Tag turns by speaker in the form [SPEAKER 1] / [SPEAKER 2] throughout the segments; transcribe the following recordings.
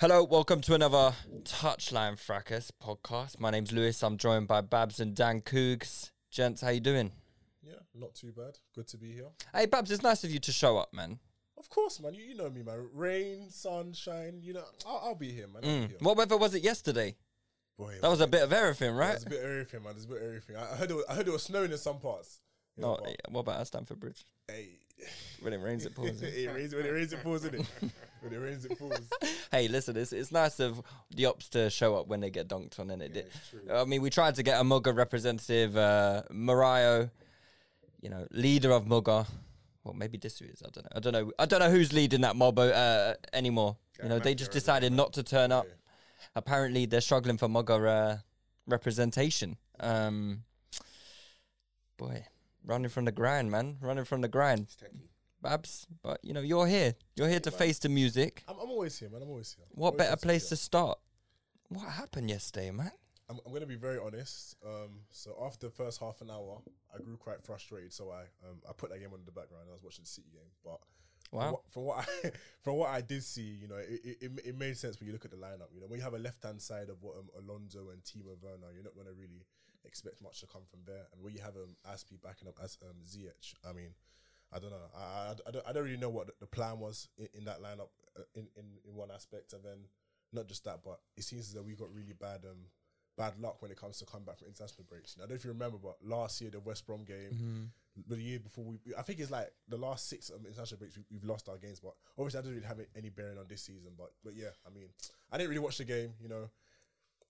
[SPEAKER 1] Hello, welcome to another Touchline Fracas podcast. My name's Lewis. I'm joined by Babs and Dan Coogs. Gents, how you doing?
[SPEAKER 2] Yeah, not too bad. Good to be here.
[SPEAKER 1] Hey, Babs, it's nice of you to show up, man.
[SPEAKER 2] Of course, man. You, you know me, man. Rain, sunshine. You know, I'll, I'll be here, man. I'll be here.
[SPEAKER 1] What weather was it yesterday?
[SPEAKER 2] Boy,
[SPEAKER 1] Mm. That was a bit of everything, right?
[SPEAKER 2] There's a bit of everything, man. There's a bit of everything. I, I heard. It was, I heard it was snowing in some parts. You know,
[SPEAKER 1] No,
[SPEAKER 2] but,
[SPEAKER 1] Oh, yeah, what about at Stamford Bridge?
[SPEAKER 2] hey,
[SPEAKER 1] When it rains, it pours.
[SPEAKER 2] it rains when it rains, it falls, isn't it? when it rains, it falls.
[SPEAKER 1] hey, listen, it's, it's nice of the ops to show up when they get dunked on, and it did. I mean, we tried to get a Mugger representative, uh, Mario, you know, leader of Mugger. Well, maybe this is. I don't know. I don't know. I don't know who's leading that mob uh, anymore. you know, they just decided not to turn up. Apparently, they're struggling for Mugger uh, representation. Um, boy, running from the grind, man. Running from the grind. Babs, but you know, you're here. You're here to face the music.
[SPEAKER 2] I'm, I'm always here, man. I'm always here.
[SPEAKER 1] What
[SPEAKER 2] Always
[SPEAKER 1] better
[SPEAKER 2] here be
[SPEAKER 1] place
[SPEAKER 2] here.
[SPEAKER 1] to start? What happened yesterday, man?
[SPEAKER 2] I'm, I'm gonna be very honest. Um, so after the first half an hour, I grew quite frustrated. So I um, I put that game on the background. I was watching the City game, but
[SPEAKER 1] Wow.
[SPEAKER 2] from what, from what I from what I did see, you know, it, it, it ma- it made sense when you look at the lineup. You know, when you have a left hand side of what um, Alonso and Timo Werner, you're not going to really expect much to come from there. And when you have um, Aspi backing up as um, Ziyech, I mean, I don't know. I, I, I, don't, I don't really know what the- the plan was in, in that lineup uh, in, in in one aspect, and then not just that, but it seems as though we got really bad um bad luck when it comes to coming back from international breaks. You know, I don't know if you remember, but last year the West Brom game the year before we, I think it's like the last six um, international breaks we, we've lost our games, but obviously that doesn't really have a- any bearing on this season. But but yeah, I mean, I didn't really watch the game. You know,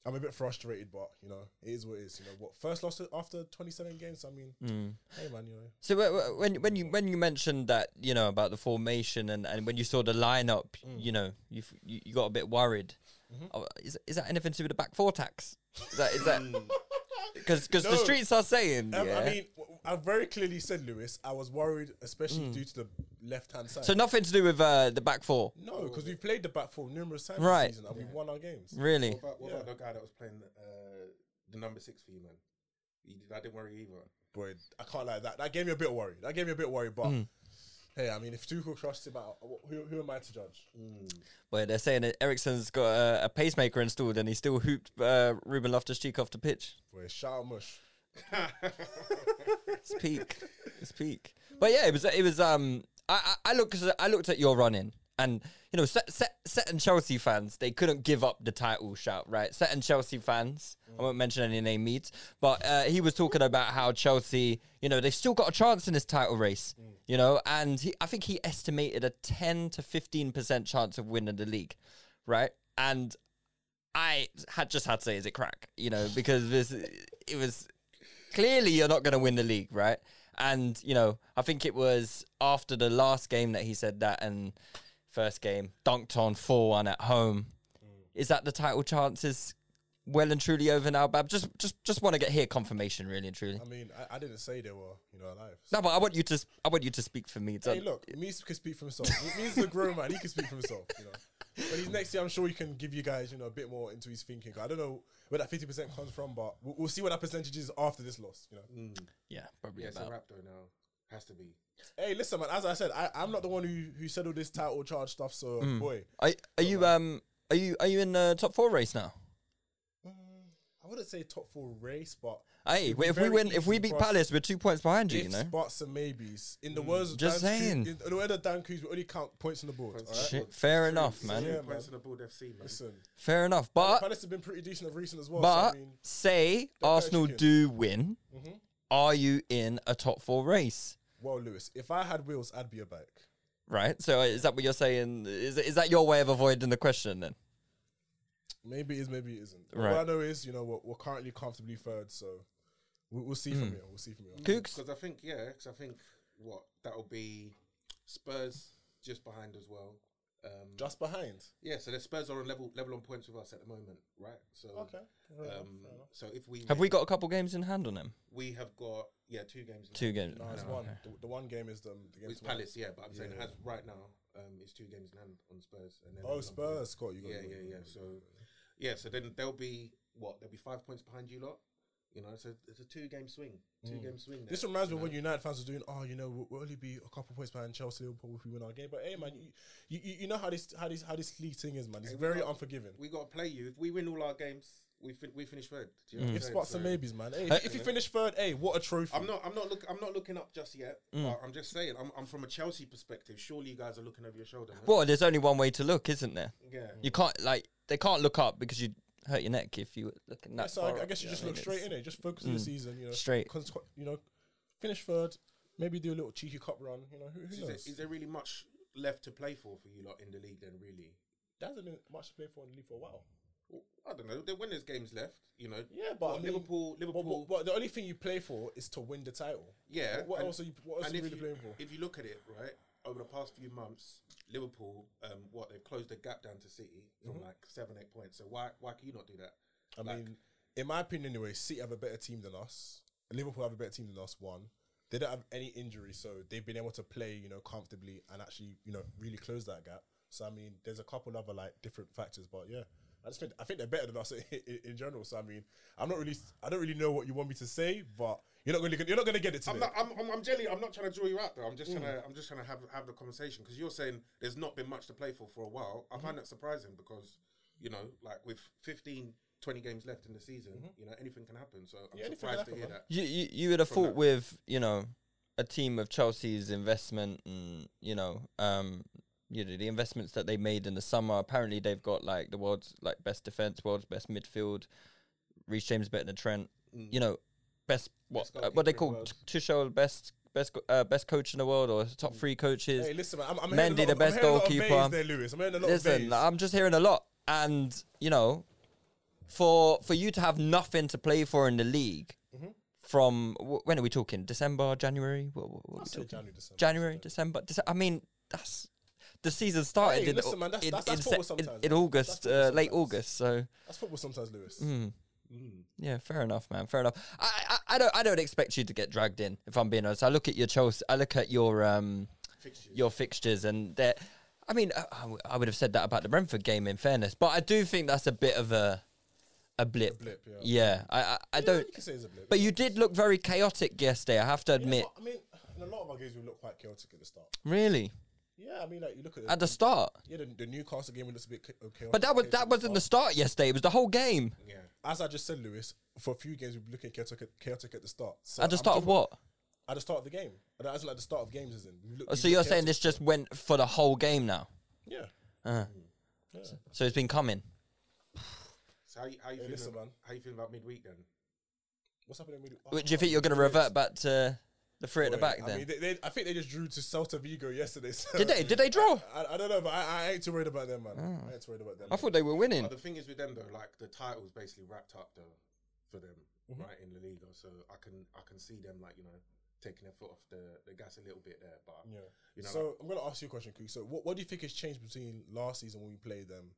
[SPEAKER 2] I'm a bit frustrated, but you know, it is what it is. You know, what first loss after 27 games. I mean,
[SPEAKER 1] Hmm.
[SPEAKER 2] hey man, you know,
[SPEAKER 1] So wh- wh- when when you when you mentioned that you know about the formation and, and when you saw the lineup,
[SPEAKER 2] Mm.
[SPEAKER 1] you know you f- you you got a bit worried.
[SPEAKER 2] Mm-hmm.
[SPEAKER 1] Oh, is is that anything to do with the back four tax? Is that is that because the
[SPEAKER 2] Mm. No.
[SPEAKER 1] streets are saying
[SPEAKER 2] Um,
[SPEAKER 1] yeah.
[SPEAKER 2] I mean, w- I very clearly said Lewis, I was worried, especially due to the left hand side.
[SPEAKER 1] Hmm. so nothing to do with uh, the back four,
[SPEAKER 2] no, because we've played the back four numerous times
[SPEAKER 1] Right.
[SPEAKER 2] this season and we've won our games.
[SPEAKER 1] really.
[SPEAKER 3] What about, what about the guy that was playing the, uh, the number six for you, man? He did, I didn't worry either.
[SPEAKER 2] Boy, I can't lie. That that gave me a bit of worry. That gave me a bit of worry, but. Hey, I mean, if Tuchel trusts him out, wh- who, who am I to judge?
[SPEAKER 1] Well, they're saying that Ericsson's got a, a pacemaker installed and he still hooped uh, Ruben Loftus Cheek off the pitch.
[SPEAKER 2] Boy, shout out Mush.
[SPEAKER 1] It's peak. it's peak. But yeah, it was. It was. Um, I I I looked I looked at your running, and you know, set set set and Chelsea fans they couldn't give up the title shout, right? Set and Chelsea fans. I won't mention any name meets, but uh, he was talking about how Chelsea, you know, they've still got a chance in this title race, you know, and he, I think he estimated a ten to fifteen percent chance of winning the league, right? And I had just had to say, is it crack? You know, because this it was clearly you're not going to win the league, right? And you know, I think it was after the last game that he said that, and first game dunked on four one at home. Is that the title chances well and truly over now, Bab? Just, just, just want to get here confirmation, really and truly.
[SPEAKER 2] I mean, I, I didn't say they were, you know, alive.
[SPEAKER 1] No, but I want you to, s- I want you to speak for me.
[SPEAKER 2] Hey,
[SPEAKER 1] Don't-
[SPEAKER 2] look, me can speak for himself. Me- Me's a grown man; he can speak for himself. You know, when he's next year, I'm sure he can give you guys, you know, a bit more into his thinking. 'Cause I don't know where that fifty percent comes from, but we'll, we'll see what that percentage is after this loss. You know,
[SPEAKER 1] yeah, probably
[SPEAKER 3] Yeah, it's a
[SPEAKER 1] about.
[SPEAKER 3] wrap though now. Has to be.
[SPEAKER 2] Hey, listen, man. As I said, I, I'm not the one who who said all this title charge stuff. So boy,
[SPEAKER 1] Are, are you um are you are you in the top four race now?
[SPEAKER 2] Mm, I wouldn't say top four race, but
[SPEAKER 1] Hey,
[SPEAKER 2] it'd be
[SPEAKER 1] if we
[SPEAKER 2] very
[SPEAKER 1] win, if
[SPEAKER 2] easy
[SPEAKER 1] we beat
[SPEAKER 2] for us
[SPEAKER 1] Palace, we're two points behind you.
[SPEAKER 2] ifs,
[SPEAKER 1] You know.
[SPEAKER 2] buts, and maybes. In the
[SPEAKER 3] Mm.
[SPEAKER 2] words, of
[SPEAKER 1] Just
[SPEAKER 2] Dan Coo-
[SPEAKER 1] saying.
[SPEAKER 2] in the words of Dan Coos, we only count points on the board. All right?
[SPEAKER 1] Shit, fair enough, man.
[SPEAKER 2] Yeah, man.
[SPEAKER 3] Points on the board FC, man.
[SPEAKER 2] Listen,
[SPEAKER 1] Fair enough, but
[SPEAKER 2] Palace have been pretty decent of recent as well.
[SPEAKER 1] Uh, but
[SPEAKER 2] so, I mean,
[SPEAKER 1] say
[SPEAKER 2] play
[SPEAKER 1] Arsenal
[SPEAKER 2] chicken.
[SPEAKER 1] do win,
[SPEAKER 2] Mm-hmm.
[SPEAKER 1] are you in a top four race?
[SPEAKER 2] well, Lewis, if I had wheels, I'd be a bike.
[SPEAKER 1] Right. So uh, is that what you're saying? Is is that your way of avoiding the question then?
[SPEAKER 2] Maybe it is, maybe it isn't.
[SPEAKER 1] Right.
[SPEAKER 2] All I know is, you know, we're, we're currently comfortably third, so we'll, we'll see
[SPEAKER 1] Mm.
[SPEAKER 2] from here. We'll see from here.
[SPEAKER 1] Kooks.
[SPEAKER 3] Because I think, yeah, 'cause I think what that'll be Spurs just behind as well. Um,
[SPEAKER 2] Just behind.
[SPEAKER 3] yeah, so the Spurs are on level level on points with us at the moment, right? So
[SPEAKER 2] Okay. Fair enough,
[SPEAKER 3] Um,
[SPEAKER 2] fair enough.
[SPEAKER 3] so if we
[SPEAKER 1] Have
[SPEAKER 3] make-
[SPEAKER 1] we got a couple games in hand on them?
[SPEAKER 3] we have got yeah two games left.
[SPEAKER 1] Two games.
[SPEAKER 2] No, it's one. The, the one game is the, the game
[SPEAKER 3] It's
[SPEAKER 2] tomorrow.
[SPEAKER 3] Palace, yeah, but I'm saying as right now, um, it's two games in hand on Spurs. And then
[SPEAKER 2] Oh,
[SPEAKER 3] on
[SPEAKER 2] Spurs, Scott, you got
[SPEAKER 3] yeah,
[SPEAKER 2] it, you
[SPEAKER 3] yeah,
[SPEAKER 2] got it,
[SPEAKER 3] yeah.
[SPEAKER 2] you got it,
[SPEAKER 3] So, yeah, so then they'll be what? They'll be five points behind you lot. You know, so it's a two-game swing, two-game swing. there,
[SPEAKER 2] This reminds me
[SPEAKER 3] you
[SPEAKER 2] of
[SPEAKER 3] know.
[SPEAKER 2] when United fans were doing, oh, you know, we'll, we'll only be a couple points behind Chelsea Liverpool if we win our game. But hey, man, you, you, you- you know how this how this how this league thing is, man. It's
[SPEAKER 3] Hey, we
[SPEAKER 2] very
[SPEAKER 3] got-
[SPEAKER 2] unforgiving.
[SPEAKER 3] We got to play you. If we win all our games, we fin- we finish third. Do you know what I'm
[SPEAKER 2] Mm. If
[SPEAKER 3] saying?
[SPEAKER 2] spots
[SPEAKER 3] So-
[SPEAKER 2] and maybes, man. Hey,
[SPEAKER 1] Hey.
[SPEAKER 2] if, if you finish third, hey, what a trophy!
[SPEAKER 3] I'm not. I'm not look. I'm not looking up just yet.
[SPEAKER 2] Mm.
[SPEAKER 3] But I'm just saying. I'm, I'm from a Chelsea perspective. Surely you guys are looking over your shoulder. no?
[SPEAKER 1] Well, there's only one way to look, isn't there?
[SPEAKER 3] Yeah.
[SPEAKER 1] You can't like they can't look up because you'd hurt your neck if you were looking that
[SPEAKER 2] Yeah, so
[SPEAKER 1] far.
[SPEAKER 2] I, I
[SPEAKER 1] up,
[SPEAKER 2] guess you
[SPEAKER 1] know
[SPEAKER 2] just
[SPEAKER 1] what I
[SPEAKER 2] look
[SPEAKER 1] mean?
[SPEAKER 2] straight
[SPEAKER 1] It's- Mm.
[SPEAKER 2] in it. Just focus on the season, you know.
[SPEAKER 1] Straight.
[SPEAKER 2] cons- you know, finish third, maybe do a little cheeky cup run. You know, who, who
[SPEAKER 3] Is there,
[SPEAKER 2] knows?
[SPEAKER 3] is there really much left to play for for you lot in the league? Then really,
[SPEAKER 2] There hasn't been much to play for in the league for a while.
[SPEAKER 3] Well, I don't know. The winners' games left, you know.
[SPEAKER 2] Yeah, but
[SPEAKER 3] What,
[SPEAKER 2] I mean-
[SPEAKER 3] Liverpool,
[SPEAKER 2] But,
[SPEAKER 3] Liverpool.
[SPEAKER 2] but- but the only thing you play for is to win the title.
[SPEAKER 3] yeah.
[SPEAKER 2] What, what
[SPEAKER 3] and-
[SPEAKER 2] else are you? What else
[SPEAKER 3] and
[SPEAKER 2] are you
[SPEAKER 3] if
[SPEAKER 2] really playing for?
[SPEAKER 3] If you look at it, right, over the past few months, Liverpool, um, what they've closed the gap down to City from
[SPEAKER 2] Mm-hmm.
[SPEAKER 3] like seven, eight points. So why, why can you not do that?
[SPEAKER 2] I
[SPEAKER 3] Like-
[SPEAKER 2] mean, in my opinion, anyway, City have a better team than us. Liverpool have a better team than us. One, they don't have any injuries, so they've been able to play, you know, comfortably and actually, you know, really close that gap. So I mean, there's a couple other like different factors, but yeah, I just think I think they're better than us in, in general. So I mean, I'm not really, I don't really know what you want me to say, but you're not going to you're not going to Mm. get it today.
[SPEAKER 3] I'm not. I'm, I'm, I'm jelly. I'm not trying to draw you out though. I'm just trying to. I'm just trying to have have the conversation because you're saying there's not been much to play for for a while. I
[SPEAKER 2] Mm-hmm.
[SPEAKER 3] find that surprising because you know, like with 15, 20 games left in the season, you know, anything can happen. So I'm
[SPEAKER 2] Mm-hmm. Yeah, anything can
[SPEAKER 3] surprised to
[SPEAKER 2] happen,
[SPEAKER 3] hear
[SPEAKER 2] man.
[SPEAKER 3] that.
[SPEAKER 1] You, you you would have
[SPEAKER 3] From
[SPEAKER 1] thought
[SPEAKER 3] that-
[SPEAKER 1] with you know a team of Chelsea's investment and you know um you know the investments that they made in the summer. Apparently they've got like the world's like best defense, world's best midfield. Reece James better than Trent. You know best what
[SPEAKER 3] Mm. Best
[SPEAKER 1] uh, what they
[SPEAKER 3] goalkeeper in
[SPEAKER 1] call
[SPEAKER 3] the world.
[SPEAKER 1] t- Tuchel best best co- uh, best coach in the world or
[SPEAKER 3] Mm.
[SPEAKER 1] top three coaches.
[SPEAKER 2] Hey, listen, man, I'm, I'm
[SPEAKER 1] Mendy,
[SPEAKER 2] hearing a lot
[SPEAKER 1] the
[SPEAKER 2] of-
[SPEAKER 1] best
[SPEAKER 2] I'm hearing a lot of bays
[SPEAKER 1] goalkeeper.
[SPEAKER 2] There, Lewis. I'm hearing a lot of
[SPEAKER 1] Listen,
[SPEAKER 2] bays.
[SPEAKER 1] I'm just hearing a lot, and you know, for for you to have nothing to play for in the league
[SPEAKER 2] Mm-hmm.
[SPEAKER 1] from wh- when are we talking? December, January? What, what, what are we
[SPEAKER 2] say
[SPEAKER 1] talking?
[SPEAKER 2] January, December,
[SPEAKER 1] January, December. Dece- I mean, that's the season started
[SPEAKER 2] Hey,
[SPEAKER 1] in,
[SPEAKER 2] listen, man, that's-
[SPEAKER 1] in,
[SPEAKER 2] that's-
[SPEAKER 1] in
[SPEAKER 2] that's
[SPEAKER 1] Se-
[SPEAKER 2] football
[SPEAKER 1] in-
[SPEAKER 2] sometimes,
[SPEAKER 1] in
[SPEAKER 2] man.
[SPEAKER 1] August,
[SPEAKER 2] That's football
[SPEAKER 1] uh, late
[SPEAKER 2] sometimes.
[SPEAKER 1] August. So
[SPEAKER 2] That's football sometimes, Lewis.
[SPEAKER 1] Hmm, yeah, fair enough, man. Fair enough. I, I I don't I don't expect you to get dragged in. If I'm being honest, I look at your Chelsea, I look at your um your fixtures, and they're. I mean, I- I, w- I would have said that about the Brentford game, in fairness, but I do think that's a bit of a a blip.
[SPEAKER 2] blip, yeah.
[SPEAKER 1] I I, I don't.
[SPEAKER 2] you can say it's a blip,
[SPEAKER 1] But
[SPEAKER 2] yeah.
[SPEAKER 1] you did look very chaotic yesterday. I have to
[SPEAKER 2] Yeah,
[SPEAKER 1] admit.
[SPEAKER 2] but, I mean, in a lot of our games, we look quite chaotic at the start.
[SPEAKER 1] Really,
[SPEAKER 2] Yeah, I mean, like you look at the,
[SPEAKER 1] at the start.
[SPEAKER 2] yeah, the, the Newcastle game looks a bit ca- okay.
[SPEAKER 1] But that was that wasn't the start yesterday. It was the whole game.
[SPEAKER 3] Yeah.
[SPEAKER 2] As I just said, Lewis, for a few games we've been looking chaotic, at- chaotic at the start. So
[SPEAKER 1] At the
[SPEAKER 2] I'm
[SPEAKER 1] start of
[SPEAKER 2] talking-
[SPEAKER 1] what?
[SPEAKER 2] At the start of the game. But that isn't like the start of games, is it? We've looked-
[SPEAKER 1] Oh,
[SPEAKER 2] we've
[SPEAKER 1] So you're
[SPEAKER 2] looked
[SPEAKER 1] saying
[SPEAKER 2] chaotic.
[SPEAKER 1] this just went for the whole game now?
[SPEAKER 2] Yeah.
[SPEAKER 1] Uh-huh.
[SPEAKER 2] Mm-hmm.
[SPEAKER 1] So it's been coming.
[SPEAKER 3] So how you how
[SPEAKER 2] Hey,
[SPEAKER 3] you feeling?
[SPEAKER 2] listen,
[SPEAKER 3] about,
[SPEAKER 2] man.
[SPEAKER 3] how you feeling about midweek then?
[SPEAKER 2] What's happening with? Oh,
[SPEAKER 1] Which you think you're going to revert back to the three at the
[SPEAKER 2] wait,
[SPEAKER 1] back
[SPEAKER 2] I
[SPEAKER 1] then?
[SPEAKER 2] mean, they, they, I think they just drew to Celta Vigo yesterday. So
[SPEAKER 1] did they? Did they draw? Oh.
[SPEAKER 2] I, I don't know, but I, I ain't too worried about them, man. I ain't too worried about them.
[SPEAKER 1] I thought they were winning.
[SPEAKER 3] But the thing is with them though, like the title's basically wrapped up though for them,
[SPEAKER 1] Mm-hmm.
[SPEAKER 3] right in La Liga. So I can I can see them like you know taking their foot off the, the gas a little bit there. But
[SPEAKER 2] Yeah.
[SPEAKER 3] you know,
[SPEAKER 2] so I'm gonna ask you a question, Cook. So what, what do you think has changed between last season when we played them?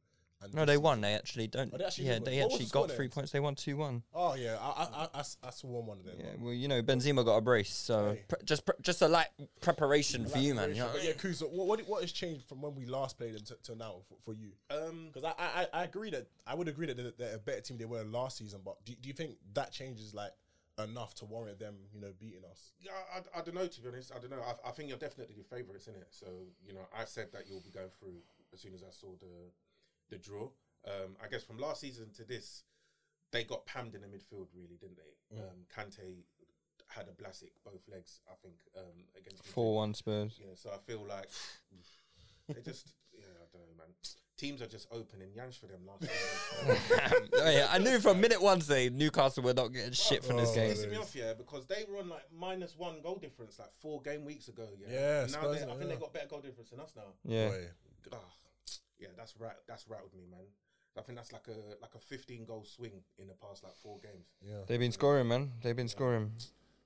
[SPEAKER 2] And
[SPEAKER 1] No,
[SPEAKER 2] this
[SPEAKER 1] they
[SPEAKER 2] season?
[SPEAKER 1] won. They actually don't.
[SPEAKER 2] Oh, they actually
[SPEAKER 1] yeah,
[SPEAKER 2] did win.
[SPEAKER 1] they
[SPEAKER 2] What was
[SPEAKER 1] actually
[SPEAKER 2] the score
[SPEAKER 1] got three
[SPEAKER 2] then?
[SPEAKER 1] points. They won two one.
[SPEAKER 2] Oh yeah, I I I, I, s- I saw one of them.
[SPEAKER 1] Yeah,
[SPEAKER 2] man.
[SPEAKER 1] well, you know, Benzema got a brace, so
[SPEAKER 2] Hey.
[SPEAKER 1] pre- just pre- just a light preparation for you, man. You know?
[SPEAKER 2] But yeah, Kuz, so what, what what has changed from when we last played them to, to now for, for you?
[SPEAKER 3] um,
[SPEAKER 2] Because I, I I- I agree that I would agree that they're, they're a better team they were last season, but do, do you think that changes like enough to warrant them, you know, beating us.
[SPEAKER 3] Yeah, I, I don't know. To be honest, I don't know. I, I think you're definitely your favourites in it. So you know, I said that you'll be going through as soon as I saw the the draw. Um, I guess from last season to this, they got pammed in the midfield, really,
[SPEAKER 1] Mm.
[SPEAKER 3] didn't they? Um, Kante had a Blasic both legs, I think, um, against Madrid.
[SPEAKER 1] Four one Spurs.
[SPEAKER 3] Yeah, so I feel like they just, yeah, I don't know, man. Teams are just opening Yans for them last season.
[SPEAKER 1] oh, yeah, I knew from minute one today Newcastle were not getting shit from this
[SPEAKER 2] Oh,
[SPEAKER 1] game.
[SPEAKER 3] pissing me off, yeah, because they were on like minus one goal difference like four game weeks ago. Yeah,
[SPEAKER 2] Yeah,
[SPEAKER 3] now they,
[SPEAKER 2] Spurs,
[SPEAKER 3] I think
[SPEAKER 2] yeah.
[SPEAKER 3] they got better goal difference than us now.
[SPEAKER 1] Yeah.
[SPEAKER 2] Boy.
[SPEAKER 3] Ugh. Yeah, that's right. That's rattled me, man. I think that's like a like a 15 goal swing in the past like four games.
[SPEAKER 2] Yeah.
[SPEAKER 1] They've been scoring, man. They've been scoring.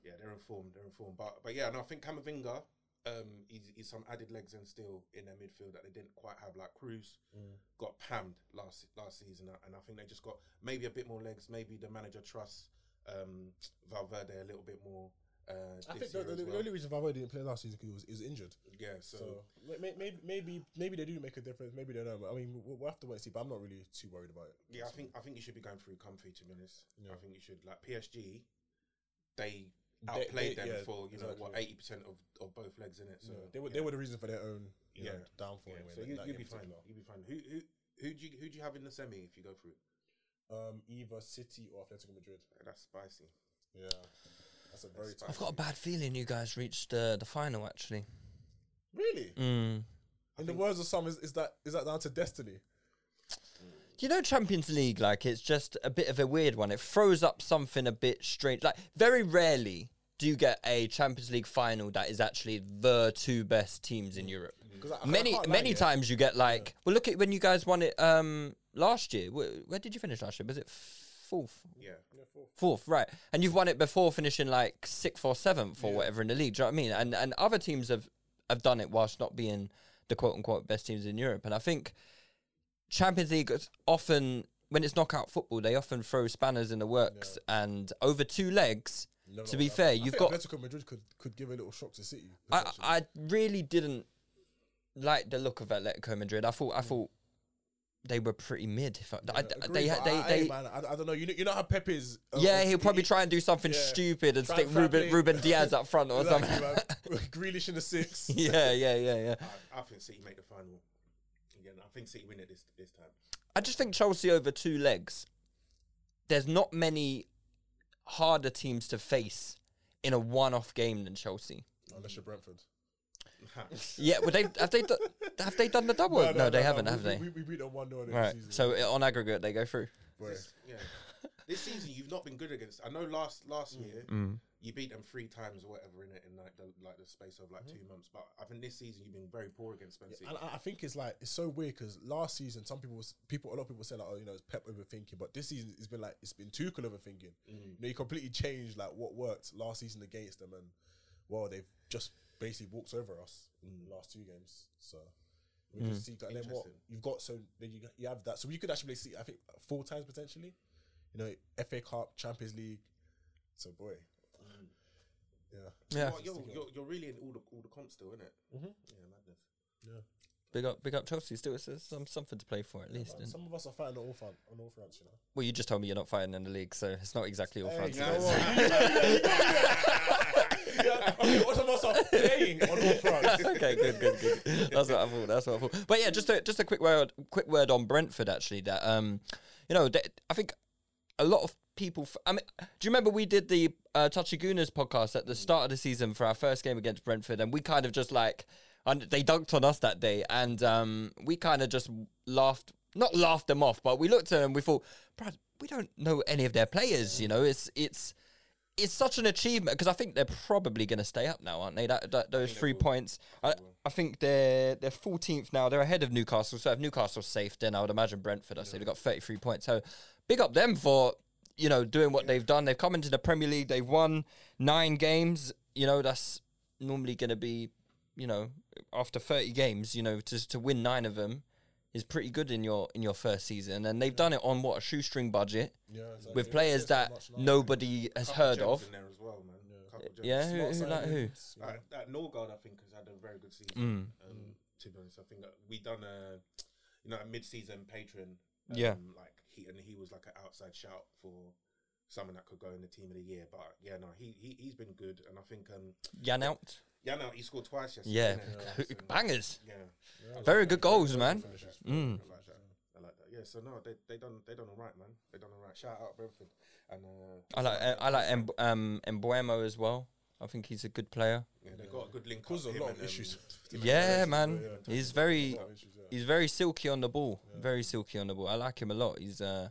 [SPEAKER 3] Yeah, they're informed. They're informed. But but yeah, and I think Camavinga, um, he's, he's some added legs and still in their midfield that they didn't quite have. Like Cruz
[SPEAKER 2] Mm.
[SPEAKER 3] got pammed last last season, uh, and I think they just got maybe a bit more legs. Maybe the manager trusts um, Valverde a little bit more. Uh,
[SPEAKER 2] I think
[SPEAKER 3] this
[SPEAKER 2] the,
[SPEAKER 3] year
[SPEAKER 2] the,
[SPEAKER 3] as
[SPEAKER 2] the
[SPEAKER 3] well.
[SPEAKER 2] only reason Valverde didn't play last season because he was, is injured.
[SPEAKER 3] yeah. So,
[SPEAKER 2] So maybe, maybe maybe maybe they do make a difference. Maybe they don't. But I mean, we'll, we'll have to wait and see. But I'm not really too worried about it.
[SPEAKER 3] yeah, I think I think you should be going through comfy. To be honest,
[SPEAKER 2] Yeah.
[SPEAKER 3] I think you should like PSG.
[SPEAKER 2] They-
[SPEAKER 3] They
[SPEAKER 2] they-
[SPEAKER 3] outplayed them
[SPEAKER 2] yeah,
[SPEAKER 3] for you know what
[SPEAKER 2] exactly.
[SPEAKER 3] eighty percent of, of both legs in it. So
[SPEAKER 2] So they were they were the reason for their own you know,
[SPEAKER 3] Yeah.
[SPEAKER 2] downfall.
[SPEAKER 3] Yeah,
[SPEAKER 2] anyway,
[SPEAKER 3] so
[SPEAKER 2] that-
[SPEAKER 3] you,
[SPEAKER 2] that
[SPEAKER 3] you'll
[SPEAKER 2] game in
[SPEAKER 3] be fine.
[SPEAKER 2] particular.
[SPEAKER 3] You'd be fine. Who who who do you who do you have in the semi if you go through?
[SPEAKER 2] Um, either City or Atletico Madrid.
[SPEAKER 3] Uh, That's spicy.
[SPEAKER 2] Yeah, that's a very tough.
[SPEAKER 1] I've got a bad feeling you guys reached uh, the final, actually.
[SPEAKER 2] Really,
[SPEAKER 1] Mm.
[SPEAKER 2] in the words of some, is, is that is that down to destiny?
[SPEAKER 1] You know, Champions League, like, it's just a bit of a weird one. It throws up something a bit strange. Like, very rarely do you get a Champions League final that is actually the two best teams in Europe.
[SPEAKER 2] Mm. 'Cause I- I can't- I
[SPEAKER 1] Many,
[SPEAKER 2] can't lie,
[SPEAKER 1] many
[SPEAKER 2] yeah.
[SPEAKER 1] times you get, like, well, look at when you guys won it um, last year. Where, where did you finish last year? Was it fourth?
[SPEAKER 3] Yeah.
[SPEAKER 1] Fourth, right. And you've won it before finishing like sixth or seventh or whatever in the league. Do you know what I mean? And and other teams have, have done it whilst not being the quote unquote best teams in Europe. And I think Champions League is often when it's knockout football, they often throw spanners in the works and over two legs,
[SPEAKER 2] Never
[SPEAKER 1] to be
[SPEAKER 2] mind.
[SPEAKER 1] fair,
[SPEAKER 2] I
[SPEAKER 1] you've
[SPEAKER 2] think
[SPEAKER 1] got
[SPEAKER 2] Atletico Madrid could could give a little shock to City.
[SPEAKER 1] I,
[SPEAKER 2] potentially.
[SPEAKER 1] I really didn't like the look of Atletico Madrid. I
[SPEAKER 2] Mm.
[SPEAKER 1] thought I thought they were pretty mid. If I, I-
[SPEAKER 2] Agreed,
[SPEAKER 1] they
[SPEAKER 2] but
[SPEAKER 1] had they
[SPEAKER 2] I-
[SPEAKER 1] they
[SPEAKER 2] hey, man, I, I don't know. You know, you know how Pep is. uh,
[SPEAKER 1] yeah,
[SPEAKER 2] he-
[SPEAKER 1] he'll probably
[SPEAKER 2] he-
[SPEAKER 1] try and do something
[SPEAKER 2] yeah.
[SPEAKER 1] stupid and
[SPEAKER 2] Try
[SPEAKER 1] stick
[SPEAKER 2] and
[SPEAKER 1] Ruben
[SPEAKER 2] trapping.
[SPEAKER 1] Ruben Diaz up front or
[SPEAKER 2] Exactly,
[SPEAKER 1] something.
[SPEAKER 2] man. Grealish in the six.
[SPEAKER 1] yeah, yeah, yeah, yeah.
[SPEAKER 3] I, I think City make the final. Again, I think City win it this this time.
[SPEAKER 1] I just think Chelsea over two legs. There's not many harder teams to face in a one-off game than Chelsea.
[SPEAKER 2] Unless you're Brentford.
[SPEAKER 1] Yeah, well, they have they do, have they done the double? No, they haven't,
[SPEAKER 2] we-
[SPEAKER 1] have
[SPEAKER 2] we,
[SPEAKER 1] they?
[SPEAKER 2] We, we beat them one 0
[SPEAKER 1] right.
[SPEAKER 2] season.
[SPEAKER 1] So uh, on aggregate, they go through.
[SPEAKER 2] Boy.
[SPEAKER 3] yeah. This season you've not been good against. I know last last year
[SPEAKER 1] Mm.
[SPEAKER 3] you beat them three times or whatever in it in like the like the space of like two months. But I think this season you've been very poor against Man City.
[SPEAKER 2] And I I think it's like it's so weird because last season some people was, people a lot of people said like oh you know it's Pep overthinking but this season it's been like it's been Tuchel overthinking. You know he completely changed like what worked last season against them and well they've just basically walked over us in the last two games. So we just see and then what
[SPEAKER 3] Interesting.
[SPEAKER 2] you've got so then you you have that so you could actually see I think four times potentially. You know FA Cup, Champions League. So boy, yeah,
[SPEAKER 1] Yeah.
[SPEAKER 3] Well, you're, you're, you're really in all the all the comps still, isn't it? Mm-hmm. Yeah, madness.
[SPEAKER 1] Big up, big up Chelsea. Still, it's, it's some, something to play for at least. and-
[SPEAKER 2] some of us are fighting on all front on all fronts. You know.
[SPEAKER 1] well, you just told me you're not fighting in the league, so it's not exactly all France.
[SPEAKER 2] You know what? Yeah, okay, what am I sort of playing on all fronts?
[SPEAKER 1] okay, good, good, good. That's what I thought. That's what I thought. But yeah, just a, just a quick word, quick word on Brentford. Actually, that um, you know, that I think a lot of people. F- I mean, do you remember we did the uh, Touchygunas podcast at the start of the season for our first game against Brentford, and we kind of just like, and they dunked on us that day, and um, we kind of just laughed, not laughed them off, but we looked at them, we thought, Brad, we don't know any of their players. You know, it's it's it's such an achievement because I think they're probably going to stay up now, aren't they? That, that those three points. I, I think they're they're fourteenth now. They're ahead of Newcastle. So if Newcastle's safe, then I would imagine Brentford. I say they've got thirty three points. So big up them for you know doing what they've done. They've come into the Premier League. They've won nine games. You know that's normally going to be you know after thirty games. You know to to win nine of them is pretty good in your in your first season, and they've done it on what a shoestring budget.
[SPEAKER 2] Yeah, exactly.
[SPEAKER 1] With players that nobody has heard
[SPEAKER 3] Couple
[SPEAKER 1] of,
[SPEAKER 3] gems in there as well, man. Couple gems.
[SPEAKER 1] yeah, who, who
[SPEAKER 2] Outside
[SPEAKER 1] like who?
[SPEAKER 2] limits, you know.
[SPEAKER 3] That, that Norgard, I think, has had a very good season. Um, To be honest, I think that we done a you know a mid-season patron. Um,
[SPEAKER 1] Yeah.
[SPEAKER 3] like he and he was like an outside shout for someone that could go in the team of the year. But yeah, no, he, he he's been good, and I think um,
[SPEAKER 1] Jan out.
[SPEAKER 3] yeah, no, he scored twice yesterday.
[SPEAKER 1] Yeah.
[SPEAKER 3] innit?
[SPEAKER 1] Who- Bangers.
[SPEAKER 3] yeah,
[SPEAKER 1] Very good goals, man.
[SPEAKER 3] Mm. I like that. I like that. Yeah, so no, they they done they done all right, man. They done all right. Shout out Brentford, and uh,
[SPEAKER 1] I like I like Em- um Embuemo as well. I think he's a good player.
[SPEAKER 3] yeah, they got a good link.
[SPEAKER 2] Caused
[SPEAKER 3] up,
[SPEAKER 2] a
[SPEAKER 3] him
[SPEAKER 2] lot
[SPEAKER 3] and,
[SPEAKER 2] of
[SPEAKER 3] um,
[SPEAKER 2] issues.
[SPEAKER 1] Yeah, man.
[SPEAKER 2] yeah.
[SPEAKER 1] He's very
[SPEAKER 2] issues, yeah.
[SPEAKER 1] he's very silky on the ball. Very silky on the ball. I like him a lot. He's uh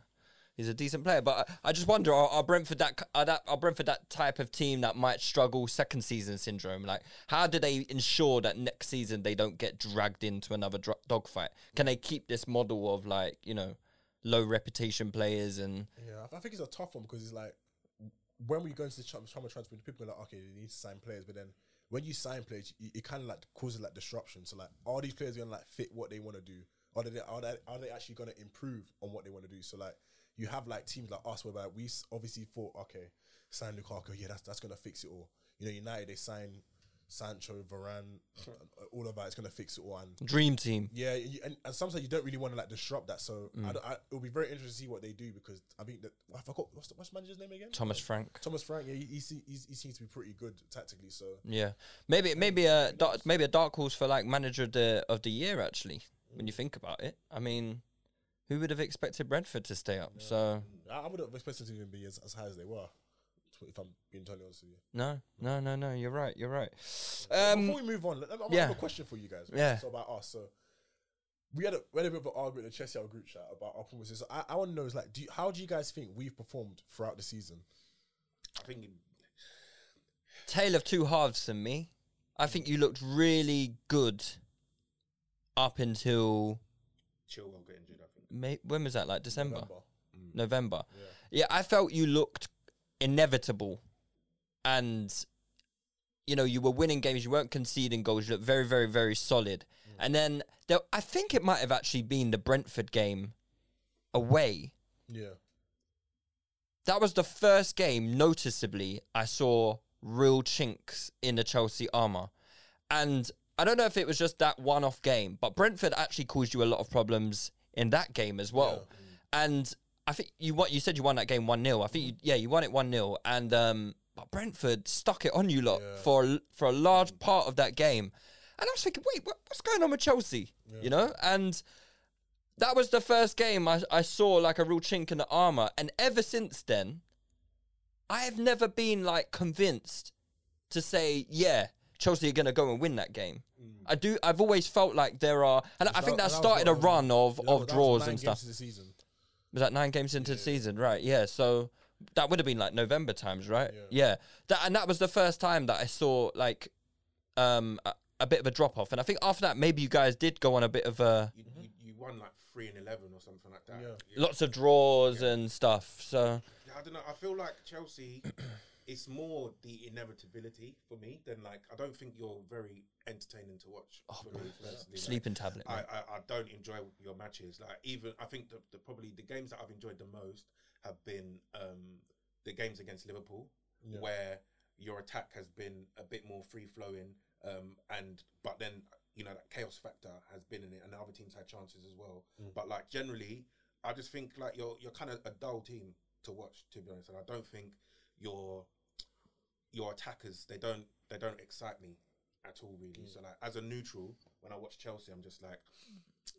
[SPEAKER 1] he's a decent player. But I, I just wonder are, are Brentford that c- are that are Brentford that type of team that might struggle second season syndrome? Like how do they ensure that next season they don't get dragged into another dr- dogfight? Can they keep this model of like you know low reputation players and
[SPEAKER 2] Yeah, I th- I think it's a tough one because it's like when we go into the tra- summer transfer, window, people are like, okay, they need to sign players, but then when you sign players, you, it kind of like causes like disruption. So like, are these players gonna like fit what they want to do? Are they are they are they actually gonna improve on what they want to do? So like, you have like teams like us whereby we s- obviously thought, okay, sign Lukaku, yeah, that's that's gonna fix it all. You know, United they sign Sancho, Varane, uh, all of that. It's gonna fix it all, and
[SPEAKER 1] dream team?
[SPEAKER 2] yeah, you, and, and sometimes you don't really want to like disrupt that. So
[SPEAKER 1] Mm.
[SPEAKER 2] I don't- I- it'll be very interesting to see what they do because I think that I forgot what's the, what's the manager's name again?
[SPEAKER 1] Thomas Frank.
[SPEAKER 2] Thomas Frank. Yeah, he, he, se- he's, he seems to be pretty good tactically. So
[SPEAKER 1] Yeah, maybe maybe a dark, maybe a dark horse for like manager of the of the year actually. When you think about it, I mean, who would have expected Brentford to stay up? So
[SPEAKER 2] I, I wouldn't expect them to even be as, as high as they were. tw- If I'm being totally honest with you.
[SPEAKER 1] no, no, no, no. You're right. You're right.
[SPEAKER 2] Before
[SPEAKER 1] Um,
[SPEAKER 2] we move on, let- I
[SPEAKER 1] yeah.
[SPEAKER 2] have a question for you guys.
[SPEAKER 1] Yeah.
[SPEAKER 2] So about us. So we had a, we had a bit of an argument in the Chelsea our group chat about our performances. So I, I want to know is like, do you, how do you guys think we've performed throughout the season?
[SPEAKER 3] I think he-
[SPEAKER 1] tale of two halves for me. I think you looked really good up until
[SPEAKER 3] Chilwell got injured. I think.
[SPEAKER 1] May- when was that? Like December, November.
[SPEAKER 2] Remember?
[SPEAKER 1] Yeah. I felt you looked inevitable, and you know you were winning games. You weren't conceding goals. You looked very, very, very solid. And then there, I think it might have actually been the Brentford game away.
[SPEAKER 2] Yeah.
[SPEAKER 1] That was the first game noticeably I saw real chinks in the Chelsea armor, and. I don't know if it was just that one off game, but Brentford actually caused you a lot of problems in that game as well. And I think you what you said you won that game one 0 I think you, yeah you won it one 0 and um, but Brentford stuck it on you lot for a, for a large part of that game, and I was thinking, wait, what, what's going on with Chelsea? You know, and that was the first game I, I saw like a real chink in the armor, and ever since then, I have never been like convinced to say yeah. Chelsea are going to go and win that game. I do. I've always felt like there are, and I think that,
[SPEAKER 2] Mm. was
[SPEAKER 1] started a
[SPEAKER 2] what-
[SPEAKER 1] run of,
[SPEAKER 2] yeah, that
[SPEAKER 1] of
[SPEAKER 2] was- that was
[SPEAKER 1] draws and
[SPEAKER 2] nine games
[SPEAKER 1] stuff.
[SPEAKER 2] into the season.
[SPEAKER 1] Was that nine games into the season? Right, yeah. So that would have been like November times, right? Yeah. That and that was the first time that I saw like um a, a bit of a drop off. And I think after that maybe you guys did go on a bit of a
[SPEAKER 3] You, you, you won like three and eleven or something like that. Yeah.
[SPEAKER 1] lots of draws and stuff. So
[SPEAKER 3] I don't know. I feel like Chelsea. it's more the inevitability for me than like I don't think you're very entertaining to watch.
[SPEAKER 1] Oh,
[SPEAKER 3] for me personally, like,
[SPEAKER 1] sleeping tablet.
[SPEAKER 3] I,
[SPEAKER 1] mate.
[SPEAKER 3] I, I don't enjoy your matches. Like even I think the, the probably the games that I've enjoyed the most have been um, the games against Liverpool, where your attack has been a bit more free flowing, um, and but then you know that chaos factor has been in it, and other teams had chances as well. But like generally, I just think like you're you're kind of a dull team to watch, to be honest, and I don't think you're your attackers they don't they don't excite me at all really so like as a neutral when i watch chelsea i'm just like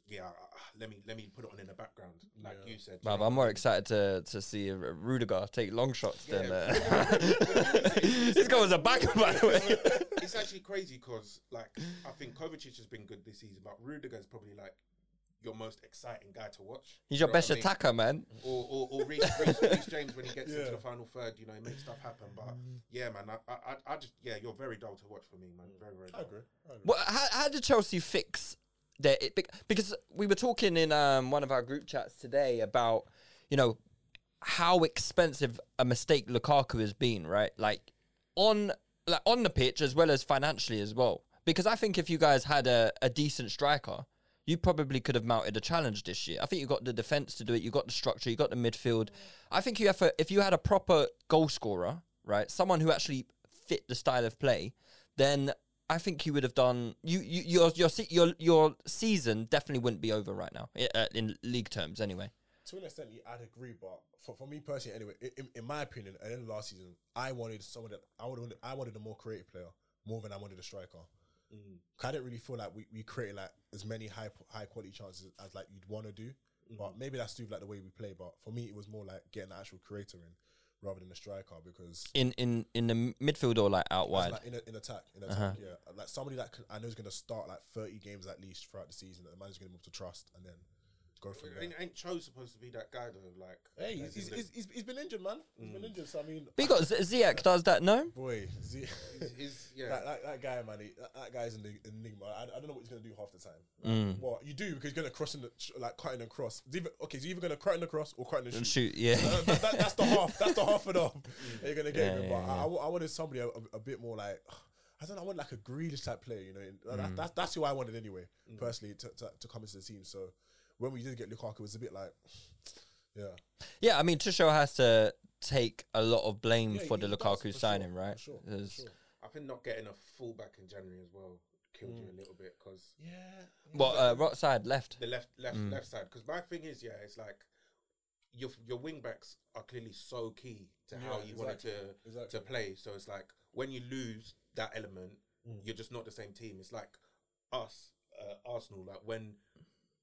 [SPEAKER 3] yeah uh, let me let me put it on in the background like you said
[SPEAKER 1] Bruv, I'm more excited to, to see R- Rudiger take long shots than. Uh, this guy was a backer, by the way.
[SPEAKER 3] it's actually crazy because like i think kovacic has been good this season but rudiger's probably like your most exciting guy to watch
[SPEAKER 1] He's
[SPEAKER 3] You
[SPEAKER 1] your
[SPEAKER 3] know what I
[SPEAKER 1] best
[SPEAKER 3] mean?
[SPEAKER 1] attacker, man.
[SPEAKER 3] or or, or Reece, Reece, Reece James when he gets into the final third, you know, he makes stuff happen. But
[SPEAKER 2] Mm.
[SPEAKER 3] yeah, man, I, I, I just yeah, you're very dull to watch for me, man. Very, very. Dull.
[SPEAKER 2] I agree. I agree.
[SPEAKER 1] Well, how, how did Chelsea fix their it, bec- because we were talking in um, one of our group chats today about you know how expensive a mistake Lukaku has been, right? Like on like on the pitch as well as financially as well. Because I think if you guys had a, a decent striker, you probably could have mounted a challenge this year. I think you got the defense to do it. You got the structure. You got the midfield. I think you have a, if you had a proper goal scorer, right, someone who actually fit the style of play, then I think you would have done you, you your your se- your your season definitely wouldn't be over right now i- uh, in league terms anyway.
[SPEAKER 2] to an extent, yeah, I'd agree, but for, for me personally, anyway, i- in, in my opinion, and then last season, I wanted someone that I would I wanted a more creative player more than I wanted a striker.
[SPEAKER 3] Mm.
[SPEAKER 2] 'Cause I didn't really feel like we, we created like as many high high quality chances as like you'd want to do.
[SPEAKER 3] Mm-hmm.
[SPEAKER 2] But maybe that's due to, like the way we play. But for me, it was more like getting an actual creator in rather than a striker because
[SPEAKER 1] in in in the midfield or like out
[SPEAKER 2] as,
[SPEAKER 1] wide.
[SPEAKER 2] Like in, a, in attack, in attack, yeah. Uh, Like somebody that can, I know is going to start like 30 games at least throughout the season. That the manager's going to move to trust and then go from there.
[SPEAKER 3] Ain't, ain't Cho supposed to be that guy though? Like,
[SPEAKER 2] Hey,
[SPEAKER 3] as
[SPEAKER 2] he's, he's,
[SPEAKER 3] in
[SPEAKER 2] he's, he's, he's been injured, man. He's been injured. So I mean,
[SPEAKER 1] but you got Z- Ziyech does that no?
[SPEAKER 2] Mm. boy, Z-
[SPEAKER 3] the- he's, he's- yeah.
[SPEAKER 2] that, that, that guy, man, he, that, that guy's an enigma. I, I don't know what he's gonna do half the time.
[SPEAKER 1] Mm.
[SPEAKER 2] Well, you do because you're gonna cross in the like cutting and cross. It's either- okay, so you're either gonna cut in the cross or cut in the
[SPEAKER 1] And
[SPEAKER 2] shoot.
[SPEAKER 1] shoot, yeah.
[SPEAKER 2] that, that- that- that's the half. That's the half and half. that You're gonna get
[SPEAKER 1] Yeah,
[SPEAKER 2] him. But
[SPEAKER 1] yeah,
[SPEAKER 2] I, I wa- I wanted somebody a, a- a bit more like I don't know. I want like a Grealish type player. You know, and
[SPEAKER 1] Mm.
[SPEAKER 2] that, that, that's that's who I wanted anyway. Personally, to, to to come into the team. So when we did get Lukaku, it was a bit like, yeah,
[SPEAKER 1] Yeah, I mean Tuchel has to take a lot of blame
[SPEAKER 2] Yeah,
[SPEAKER 1] for
[SPEAKER 2] he
[SPEAKER 1] the
[SPEAKER 2] does,
[SPEAKER 1] Lukaku
[SPEAKER 2] for sure,
[SPEAKER 1] signing,
[SPEAKER 2] for
[SPEAKER 1] right?
[SPEAKER 2] sure, for
[SPEAKER 1] 'Cause-
[SPEAKER 2] sure.
[SPEAKER 3] I think not getting a fullback in January as well killed
[SPEAKER 2] Mm.
[SPEAKER 3] you a little bit because
[SPEAKER 2] yeah.
[SPEAKER 1] What uh, right side left?
[SPEAKER 3] the left left left side. Because my thing is, yeah, it's like your your wing backs are clearly so key to how
[SPEAKER 2] Yeah,
[SPEAKER 3] you want it
[SPEAKER 2] exactly,
[SPEAKER 3] to
[SPEAKER 2] exactly.
[SPEAKER 3] to play. So it's like when you lose that element,
[SPEAKER 2] Mm.
[SPEAKER 3] you're just not the same team. It's like us, uh, Arsenal. Like when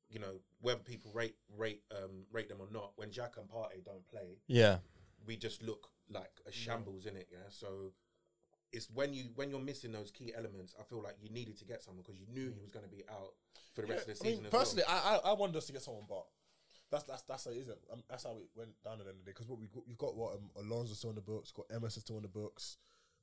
[SPEAKER 3] you know whether people rate rate um, rate them or not, when Jack and Partey don't play,
[SPEAKER 1] Yeah,
[SPEAKER 3] we just look like a shambles in it. Yeah, so. It's when you when you're missing those key elements. I feel like you needed to get someone because you knew he was going to be out for the rest of the
[SPEAKER 2] Mm. I
[SPEAKER 3] season.
[SPEAKER 2] mean,
[SPEAKER 3] as well.
[SPEAKER 2] personally, I, I I wanted us to get someone, but that's that's that's how it isn't. Um, that's how it went down at the end of the day. Because what we got, we've got what um, Alonso still on the books, got Emerson still on the books.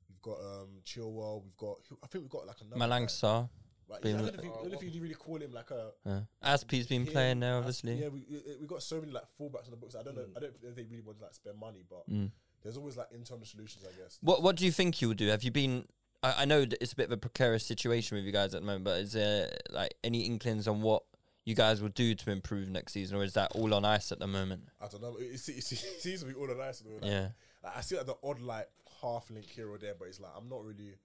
[SPEAKER 2] We've got um, Chilwell. We've got. who- I think we've got like another. guy.
[SPEAKER 1] Malang Sarr.
[SPEAKER 2] Right, yeah,
[SPEAKER 1] Been-
[SPEAKER 2] I don't know if you- I don't know if you really call him like a.
[SPEAKER 1] Yeah. Aspie's been playing there,
[SPEAKER 2] Yeah,
[SPEAKER 1] obviously. Mm.
[SPEAKER 2] Yeah, we we- we got so many like fullbacks on the books. I don't know. I don't think they really want to like spend money, but there's always like internal solutions, I guess.
[SPEAKER 1] What What do you think you'll do? Have you been? I, I know that it's a bit of a precarious situation with you guys at the moment, but is there like any inklings on what you guys will do to improve next season, or is that all on ice at the moment?
[SPEAKER 2] I don't know. It, it, se- it, se- it seems to be all the nice. Though, like,
[SPEAKER 1] Yeah.
[SPEAKER 2] like, I see like the odd like half link here or there, but it's like I'm not really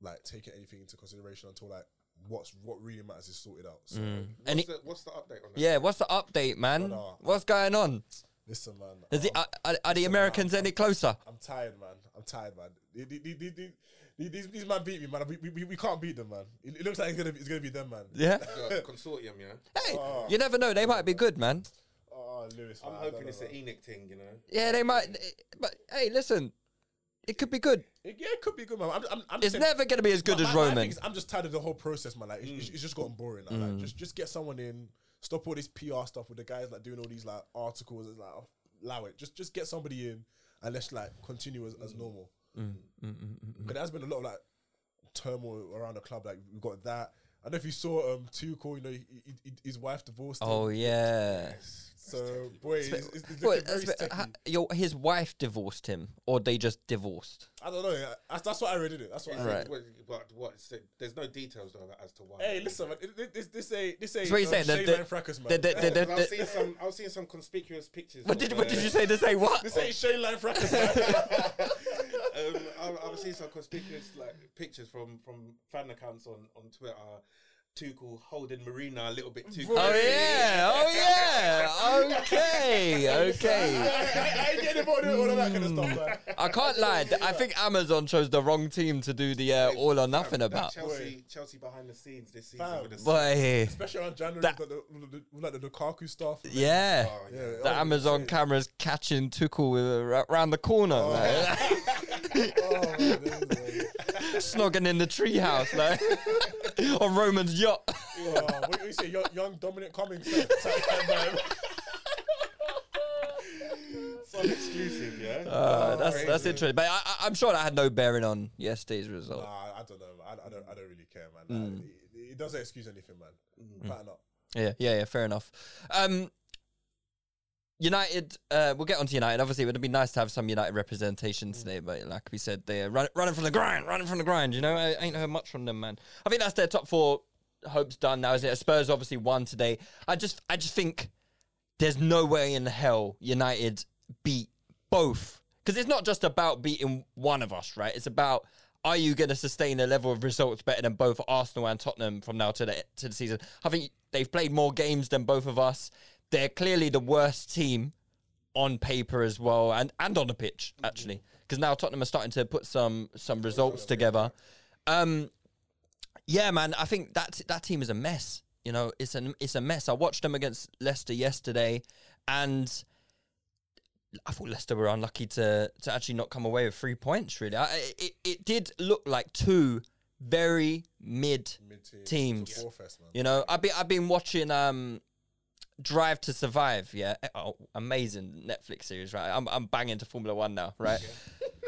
[SPEAKER 2] like taking anything into consideration until like what's what really matters is sorted out. So
[SPEAKER 1] Any?
[SPEAKER 3] What's the, what's the update on that?
[SPEAKER 1] yeah. What's the update, man?
[SPEAKER 2] Brother.
[SPEAKER 1] What's going on?
[SPEAKER 2] listen, man.
[SPEAKER 1] Is the,
[SPEAKER 2] um,
[SPEAKER 1] are, are, are the Americans
[SPEAKER 2] uh,
[SPEAKER 1] any closer?
[SPEAKER 2] I'm tired, man. I'm tired, man. The- the- the- the- the- the- These, these man beat me, man. We, we- we, we can't beat them, man. It, it looks like it's gonna be, it's gonna be them, man.
[SPEAKER 1] Yeah.
[SPEAKER 3] Yeah, consortium, yeah.
[SPEAKER 1] Hey,
[SPEAKER 2] uh,
[SPEAKER 1] you never know. They might be good, man.
[SPEAKER 2] Oh, Lewis.
[SPEAKER 3] I'm
[SPEAKER 2] man, I don't
[SPEAKER 3] hoping
[SPEAKER 2] know,
[SPEAKER 3] it's e-
[SPEAKER 2] man.
[SPEAKER 3] an Enoch thing, you know.
[SPEAKER 1] Yeah, they might. But hey, listen, it could be good.
[SPEAKER 2] It, yeah, it could be good, man. I'm, I'm, I'm
[SPEAKER 1] It's
[SPEAKER 2] saying-
[SPEAKER 1] never going to be as good
[SPEAKER 2] my-
[SPEAKER 1] as
[SPEAKER 2] my- my thing
[SPEAKER 1] Roman. Mm.
[SPEAKER 2] is I'm just tired of the whole process, man. Like, it's, it's- it's just gotten boring. Like, like, just, just get someone in. Stop all this PR stuff with the guys like doing all these like articles. It's like, oh, allow it. Just, just get somebody in, and let's like continue as, as normal.
[SPEAKER 1] Mm.
[SPEAKER 2] But there's been a lot of like turmoil around the club. Like, we got that. I don't know if you saw um Tuchel. You know, he, he, he- his wife divorced. him.
[SPEAKER 1] Oh yeah.
[SPEAKER 2] so boy, it's, it's, it's
[SPEAKER 1] Well,
[SPEAKER 2] looking very
[SPEAKER 1] that's a bit-
[SPEAKER 2] sticky.
[SPEAKER 1] ha- your, his wife divorced him, or they just divorced.
[SPEAKER 2] I don't know. yeah. That's, that's what I read in it. That's what. I read.
[SPEAKER 1] Right.
[SPEAKER 3] What, what, what- so there's no details though as to why.
[SPEAKER 2] Hey, listen, man. it- This, this, this ain't this ain't.
[SPEAKER 1] So what you
[SPEAKER 2] um,
[SPEAKER 1] saying?
[SPEAKER 2] Shane
[SPEAKER 1] The,
[SPEAKER 2] Man Fracas, man.
[SPEAKER 1] the, the, the, the,
[SPEAKER 3] Because I've seen
[SPEAKER 1] the,
[SPEAKER 3] some, I've seen some conspicuous pictures.
[SPEAKER 1] what
[SPEAKER 3] of,
[SPEAKER 1] did what did
[SPEAKER 3] uh,
[SPEAKER 1] you say to say what?
[SPEAKER 2] This ain't Shane Line Fracas, man.
[SPEAKER 3] um, I've, I've seen some conspicuous like pictures from from fan accounts on on Twitter. Tuchel holding Marina a little bit too.
[SPEAKER 1] Oh
[SPEAKER 3] close.
[SPEAKER 1] yeah, oh yeah. Okay, okay.
[SPEAKER 2] I ain't getting involved in all of that kind of stuff, man.
[SPEAKER 1] I can't lie. th- I think Amazon chose the wrong team to do the uh, all or nothing
[SPEAKER 3] That
[SPEAKER 1] about.
[SPEAKER 3] Chelsea. Chelsea behind the scenes this season.
[SPEAKER 2] Fam.
[SPEAKER 3] With the
[SPEAKER 1] Boy,
[SPEAKER 2] Especially around January,
[SPEAKER 1] That-
[SPEAKER 2] with, like the, with like the Lukaku stuff.
[SPEAKER 1] yeah.
[SPEAKER 2] Yeah,
[SPEAKER 1] The
[SPEAKER 2] oh,
[SPEAKER 1] Amazon cameras catching Tuchel with a, ra- round the corner, like,
[SPEAKER 2] oh, man, this is, man.
[SPEAKER 1] snogging in the treehouse, like on Roman's yacht.
[SPEAKER 2] Oh, what do you say, young, young Dominic Cummings? type- type man.
[SPEAKER 3] Some exclusive, yeah.
[SPEAKER 2] Oh,
[SPEAKER 1] Uh, that's that's interesting. But I, I, I'm sure that had no bearing on yesterday's result.
[SPEAKER 2] Nah, I don't know. man. I, I don't. I don't really care, man.
[SPEAKER 1] Mm.
[SPEAKER 2] Like, it, it doesn't excuse anything, man. Pattern up.
[SPEAKER 1] Yeah, yeah, yeah. Fair enough. Um, United. Uh, we'll get on to United. Obviously, it would have been nice to have some United representation today, but like we said, they're run, running from the grind, running from the grind. You know, I ain't heard much from them, man. I think that's their top four hopes done now, isn't it? Spurs obviously won today. I just, I just think there's no way in hell United beat both. Because it's not just about beating one of us, right? It's about are you going to sustain a level of results better than both Arsenal and Tottenham from now to the to the season? I think they've played more games than both of us. they're clearly the worst team on paper as well, and and on the pitch actually, because now Tottenham are starting to put some some results together. Um, yeah, man, I think that that team is a mess. You know, it's an it's a mess. I watched them against Leicester yesterday, and I thought Leicester were unlucky to to actually not come away with three points. Really, I, it it did look like two very mid teams.
[SPEAKER 2] War fest, man.
[SPEAKER 1] You know, I've been I've been watching um, Drive to Survive. Yeah, oh, amazing Netflix series. Right, I'm I'm banging to Formula One now. Right,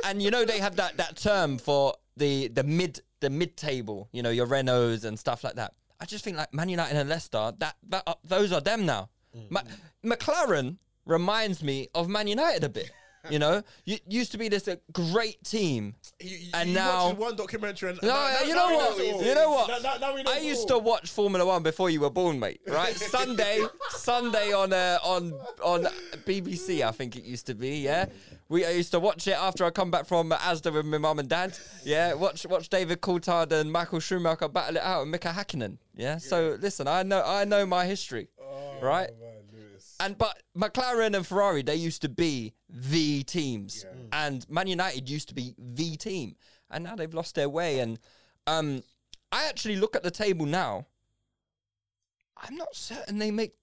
[SPEAKER 1] and you know they have that that term for the the mid the mid table. You know your Renaults and stuff like that. I just think like Man United and Leicester. That that uh, those are them now.
[SPEAKER 2] Mm.
[SPEAKER 1] Ma- McLaren reminds me of Man United a bit. You know, you used to be this uh, great team,
[SPEAKER 2] You- you-
[SPEAKER 1] and
[SPEAKER 2] you
[SPEAKER 1] now
[SPEAKER 2] watched one documentary and
[SPEAKER 1] no,
[SPEAKER 2] now- now-
[SPEAKER 1] you
[SPEAKER 2] now
[SPEAKER 1] know
[SPEAKER 2] we
[SPEAKER 1] what?
[SPEAKER 2] it all.
[SPEAKER 1] You know what?
[SPEAKER 2] Now- now- now we know
[SPEAKER 1] I
[SPEAKER 2] it
[SPEAKER 1] used to
[SPEAKER 2] all.
[SPEAKER 1] watch Formula One before you were born, mate. Right? Sunday, Sunday on uh, on on BBC, I think it used to be. Yeah, we I used to watch it after I come back from Asda with my mum and dad. Yeah, watch watch David Coulthard and Michael Schumacher battle it out and Mika Hakkinen. Yeah. So listen, I know I know my history, right?
[SPEAKER 2] Oh, Man, Lewis.
[SPEAKER 1] And but McLaren and Ferrari, they used to be the teams, and Man United used to be the team, and now they've lost their way. And um, I actually look at the table now. I'm not certain they make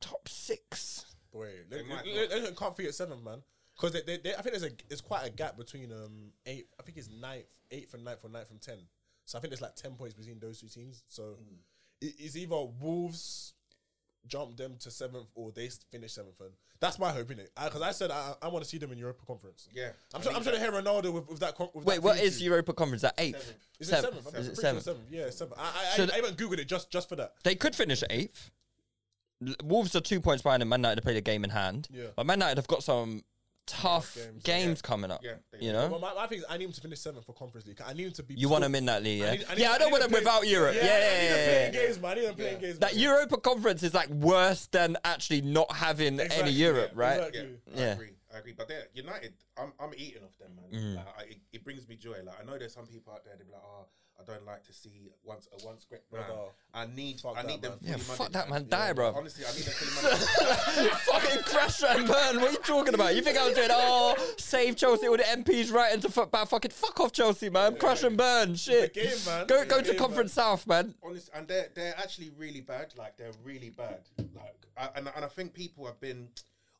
[SPEAKER 1] top six.
[SPEAKER 2] Wait, they,
[SPEAKER 3] might
[SPEAKER 2] they, they, they can't be at seven, man. Because they, they, they, I think there's a there's quite a gap between um eight. I think it's ninth, eighth and ninth, or ninth and ten. So I think there's like ten points between those two teams. So
[SPEAKER 3] Hmm.
[SPEAKER 2] it, it's either Wolves jump them to seventh or they s- finish seventh. And that's my hope, innit? Because I, said I, I want to see them in Europa Conference.
[SPEAKER 3] Yeah.
[SPEAKER 2] I'm sure. I'm sure to hear Ronaldo with, with that. Con- with
[SPEAKER 1] Wait,
[SPEAKER 2] that
[SPEAKER 1] what
[SPEAKER 2] team
[SPEAKER 1] is
[SPEAKER 2] too.
[SPEAKER 1] Europa Conference? At eighth?
[SPEAKER 2] Is it seventh? I'm
[SPEAKER 1] Is
[SPEAKER 2] pretty
[SPEAKER 1] it
[SPEAKER 2] sure
[SPEAKER 1] seven?
[SPEAKER 2] seventh. Yeah, seven. I I,
[SPEAKER 1] So
[SPEAKER 2] I,
[SPEAKER 1] th-
[SPEAKER 2] I even googled it just just for that.
[SPEAKER 1] They could finish at eighth. L- Wolves are two points behind, and Man United have played a game in hand.
[SPEAKER 2] Yeah.
[SPEAKER 1] But Man United have got some tough games, coming up.
[SPEAKER 3] Yeah, they
[SPEAKER 1] you
[SPEAKER 3] do.
[SPEAKER 1] know.
[SPEAKER 2] Well, my, my thing is, I need him to finish seventh for Conference League. I need him to be.
[SPEAKER 1] You want them in that league, yeah?
[SPEAKER 2] need- I need-
[SPEAKER 1] yeah, I
[SPEAKER 2] I
[SPEAKER 1] don't
[SPEAKER 2] need
[SPEAKER 1] want
[SPEAKER 2] to
[SPEAKER 1] them without Europe. Yeah,
[SPEAKER 2] I need
[SPEAKER 1] yeah,
[SPEAKER 2] him
[SPEAKER 1] yeah,
[SPEAKER 2] playing
[SPEAKER 1] yeah.
[SPEAKER 2] games, man. I need him playing games.
[SPEAKER 1] That
[SPEAKER 2] man.
[SPEAKER 1] Europa conference is like worse than actually not having any
[SPEAKER 2] Exactly,
[SPEAKER 1] Europe,
[SPEAKER 2] yeah,
[SPEAKER 1] right?
[SPEAKER 2] exactly.
[SPEAKER 3] Yeah, I
[SPEAKER 1] Yeah.
[SPEAKER 3] agree. I agree. But they're United. I'm I'm eating off them, man.
[SPEAKER 1] Mm.
[SPEAKER 3] Like, I, it, it brings me joy. Like I know there's some people out there they be like, oh, I don't like to see once a once great man.
[SPEAKER 2] Brother,
[SPEAKER 3] I need
[SPEAKER 2] fuck
[SPEAKER 3] I
[SPEAKER 2] that,
[SPEAKER 3] need them.
[SPEAKER 2] man.
[SPEAKER 3] fully
[SPEAKER 1] Yeah,
[SPEAKER 3] money,
[SPEAKER 1] fuck that man, die, bro.
[SPEAKER 3] Honestly, I need them fully money.
[SPEAKER 1] Fucking crash and burn. What are you talking about? You think I was doing? Oh, save Chelsea! All the MPs right into football. Fucking fuck off, Chelsea, man. Crash and burn. Shit.
[SPEAKER 2] game, man.
[SPEAKER 1] Go
[SPEAKER 2] It's
[SPEAKER 1] go
[SPEAKER 2] the
[SPEAKER 1] to
[SPEAKER 2] game,
[SPEAKER 1] Conference South, man.
[SPEAKER 3] honest, and they're they're actually really bad. Like they're really bad. Like I, and and I think people have been.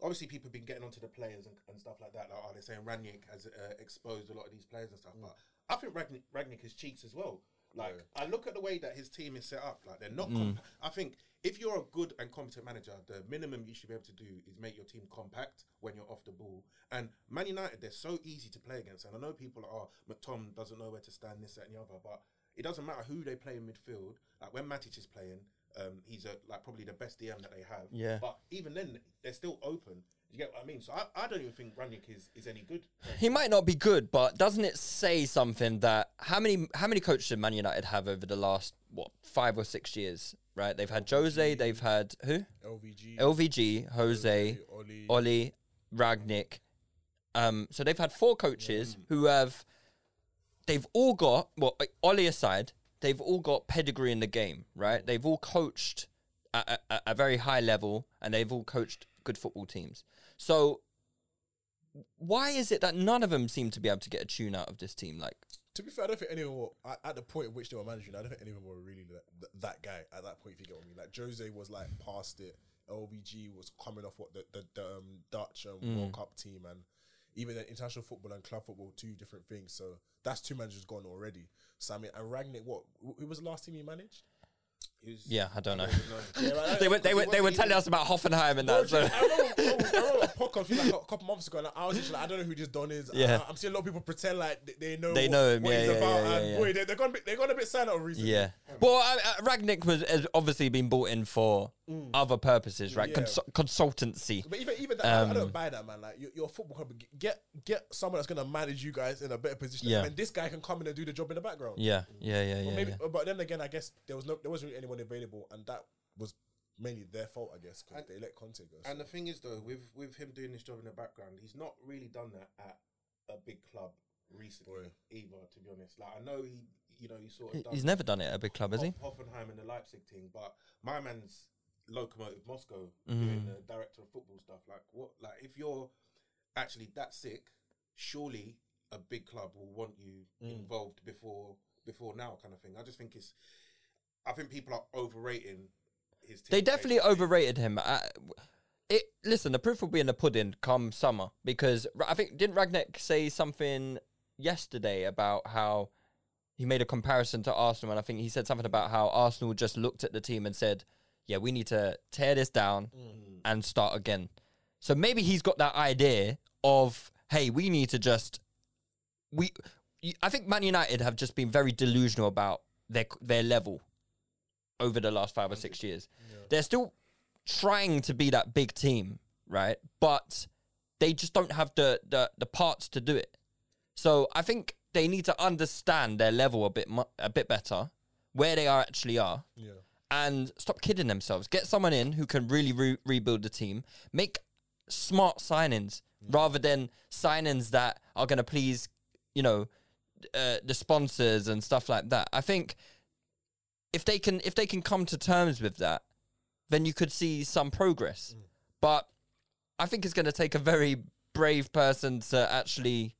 [SPEAKER 3] Obviously, people have been getting onto the players and, and stuff like that. Like, oh, they're saying Ragnick has uh, exposed a lot of these players and stuff. But I think Ragnick, Ragnick is cheats as well. Like, I look at the way that his team is set up. Like, they're not. Comp- I think if you're a good and competent manager, the minimum you should be able to do is make your team compact when you're off the ball. And Man United, they're so easy to play against. And I know people are, McTom doesn't know where to stand, this, that, and the other. But it doesn't matter who they play in midfield. Like when Matic is playing, um, he's a, like probably the best DM that they have.
[SPEAKER 1] Yeah.
[SPEAKER 3] But even then, they're still open. You get what I mean? So I, I don't even think Ranick is, is any good.
[SPEAKER 1] He might not be good, but doesn't it say something that how many how many coaches did Man United have over the last what five or six years? Right, they've had Jose, they've had who?
[SPEAKER 2] LVG.
[SPEAKER 1] LVG, Jose, Oli,
[SPEAKER 2] Oli.
[SPEAKER 1] Ragnick. Um, so they've had four coaches who have, they've all got, well, uh, Oli aside, they've all got pedigree in the game, right? They've all coached at a, at a very high level and they've all coached good football teams. So why is it that none of them seem to be able to get a tune out of this team? Like,
[SPEAKER 2] to be fair, I don't think anyone were, at, at the point at which they were managing. I don't think anyone were really that, that, that guy at that point. If you get what I mean, like Jose was like past it. LVG was coming off what the the, the um, Dutch um,
[SPEAKER 1] Mm.
[SPEAKER 2] World Cup team and even then international football and club football, two different things. So that's two managers gone already. So I mean, and Ragnick, what wh- who was the last team he managed?
[SPEAKER 3] He's-
[SPEAKER 1] yeah, I don't know.
[SPEAKER 2] Yeah, like,
[SPEAKER 1] they were they were they were
[SPEAKER 3] wasn't
[SPEAKER 1] telling us about Hoffenheim and that. So.
[SPEAKER 2] I remember, I remember- I remember a podcast from like a couple months ago, and I was literally like, I don't know who this Don is.
[SPEAKER 1] Yeah.
[SPEAKER 2] I, am seeing a lot of people pretend like they, they know
[SPEAKER 1] They
[SPEAKER 2] what,
[SPEAKER 1] know him,
[SPEAKER 2] what
[SPEAKER 1] yeah,
[SPEAKER 2] he's
[SPEAKER 1] yeah,
[SPEAKER 2] about,
[SPEAKER 1] yeah,
[SPEAKER 2] and
[SPEAKER 1] yeah, yeah.
[SPEAKER 2] boy, they, they're gonna be they're gonna be sad out recently.
[SPEAKER 1] Yeah. Well, uh, uh, Ragnick was has obviously been brought in for other purposes, right? Cons- consultancy.
[SPEAKER 2] Mm. But even even that, I-
[SPEAKER 1] Um,
[SPEAKER 2] I don't buy that, man. Like you're, you're a football club, G- get get someone that's gonna manage you guys in a better position,
[SPEAKER 1] Yeah.
[SPEAKER 2] and this guy can come in and do the job in the background.
[SPEAKER 1] Yeah, yeah, yeah, yeah.
[SPEAKER 2] But maybe,
[SPEAKER 1] yeah.
[SPEAKER 2] but then again, I guess there was no there wasn't really anyone available, and that was mainly their fault, I guess, because they let Conte go. So.
[SPEAKER 3] And the thing is, though, with with him doing his job in the background, he's not really done that at a big club recently
[SPEAKER 2] Boy.
[SPEAKER 3] either. To be honest, like I know he, you know, he sort of
[SPEAKER 1] He's
[SPEAKER 3] done
[SPEAKER 1] never done it at a big club, has he?
[SPEAKER 3] Hoff- Hoffenheim and the Leipzig thing, but my man's Lokomotive Moscow
[SPEAKER 1] Mm-hmm.
[SPEAKER 3] doing the director of football stuff. Like what? Like if you're actually that sick, surely a big club will want you
[SPEAKER 1] Mm.
[SPEAKER 3] involved before before now, kind of thing. I just think it's. I think people are overrating his. Team
[SPEAKER 1] They definitely
[SPEAKER 3] basically.
[SPEAKER 1] overrated him. I, it listen, the proof will be in the pudding come summer because Ra- I think didn't Ragnick say something yesterday about how he made a comparison to Arsenal, and I think he said something about how Arsenal just looked at the team and said, "Yeah, we need to tear this down and start again." So maybe he's got that idea of, "Hey, we need to just we." I think Man United have just been very delusional about their their level over the last five or six years. They're still trying to be that big team, right? But they just don't have the, the the parts to do it. So I think they need to understand their level a bit mu- a bit better, where they are actually are,
[SPEAKER 2] Yeah.
[SPEAKER 1] and stop kidding themselves. Get someone in who can really re- rebuild the team. Make smart signings rather than signings that are going to please, you know, uh, the sponsors and stuff like that. I think if they can if they can come to terms with that, then you could see some progress. But I think it's going to take a very brave person to actually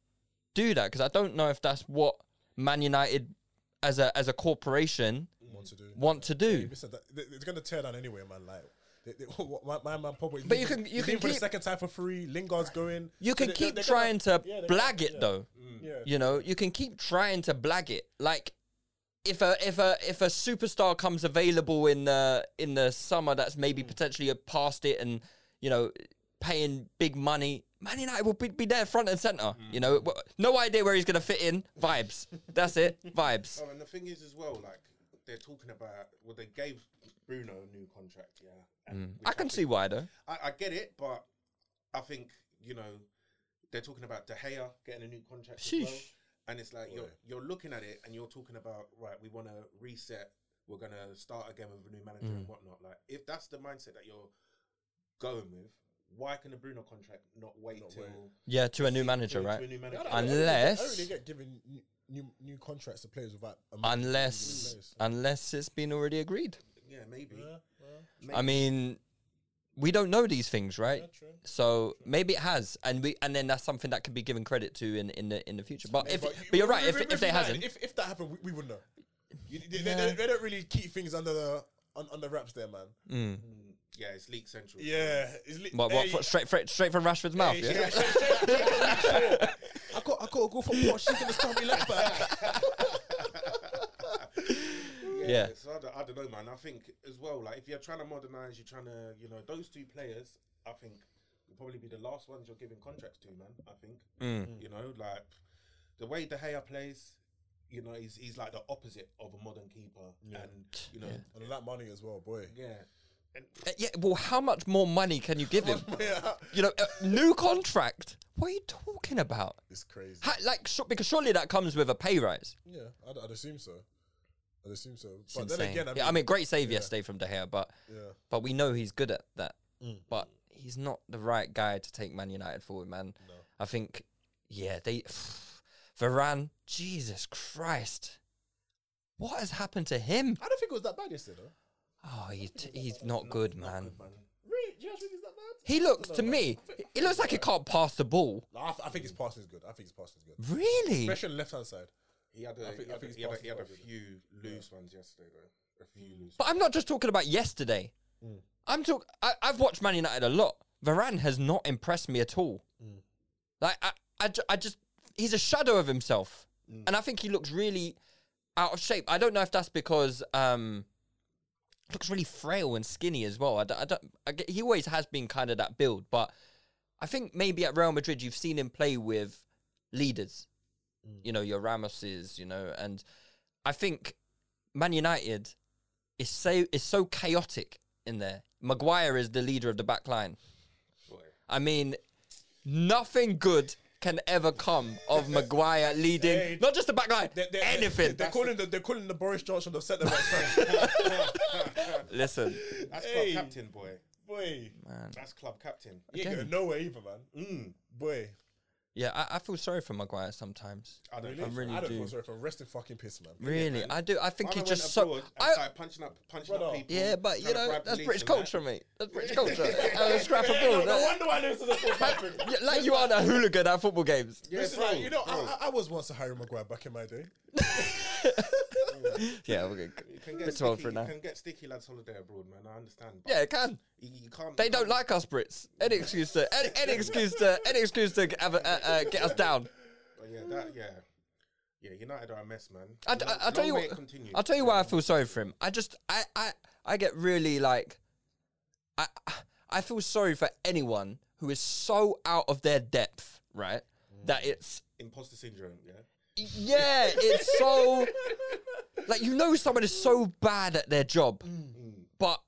[SPEAKER 1] do that because I don't know if that's what Man United as a as a corporation
[SPEAKER 2] Want to do?
[SPEAKER 1] want to do.
[SPEAKER 2] Listen, that, they- it's gonna tear down anyway, man. Like. They, they, what- my, my man Pogba, he's
[SPEAKER 1] But you
[SPEAKER 2] leaving-
[SPEAKER 1] can- you
[SPEAKER 2] he's
[SPEAKER 1] can
[SPEAKER 2] leaving for the
[SPEAKER 1] keep-
[SPEAKER 2] second time for free. Lingard's going.
[SPEAKER 1] You
[SPEAKER 2] So
[SPEAKER 1] can
[SPEAKER 2] they- they-
[SPEAKER 1] keep
[SPEAKER 2] they're gonna-
[SPEAKER 1] trying to
[SPEAKER 2] yeah, they're gonna-
[SPEAKER 1] blag it
[SPEAKER 2] yeah. Mm.
[SPEAKER 1] though.
[SPEAKER 2] Yeah.
[SPEAKER 1] You know, you can keep trying to blag it. Like if a if a if a superstar comes available in the in the summer that's
[SPEAKER 2] Mm.
[SPEAKER 1] maybe potentially past it and you know paying big money, Man United will be, be there front and center.
[SPEAKER 2] Mm.
[SPEAKER 1] You know, W- no idea where he's gonna fit in. Vibes. That's it. Vibes.
[SPEAKER 3] Oh, and the thing is as well, like they're talking about well, they gave Bruno a new contract, yeah. and- which
[SPEAKER 1] Mm. I can see
[SPEAKER 3] think-
[SPEAKER 1] why though.
[SPEAKER 3] I, I get it, but I think you know they're talking about De Gea getting a new contract as well,
[SPEAKER 1] Sheesh.
[SPEAKER 3] and it's like you're you're looking at it and you're talking about right, we want to reset, we're gonna start again with a new manager and whatnot. Like if that's the mindset that you're going with, why can the Bruno contract not wait till?
[SPEAKER 1] Yeah, to a new manager,
[SPEAKER 3] till- till a
[SPEAKER 1] right?
[SPEAKER 3] new manager?
[SPEAKER 2] I don't- I don't really get- I don't
[SPEAKER 1] Unless
[SPEAKER 2] really get given new, new new contracts to players without a manager being in
[SPEAKER 1] unless
[SPEAKER 2] place.
[SPEAKER 1] unless it's been already agreed.
[SPEAKER 3] Yeah, maybe.
[SPEAKER 1] I mean, we don't know these things, right? So maybe it has, and we and then that's something that could be given credit to in in the in the future. But if
[SPEAKER 2] But
[SPEAKER 1] but,
[SPEAKER 2] you-
[SPEAKER 1] you're right, if,
[SPEAKER 2] with-
[SPEAKER 1] if
[SPEAKER 2] with
[SPEAKER 1] they
[SPEAKER 2] United,
[SPEAKER 1] hasn't,
[SPEAKER 2] if, if that happened, we, we wouldn't know. You- they, they-
[SPEAKER 1] Yeah.
[SPEAKER 2] they, they don't really keep things under the un, under wraps, there, man.
[SPEAKER 3] Yeah, it's league central.
[SPEAKER 2] Yeah,
[SPEAKER 1] Mm. what what fr- straight straight, straight from Rashford's mouth? Yeah,
[SPEAKER 2] I got I got to go for what she's gonna start me left back.
[SPEAKER 1] Yeah.
[SPEAKER 3] So I don't, I don't know, man. I think as well, like if you're trying to modernize, you're trying to, you know, those two players, I think will probably be the last ones you're giving contracts to, man. I think, you know, like the way De Gea plays, you know, he's he's like the opposite of a modern keeper, and you know,
[SPEAKER 2] And that money as well, boy.
[SPEAKER 3] yeah.
[SPEAKER 1] Uh, yeah. Well, how much more money can you give him? You know, a new contract. What are you talking about?
[SPEAKER 2] It's crazy.
[SPEAKER 1] How, like, su- because surely that comes with a pay rise.
[SPEAKER 2] Yeah, I'd, I'd assume so. I'd assume so.
[SPEAKER 1] It's
[SPEAKER 2] But then
[SPEAKER 1] insane.
[SPEAKER 2] again, I mean,
[SPEAKER 1] yeah, I mean, great save yesterday from De Gea, but
[SPEAKER 2] Yeah.
[SPEAKER 1] but we know he's good at that.
[SPEAKER 2] Mm.
[SPEAKER 1] But he's not the right guy to take Man United forward, man. I think, yeah, they Varane, Jesus Christ, what has happened to him?
[SPEAKER 2] I don't think it was that bad yesterday, though.
[SPEAKER 1] Oh, he, he's not good, man.
[SPEAKER 2] Really? Do you actually think it's that bad?
[SPEAKER 1] He looks to me, he looks like he can't pass the ball.
[SPEAKER 2] No, I, th- I think his passing is good. I think his passing is
[SPEAKER 1] Mm.
[SPEAKER 2] good,
[SPEAKER 1] Really?
[SPEAKER 2] especially on the left hand side.
[SPEAKER 3] He had
[SPEAKER 2] I
[SPEAKER 3] a,
[SPEAKER 2] think-
[SPEAKER 3] he
[SPEAKER 2] I
[SPEAKER 3] had, a-
[SPEAKER 2] think
[SPEAKER 3] he had, a,
[SPEAKER 2] his
[SPEAKER 3] he had a
[SPEAKER 2] passes were
[SPEAKER 3] few loose ones yesterday, though. A few loose.
[SPEAKER 1] But I'm not just talking about yesterday. I'm talk. I, I've watched Man United a lot. Varane has not impressed me at all. Like I, I, ju- I just he's a shadow of himself, and I think he looks really out of shape. I don't know if that's because um looks really frail and skinny as well. I, don't- I don't. I get- he always has been kind of that build, but I think maybe at Real Madrid you've seen him play with leaders. You know your Ramoses, you know, and I think Man United is so is so chaotic in there. Maguire is the leader of the back line. I mean, nothing good can ever come of Maguire leading
[SPEAKER 2] Hey,
[SPEAKER 1] not just the back line,
[SPEAKER 2] They're, they're,
[SPEAKER 1] anything.
[SPEAKER 2] They're calling the they're calling the Boris Johnson of centre back.
[SPEAKER 1] Listen,
[SPEAKER 3] That's
[SPEAKER 2] Hey.
[SPEAKER 3] club captain, boy.
[SPEAKER 2] boy,
[SPEAKER 3] That's club captain.
[SPEAKER 2] you ain't going nowhere either, man. Mm, Boy,
[SPEAKER 1] Yeah, I, I feel sorry for Maguire sometimes.
[SPEAKER 3] I don't
[SPEAKER 2] Really?
[SPEAKER 3] think so.
[SPEAKER 1] really
[SPEAKER 2] I don't
[SPEAKER 1] do.
[SPEAKER 2] feel sorry for him. Rest in fucking piss, man.
[SPEAKER 1] Really, I do. I think
[SPEAKER 3] Mama
[SPEAKER 1] he's
[SPEAKER 3] went
[SPEAKER 1] just so.
[SPEAKER 3] abroad and
[SPEAKER 1] I,
[SPEAKER 3] started punching up, punching up
[SPEAKER 2] Brother.
[SPEAKER 3] people.
[SPEAKER 1] yeah, but you
[SPEAKER 3] trying to
[SPEAKER 1] know
[SPEAKER 3] bribe
[SPEAKER 1] that's
[SPEAKER 3] police
[SPEAKER 1] British
[SPEAKER 3] and that.
[SPEAKER 1] culture, mate. That's British culture. and a scrap of
[SPEAKER 2] Yeah, no,
[SPEAKER 1] bull.
[SPEAKER 2] no
[SPEAKER 1] that-
[SPEAKER 2] wonder why this is a full
[SPEAKER 1] like,
[SPEAKER 2] bathroom.
[SPEAKER 1] yeah, like you are a hooligan at football games.
[SPEAKER 3] Yeah,
[SPEAKER 2] This is
[SPEAKER 3] bro,
[SPEAKER 2] like, you know, I,
[SPEAKER 3] bro.
[SPEAKER 2] I- I was once a Harry Maguire back in my day.
[SPEAKER 1] Yeah, we're good.
[SPEAKER 3] You can
[SPEAKER 1] Bit
[SPEAKER 3] get
[SPEAKER 1] too old
[SPEAKER 3] sticky,
[SPEAKER 1] for
[SPEAKER 3] you
[SPEAKER 1] now.
[SPEAKER 3] can get sticky lads holiday abroad, man. I understand. But
[SPEAKER 1] Yeah, it can.
[SPEAKER 3] you, you can't.
[SPEAKER 1] They
[SPEAKER 3] you
[SPEAKER 1] don't
[SPEAKER 3] can't-
[SPEAKER 1] like us Brits. Any excuse to any, any excuse to any excuse to have a- uh, uh, get us down.
[SPEAKER 3] But yeah, that yeah, yeah. United are a mess, man.
[SPEAKER 1] I, I, I'll tell you
[SPEAKER 3] what.
[SPEAKER 1] what. I'll tell you why I feel sorry for him. I just I I I get really like I I feel sorry for anyone who is so out of their depth, right? That it's
[SPEAKER 3] Imposter syndrome. Yeah.
[SPEAKER 1] yeah, it's so like you know someone is so bad at their job, but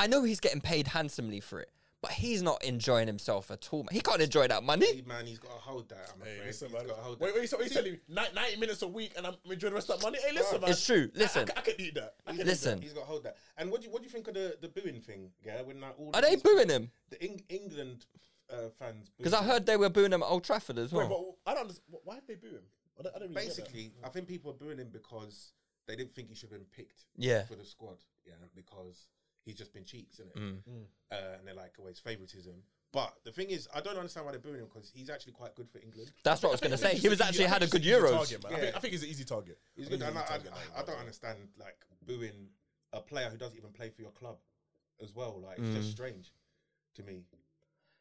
[SPEAKER 1] I know he's getting paid handsomely for it. But he's not enjoying himself at all. man. He can't enjoy that money.
[SPEAKER 3] Hey, man, he's got to hold that. I'm
[SPEAKER 2] Hey,
[SPEAKER 3] afraid.
[SPEAKER 2] listen,
[SPEAKER 3] he's
[SPEAKER 2] man.
[SPEAKER 3] got to hold
[SPEAKER 2] Wait,
[SPEAKER 3] that.
[SPEAKER 2] wait, so he's telling me ni- 90 minutes a week and I'm enjoying the rest of that money? Hey, listen, man.
[SPEAKER 1] It's true.
[SPEAKER 2] I- I
[SPEAKER 1] Listen.
[SPEAKER 2] c- I, could eat that.
[SPEAKER 3] He's got-
[SPEAKER 1] Listen.
[SPEAKER 3] he's got to hold that. And what do you what do you think of the, the booing thing? Yeah, when like, all
[SPEAKER 1] Are they
[SPEAKER 3] these-
[SPEAKER 1] booing him?
[SPEAKER 3] The Eng- England uh, fans
[SPEAKER 1] Because I heard they were booing him at Old Trafford as
[SPEAKER 2] Wait,
[SPEAKER 1] well.
[SPEAKER 2] but I don't understand. Why did they boo him? I don't, I don't really get that.
[SPEAKER 3] basically, I think people are booing him because they didn't think he should have been picked.
[SPEAKER 1] Yeah.
[SPEAKER 3] for the squad. Yeah, because he's just been cheeks, isn't it?
[SPEAKER 1] Mm.
[SPEAKER 3] Uh, and they're like, oh, it's favoritism. But the thing is, I don't understand why they're booing him because he's actually quite good for England.
[SPEAKER 1] That's what I was going to say. He was actually had a good Euros.
[SPEAKER 2] Target, man. I, think,
[SPEAKER 3] Yeah.
[SPEAKER 2] I think he's an easy target.
[SPEAKER 3] He's
[SPEAKER 2] I think
[SPEAKER 3] good. And I,
[SPEAKER 2] an easy
[SPEAKER 3] I,
[SPEAKER 2] target, man.
[SPEAKER 3] I don't understand like booing a player who doesn't even play for your club as well. Like it's
[SPEAKER 1] Mm.
[SPEAKER 3] just strange to me.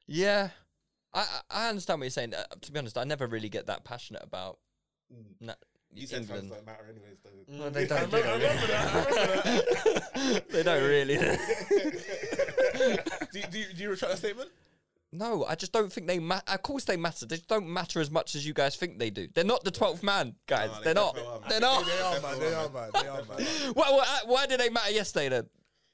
[SPEAKER 1] Yeah, I I I understand what you're saying. Uh, to be honest, I never really get that passionate about na-
[SPEAKER 3] Mm. You said fans
[SPEAKER 1] England. Mm.
[SPEAKER 3] don't matter anyways. Though.
[SPEAKER 1] Well, they don't.
[SPEAKER 2] I remember, I remember that. I remember that.
[SPEAKER 1] they don't really.
[SPEAKER 2] Do, you- do, you- do you retract that statement?
[SPEAKER 1] no, I just don't think they. Ma- of course, they matter. They just don't matter as much as you guys think they do. They're not the twelfth man, guys.
[SPEAKER 3] they
[SPEAKER 1] they're not.
[SPEAKER 3] definitely are, man.
[SPEAKER 1] They're not.
[SPEAKER 2] They are, man. They are, man. They are, man.
[SPEAKER 1] why, why, why did they matter yesterday then?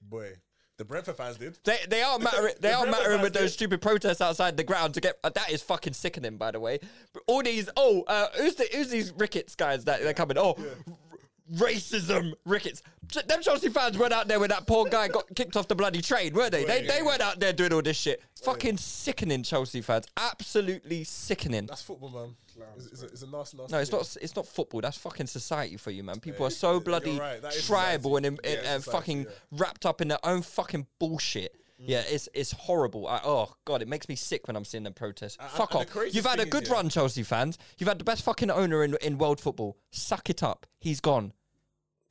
[SPEAKER 2] Boy, the Brentford fans did.
[SPEAKER 1] They, they are mattering. They
[SPEAKER 2] The
[SPEAKER 1] are
[SPEAKER 2] Brentford
[SPEAKER 1] mattering with
[SPEAKER 2] fans
[SPEAKER 1] those
[SPEAKER 2] did.
[SPEAKER 1] stupid protests outside the ground to get. uh, that is fucking sickening, by the way. But all these. Oh, uh, who's the, who's these rickets guys that they're coming? Oh, r- racism rickets. Ch- Them Chelsea fans weren't out there when that poor guy got kicked off the bloody train, were they? They they weren't out there doing all this shit. Fucking sickening, Chelsea fans. Absolutely sickening.
[SPEAKER 2] That's football, man. It's, it's, a, it's a nasty, nasty.
[SPEAKER 1] No, it's
[SPEAKER 2] game.
[SPEAKER 1] not. It's not football. That's fucking society for you, man. People are so bloody
[SPEAKER 2] right, that is
[SPEAKER 1] tribal and,
[SPEAKER 2] society.
[SPEAKER 1] and, and
[SPEAKER 2] Yeah, society,
[SPEAKER 1] fucking
[SPEAKER 2] yeah.
[SPEAKER 1] wrapped up in their own fucking bullshit.
[SPEAKER 2] Mm.
[SPEAKER 1] Yeah, it's it's horrible. I, oh god, it makes me sick when I'm seeing them protest. Fuck
[SPEAKER 2] and the
[SPEAKER 1] off.
[SPEAKER 2] craziest
[SPEAKER 1] You've had a
[SPEAKER 2] thing is,
[SPEAKER 1] good
[SPEAKER 2] yeah.
[SPEAKER 1] run, Chelsea fans. You've had the best fucking owner in in world football. Suck it up. He's gone.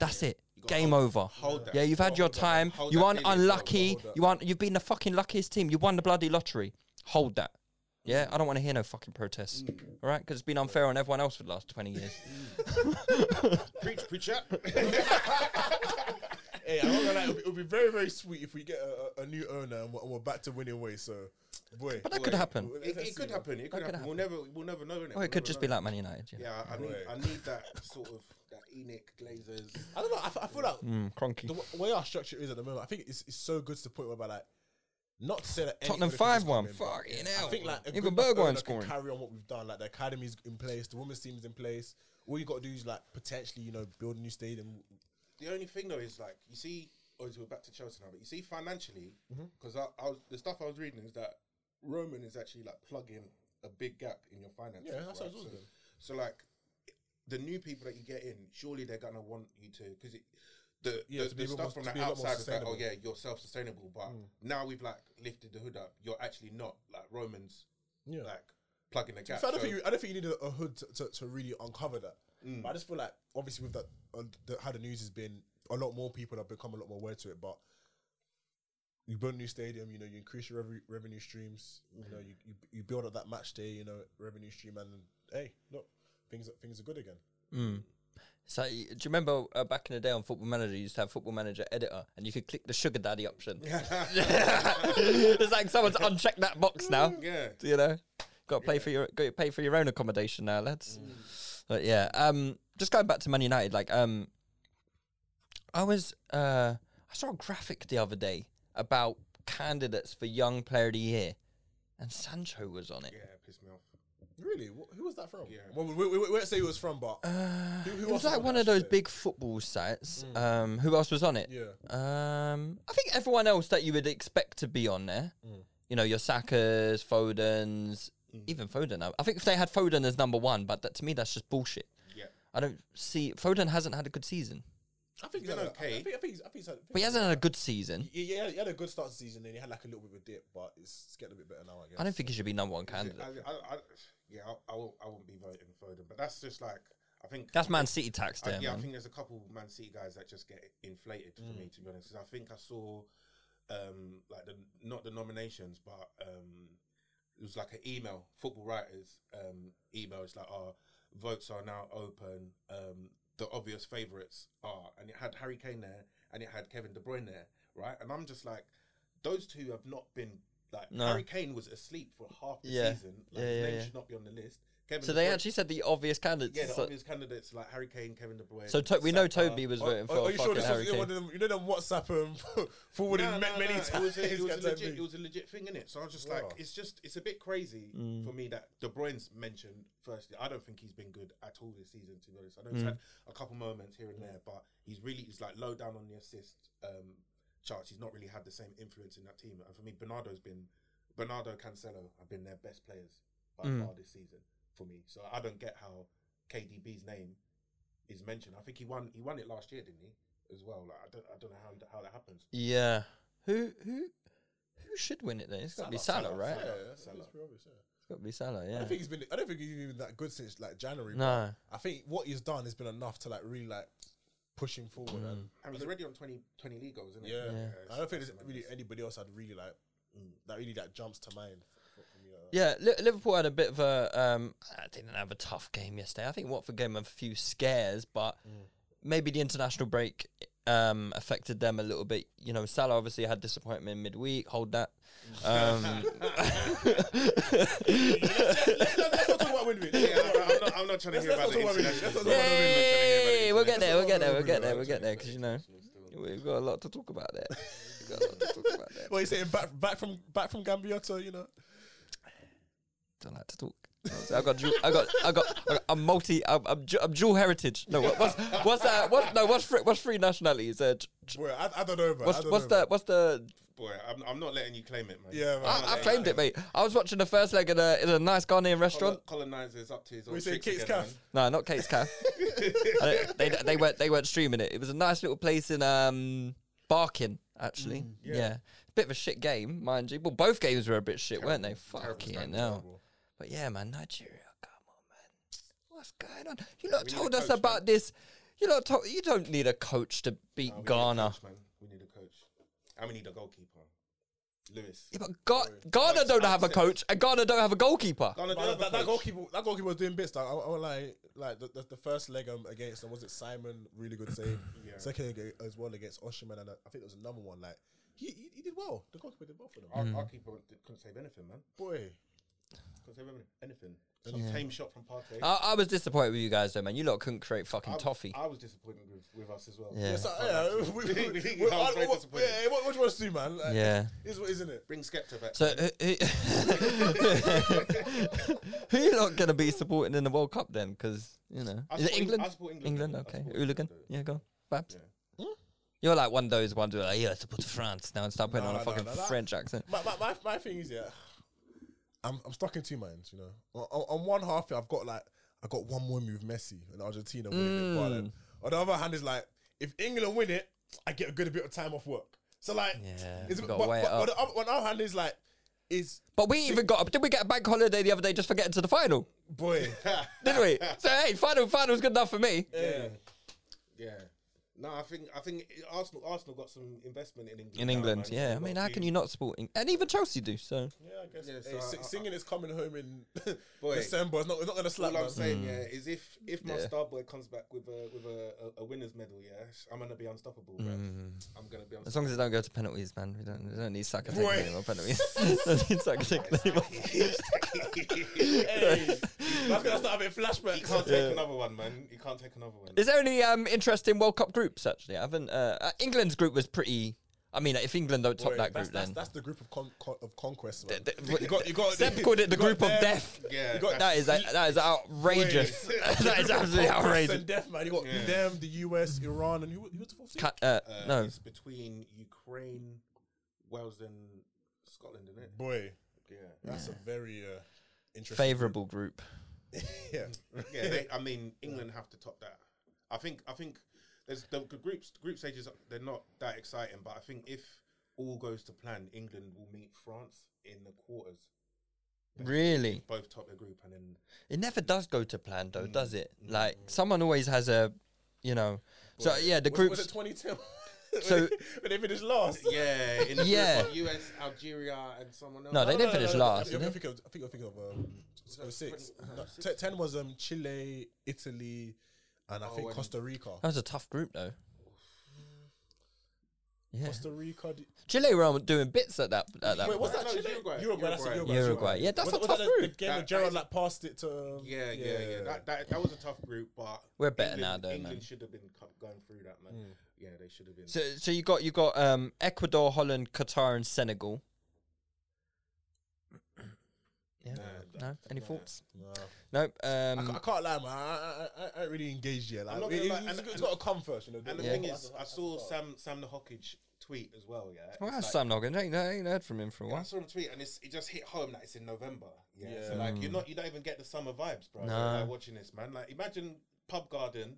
[SPEAKER 1] That's it. Game over.
[SPEAKER 3] hold that.
[SPEAKER 1] Yeah, you've had
[SPEAKER 3] Hold
[SPEAKER 1] your
[SPEAKER 3] that.
[SPEAKER 1] time.
[SPEAKER 3] Hold
[SPEAKER 1] You
[SPEAKER 3] that
[SPEAKER 1] aren't
[SPEAKER 3] feeling, bro.
[SPEAKER 1] unlucky.
[SPEAKER 3] Hold that.
[SPEAKER 1] You aren't. You've been the fucking luckiest team. You won the bloody lottery. Hold that. Yeah, I don't want to hear no fucking protests.
[SPEAKER 3] Mm.
[SPEAKER 1] All right, because it's been unfair on everyone else for the last twenty years.
[SPEAKER 3] Preach, preacher.
[SPEAKER 2] Hey, I'm not gonna lie. It would be, it'll be very, very sweet if we get a, a- a new owner and we're, and we're back to winning ways. So, boy,
[SPEAKER 1] But that could happen.
[SPEAKER 3] it, it could happen. It could happen. We'll never, we'll never know. innit?
[SPEAKER 1] Or
[SPEAKER 3] We'll
[SPEAKER 1] it could
[SPEAKER 3] never
[SPEAKER 1] just be
[SPEAKER 3] know.
[SPEAKER 1] like Man United. Yeah.
[SPEAKER 3] Yeah, I, I need, I need that sort of that Enoch Glazers.
[SPEAKER 2] I don't know. I, f- I feel like
[SPEAKER 1] Mm, cronky.
[SPEAKER 2] the w- way our structure is at the moment, I think it's, it's so good to the point where, like, not to say that any
[SPEAKER 1] Tottenham
[SPEAKER 2] owner can just
[SPEAKER 1] five
[SPEAKER 2] come
[SPEAKER 1] one.
[SPEAKER 2] in, but
[SPEAKER 1] Fucking hell.
[SPEAKER 2] I think like a
[SPEAKER 1] even
[SPEAKER 2] good enough owner
[SPEAKER 1] Bergwijn
[SPEAKER 2] can
[SPEAKER 1] scoring.
[SPEAKER 2] carry on what we've done. Like the academy's in place, the women's team's in place. All you got to do is like potentially, you know, build a new stadium.
[SPEAKER 3] The only thing though is like you see, obviously we're back to Chelsea now, but you see financially,
[SPEAKER 2] Mm-hmm.
[SPEAKER 3] because I, I was the stuff I was reading is that Roman is actually like plugging a big gap in your finances.
[SPEAKER 2] Yeah, that's what I was
[SPEAKER 3] so,
[SPEAKER 2] doing.
[SPEAKER 3] so like the new people that you get in, surely they're gonna want you to because it. The,
[SPEAKER 2] Yeah,
[SPEAKER 3] the,
[SPEAKER 2] to
[SPEAKER 3] the
[SPEAKER 2] be a bit
[SPEAKER 3] stuff
[SPEAKER 2] more-
[SPEAKER 3] from
[SPEAKER 2] to
[SPEAKER 3] the
[SPEAKER 2] be a lot more
[SPEAKER 3] outside is like, oh
[SPEAKER 2] sustainable. Mm.
[SPEAKER 3] yeah, you're self-sustainable, but now we've like lifted the hood up. You're actually not like Romans,
[SPEAKER 2] Yeah.
[SPEAKER 3] like plugging the gap.
[SPEAKER 2] So I don't
[SPEAKER 3] So- Mm.
[SPEAKER 2] think you, I don't think you need a, a hood to, to, to really uncover that. But I just feel like obviously with that, uh, the, how the news has been, a lot more people have become a lot more aware to it. But you build a new stadium, you know, you increase your revenue revenue streams. You know, you, you you build up that match day, you know, revenue stream, and hey, look, things are- things are good again.
[SPEAKER 1] So y- do you remember uh, back in the day on Football Manager, you used to have Football Manager editor, and you could click the sugar daddy option. it's like someone's unchecked that box now.
[SPEAKER 3] Yeah.
[SPEAKER 1] You know, got to pay for your got to pay for your own accommodation now, lads.
[SPEAKER 3] Mm.
[SPEAKER 1] But yeah, um, just going back to Man United, like um, I was uh, I saw a graphic the other day about candidates for Young Player of the Year, and Sancho was on it.
[SPEAKER 3] yeah, pissed me off.
[SPEAKER 2] Really, Wh- who was that from?
[SPEAKER 3] Yeah.
[SPEAKER 2] Well, we, we, we won't say who it was from, but who, who
[SPEAKER 1] Uh, It was like one of those big football sites.
[SPEAKER 3] Mm.
[SPEAKER 1] Um, who else was on it?
[SPEAKER 2] Yeah.
[SPEAKER 1] Um, I
[SPEAKER 3] Mm.
[SPEAKER 1] think everyone else that you would expect to be on there. You know, your Sackers, Fodens, Even Foden. I I think if they had Foden as number one, but that, to me that's just bullshit.
[SPEAKER 3] Yeah.
[SPEAKER 1] I don't see Foden hasn't had a good season,
[SPEAKER 3] I think
[SPEAKER 2] He's had
[SPEAKER 3] they're
[SPEAKER 2] a- I- I
[SPEAKER 3] okay.
[SPEAKER 2] think, I think he's, I think he's had, I think
[SPEAKER 1] but he
[SPEAKER 2] he's
[SPEAKER 1] hasn't had a good season.
[SPEAKER 2] Yeah, yeah, he had a good start to the season, then he had like a little bit of a dip, but it's, it's getting a bit better now, I guess.
[SPEAKER 1] I don't think he should be number one
[SPEAKER 3] I,
[SPEAKER 1] candidate.
[SPEAKER 3] I, I, yeah, I, I, won't, I won't be voting for them, but that's just like I think
[SPEAKER 1] That's Man City tax
[SPEAKER 3] I-
[SPEAKER 1] there,
[SPEAKER 3] yeah, I
[SPEAKER 1] man. Mm.
[SPEAKER 3] think there's a couple Man City guys that just get inflated for me, to be honest. 'cause I think I saw, um, like the not the nominations, but um, it was like an email. Football writers um, email. It's like our votes are now open. Um, the obvious favourites are, and it had Harry Kane there, and it had Kevin De Bruyne there, right? And I'm just like, those two have not been like
[SPEAKER 1] No.
[SPEAKER 3] Harry Kane was asleep for half the
[SPEAKER 1] Yeah.
[SPEAKER 3] season.
[SPEAKER 1] Yeah,
[SPEAKER 3] Like, his
[SPEAKER 1] yeah,
[SPEAKER 3] name
[SPEAKER 1] yeah.
[SPEAKER 3] should not be on the list. Kevin
[SPEAKER 1] So
[SPEAKER 3] De
[SPEAKER 1] they
[SPEAKER 3] Bruyne-
[SPEAKER 1] actually said the obvious candidates.
[SPEAKER 3] yeah, the
[SPEAKER 1] so
[SPEAKER 3] obvious candidates like Harry Kane, Kevin De Bruyne.
[SPEAKER 1] so to- we know
[SPEAKER 3] Saka.
[SPEAKER 1] Toby was
[SPEAKER 2] Uh, Are-
[SPEAKER 1] voting for
[SPEAKER 2] are, are you sure
[SPEAKER 1] fucking
[SPEAKER 2] this
[SPEAKER 1] Harry
[SPEAKER 2] was one
[SPEAKER 1] Kane.
[SPEAKER 2] of them? You know them WhatsApp um, forwarding
[SPEAKER 3] No, no,
[SPEAKER 2] ma- many
[SPEAKER 3] no,
[SPEAKER 2] times.
[SPEAKER 3] It was a, it was a
[SPEAKER 2] That's what I
[SPEAKER 3] legit,
[SPEAKER 2] mean.
[SPEAKER 3] it was a legit thing in it. So I was just
[SPEAKER 2] Wow.
[SPEAKER 3] like, it's just it's a bit crazy
[SPEAKER 2] Mm.
[SPEAKER 3] for me that De Bruyne's mentioned. Firstly, I don't think he's been good at all this season. To be honest, I know
[SPEAKER 2] Mm.
[SPEAKER 3] he's had a couple moments here and there, but he's really he's like low down on the assist um, charts. He's not really had the same influence in that team. And for me, Bernardo's been Bernardo Cancelo have been their best players by
[SPEAKER 2] Mm.
[SPEAKER 3] far this season for me. So I don't get how KDB's name is mentioned. I think he won he won it last year, didn't he? As well, like, I don't I don't know how how that happens.
[SPEAKER 1] Yeah. Who who who should win it then? It's gotta be
[SPEAKER 3] Salah,
[SPEAKER 1] Salah, right?
[SPEAKER 3] Salah.
[SPEAKER 2] Yeah,
[SPEAKER 1] It's
[SPEAKER 2] that's, that's pretty obvious, yeah.
[SPEAKER 1] gotta be Salah,
[SPEAKER 2] I
[SPEAKER 1] yeah.
[SPEAKER 2] don't think he's been. I don't think he's even that good since like January. but
[SPEAKER 1] No.
[SPEAKER 2] I think what he's done has been enough to like really like push him forward.
[SPEAKER 1] Mm.
[SPEAKER 2] And
[SPEAKER 3] And he's already on 20, 20 league goals, isn't it?
[SPEAKER 2] yeah,
[SPEAKER 3] it's-
[SPEAKER 2] I don't think
[SPEAKER 3] it's
[SPEAKER 2] there's really
[SPEAKER 3] madness.
[SPEAKER 2] anybody else I'd really like mm, that really like jumps to mind. For, for me, uh. like,
[SPEAKER 1] Yeah, Li- Liverpool had a bit of a. Um, I didn't have a tough game yesterday. I think Watford gave them a few scares, but maybe the international break um, affected them a little bit. You know, Salah obviously had disappointment midweek. Hold that. Um,
[SPEAKER 2] let's, let's not talk about Winry.
[SPEAKER 3] Yeah, I'm, not, I'm not trying to hear
[SPEAKER 2] Let's not talk about
[SPEAKER 3] about the
[SPEAKER 2] Winry. Let's
[SPEAKER 3] international.
[SPEAKER 2] not talk about Winry.
[SPEAKER 1] hey, we'll get there. We'll get there. We'll
[SPEAKER 2] Let's
[SPEAKER 1] get there.
[SPEAKER 2] not talk
[SPEAKER 1] We'll get
[SPEAKER 2] about
[SPEAKER 1] there because you know we've got a lot to talk about there. We've got a lot to talk about there.
[SPEAKER 2] What are you saying? Back, back from back from Gambia to you know.
[SPEAKER 1] Don't like to talk. So I got, dual, I got, I got, I got, I'm multi, I'm, I'm, ju- I'm dual heritage. No, what, what's, what's that? What, no, what's three, what's three nationalities? Uh, j- j-
[SPEAKER 2] Well, I, I don't know, man. I
[SPEAKER 1] what's,
[SPEAKER 2] don't
[SPEAKER 1] what's
[SPEAKER 2] know,
[SPEAKER 1] the, what's the?
[SPEAKER 3] Boy, I'm, I'm not letting you claim it, man.
[SPEAKER 2] Yeah, man.
[SPEAKER 1] I, I
[SPEAKER 3] Yeah,
[SPEAKER 1] claimed it, mate. I was watching the first leg in a, in a nice Ghanaian restaurant.
[SPEAKER 3] Col- colonizers up to his own.
[SPEAKER 2] We say
[SPEAKER 3] tricks
[SPEAKER 2] Kate's
[SPEAKER 3] again,
[SPEAKER 2] calf.
[SPEAKER 1] No,
[SPEAKER 3] man.
[SPEAKER 1] not Kate's Calf. I don't- they, they weren't, they weren't streaming it. It was a nice little place in um Barking, actually. yeah. bit of a shit game, mind you. Well, both games were a bit shit, weren't they? Fucking hell. But yeah, man, Nigeria, come on, man. What's going on? You lot told us about this. You lot told you don't need a coach to beat
[SPEAKER 3] We need a
[SPEAKER 1] Ghana.
[SPEAKER 3] coach, man. We need a coach. And we need a goalkeeper. Lewis.
[SPEAKER 1] Yeah, but Ga- Ghana don't have a coach, and Ghana don't have a goalkeeper.
[SPEAKER 3] Ghana do
[SPEAKER 2] But
[SPEAKER 3] have
[SPEAKER 2] that,
[SPEAKER 3] a
[SPEAKER 2] that, that
[SPEAKER 3] coach.
[SPEAKER 2] goalkeeper, that goalkeeper was doing bits. Like, I, I was like, like the, the, the first leg um, against them was it Simon, really good save. Second leg as well against Oshiman, and I, I think there was another one. Like he, he, he did well. The goalkeeper did well for them.
[SPEAKER 3] Our, our keeper did- couldn't save anything, man.
[SPEAKER 2] Boy,
[SPEAKER 3] Couldn't save anything. anything. Some tame shot from Partey.
[SPEAKER 1] I, I was disappointed with you guys though, man. You lot couldn't create fucking
[SPEAKER 3] I-
[SPEAKER 1] Ah, toffee.
[SPEAKER 3] I was disappointed with, with us as well.
[SPEAKER 1] Yeah.
[SPEAKER 2] yeah, so, yeah, we, we, we,
[SPEAKER 3] We think
[SPEAKER 2] we-
[SPEAKER 3] I was
[SPEAKER 2] I-
[SPEAKER 3] very
[SPEAKER 2] what-
[SPEAKER 3] disappointed.
[SPEAKER 2] yeah, what, what do you want us to do, man? Like,
[SPEAKER 1] Yeah.
[SPEAKER 2] is what isn't it?
[SPEAKER 3] Bring Skepta back.
[SPEAKER 1] So uh, who, who, who you not going to be supporting in the World Cup then? Because you know,
[SPEAKER 3] I
[SPEAKER 1] is it
[SPEAKER 3] support Eng-
[SPEAKER 1] England?
[SPEAKER 3] I support England. I
[SPEAKER 1] okay.
[SPEAKER 3] support
[SPEAKER 1] Hooligan.
[SPEAKER 3] England.
[SPEAKER 1] Yeah, go. on. Babs. Hmm? You're like one of those ones who are like, yeah, I support France now and start putting
[SPEAKER 2] No,
[SPEAKER 1] on a
[SPEAKER 2] no,
[SPEAKER 1] fucking
[SPEAKER 2] no, that-
[SPEAKER 1] French accent.
[SPEAKER 2] My, my, my, my thing is, yeah, I'm, I'm stuck in two minds, you know. On, on on one half, I've got like, I got one more move Messi and Argentina
[SPEAKER 1] Mm.
[SPEAKER 2] winning it. But then, on the other hand, is like, if England win it, I get a good bit of time off work. So, like,
[SPEAKER 1] Yeah,
[SPEAKER 2] it's,
[SPEAKER 1] you gotta
[SPEAKER 2] but, but,
[SPEAKER 1] weigh it
[SPEAKER 2] but
[SPEAKER 1] up.
[SPEAKER 2] the other- on the other hand, is like, is
[SPEAKER 1] But we even got. Did we get a bank holiday the other day just for getting to the final?
[SPEAKER 2] boy,
[SPEAKER 1] Did we? So hey, final, final's good enough for me.
[SPEAKER 3] Yeah. No, I think I think Arsenal Arsenal got some investment in England.
[SPEAKER 1] In
[SPEAKER 3] now,
[SPEAKER 1] England,
[SPEAKER 3] man.
[SPEAKER 1] yeah. I
[SPEAKER 3] They've
[SPEAKER 1] mean,
[SPEAKER 3] got a
[SPEAKER 1] how
[SPEAKER 3] few-
[SPEAKER 1] can you not support? Eng- and even Chelsea do. So
[SPEAKER 2] yeah, I guess
[SPEAKER 3] Yeah, so
[SPEAKER 2] Hey,
[SPEAKER 3] I-
[SPEAKER 2] si-
[SPEAKER 3] I-
[SPEAKER 2] singing is coming home in
[SPEAKER 3] Boy.
[SPEAKER 2] December. It's not, it's not gonna slap.
[SPEAKER 3] All I'm
[SPEAKER 2] Man.
[SPEAKER 3] saying, yeah, is if if my
[SPEAKER 1] Mm. Yeah.
[SPEAKER 3] star boy comes back with a with a, a, a winner's medal, yeah, I'm gonna be unstoppable. bruv. I'm gonna be
[SPEAKER 1] Mm. as
[SPEAKER 3] unstoppable.
[SPEAKER 1] long as it don't go to penalties, man, we don't. We don't need Saka taking
[SPEAKER 2] Boy.
[SPEAKER 1] anymore penalties. don't need Saka taking anymore.
[SPEAKER 2] hey, that's gonna start having
[SPEAKER 3] He
[SPEAKER 2] flashbacks.
[SPEAKER 3] can't take another one, man. He can't take another one.
[SPEAKER 1] Is there any um, interest in World Cup groups? Actually, I haven't. Uh, uh, England's group was pretty. I mean, if England don't top
[SPEAKER 2] Boy,
[SPEAKER 1] that
[SPEAKER 2] that's,
[SPEAKER 1] group,
[SPEAKER 2] that's,
[SPEAKER 1] then
[SPEAKER 2] that's the group of con- con- of conquest. Man.
[SPEAKER 1] Th- th-
[SPEAKER 2] You got- you got-
[SPEAKER 1] Seb called it the
[SPEAKER 2] you got
[SPEAKER 1] group of
[SPEAKER 2] them.
[SPEAKER 1] death.
[SPEAKER 3] yeah,
[SPEAKER 2] you got-
[SPEAKER 1] That is a- that is outrageous. that is absolutely
[SPEAKER 2] Conquest
[SPEAKER 1] outrageous.
[SPEAKER 2] and death, man. You got them, the US, Iran, and who, who was the fourth? team?
[SPEAKER 1] Ca- uh,
[SPEAKER 3] uh,
[SPEAKER 1] no,
[SPEAKER 3] it's between Ukraine, Wales, and Scotland, isn't it?
[SPEAKER 2] Boy,
[SPEAKER 3] Yeah.
[SPEAKER 2] that's a very uh, Interesting.
[SPEAKER 1] Favorable group.
[SPEAKER 2] yeah.
[SPEAKER 3] Yeah, they, I mean, England have to top that. I think. I think there's the g- groups. Group stages. They're not that exciting, but I think if all goes to plan, England will meet France in the quarters.
[SPEAKER 1] Really?
[SPEAKER 3] Both top the group, and then
[SPEAKER 1] It never does go to plan, though, does
[SPEAKER 2] Mm.
[SPEAKER 1] it? Like someone always has a, you know. So yeah, the
[SPEAKER 2] Was-
[SPEAKER 1] groups.
[SPEAKER 2] was it 2010?
[SPEAKER 1] So-
[SPEAKER 2] when they finished last.
[SPEAKER 3] yeah, in the
[SPEAKER 1] Yeah.
[SPEAKER 3] group of US, Algeria, and someone else.
[SPEAKER 1] No, they didn't finish
[SPEAKER 2] I
[SPEAKER 1] last.
[SPEAKER 2] think, I
[SPEAKER 1] did they?
[SPEAKER 2] think of, I think I think of um, oh six. No, te- ten was um Chile, Italy, and I
[SPEAKER 3] Oh,
[SPEAKER 2] think
[SPEAKER 3] and-
[SPEAKER 2] Costa Rica.
[SPEAKER 1] That was a tough group, though. Yeah.
[SPEAKER 2] Costa Rica. d-
[SPEAKER 1] Chile were on- doing bits at that at that.
[SPEAKER 2] Wait, what's
[SPEAKER 1] point.
[SPEAKER 2] that?
[SPEAKER 3] No,
[SPEAKER 2] Chile?
[SPEAKER 3] Uruguay.
[SPEAKER 2] Uruguay. That's it,
[SPEAKER 3] Uruguay.
[SPEAKER 2] Uruguay.
[SPEAKER 1] Uruguay. Yeah, that's
[SPEAKER 2] Was
[SPEAKER 1] a
[SPEAKER 2] it-
[SPEAKER 1] tough
[SPEAKER 2] was it
[SPEAKER 1] group.
[SPEAKER 2] the- The game where
[SPEAKER 3] That-
[SPEAKER 2] Gerard
[SPEAKER 3] that
[SPEAKER 2] like passed it to. Um,
[SPEAKER 3] Yeah, yeah, yeah. That, that that was a tough group, but
[SPEAKER 1] We're better
[SPEAKER 3] England,
[SPEAKER 1] now, though,
[SPEAKER 3] England
[SPEAKER 1] man.
[SPEAKER 3] should have been cu- going through that, man. Yeah, they should have been.
[SPEAKER 1] So, so you got you got um, Ecuador, Holland, Qatar, and Senegal. Yeah. no. Any thoughts?
[SPEAKER 2] Nah.
[SPEAKER 1] Nope.
[SPEAKER 2] I, ca-
[SPEAKER 1] Um,
[SPEAKER 2] I can't lie, man. I, I- I, I ain't really engaged yet. Like,
[SPEAKER 3] I'm not
[SPEAKER 2] it-
[SPEAKER 3] gonna
[SPEAKER 2] it-
[SPEAKER 3] lie,
[SPEAKER 2] it's-
[SPEAKER 3] and-
[SPEAKER 2] it's
[SPEAKER 3] and-
[SPEAKER 2] got to come first, you know.
[SPEAKER 3] and the
[SPEAKER 1] Yeah.
[SPEAKER 3] thing is, I saw Sam Sam the Hockage tweet as well. Yeah,
[SPEAKER 1] well,
[SPEAKER 3] It's
[SPEAKER 1] that's
[SPEAKER 3] like-
[SPEAKER 1] Sam Noggin. I ain't, I ain't heard from him for a
[SPEAKER 3] Yeah, I
[SPEAKER 1] while.
[SPEAKER 3] saw him tweet, and it's, it just hit home that it's in November. Yeah,
[SPEAKER 2] Yeah.
[SPEAKER 3] so like you're not you don't even get the summer vibes, bro.
[SPEAKER 1] Mm. Nah.
[SPEAKER 3] Like, watching this, man. Like imagine pub garden,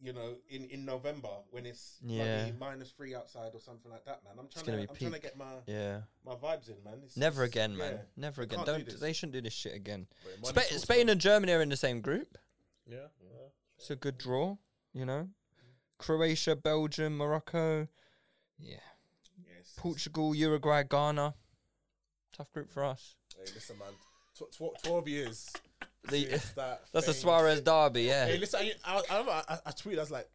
[SPEAKER 3] you know, in in November when it's bloody
[SPEAKER 1] Yeah.
[SPEAKER 3] minus three outside or something like that, man. I'm trying
[SPEAKER 1] gonna
[SPEAKER 3] to
[SPEAKER 1] be
[SPEAKER 3] I'm trying to
[SPEAKER 1] peak.
[SPEAKER 3] get my
[SPEAKER 1] Yeah.
[SPEAKER 3] my vibes in, man. It's-
[SPEAKER 1] Never
[SPEAKER 3] it's-
[SPEAKER 1] again, man.
[SPEAKER 3] yeah.
[SPEAKER 1] Never
[SPEAKER 3] We
[SPEAKER 1] again.
[SPEAKER 3] can't do
[SPEAKER 1] Don't.
[SPEAKER 3] this.
[SPEAKER 1] they shouldn't do this shit again.
[SPEAKER 2] Wait,
[SPEAKER 1] Spa-
[SPEAKER 2] Money's also-
[SPEAKER 1] Spain and Germany are in the same group.
[SPEAKER 2] Yeah.
[SPEAKER 1] It's a good draw. You know, Croatia, Belgium, Morocco. Yeah.
[SPEAKER 3] Yes.
[SPEAKER 1] Portugal, Uruguay, Ghana. Tough group for us.
[SPEAKER 2] Hey, listen, man. Tw- tw- Twelve years.
[SPEAKER 1] The-
[SPEAKER 2] since that
[SPEAKER 1] That's a
[SPEAKER 2] thing.
[SPEAKER 1] Suarez derby, yeah.
[SPEAKER 2] Hey, listen, I, I, I, remember I, I tweeted, I was like,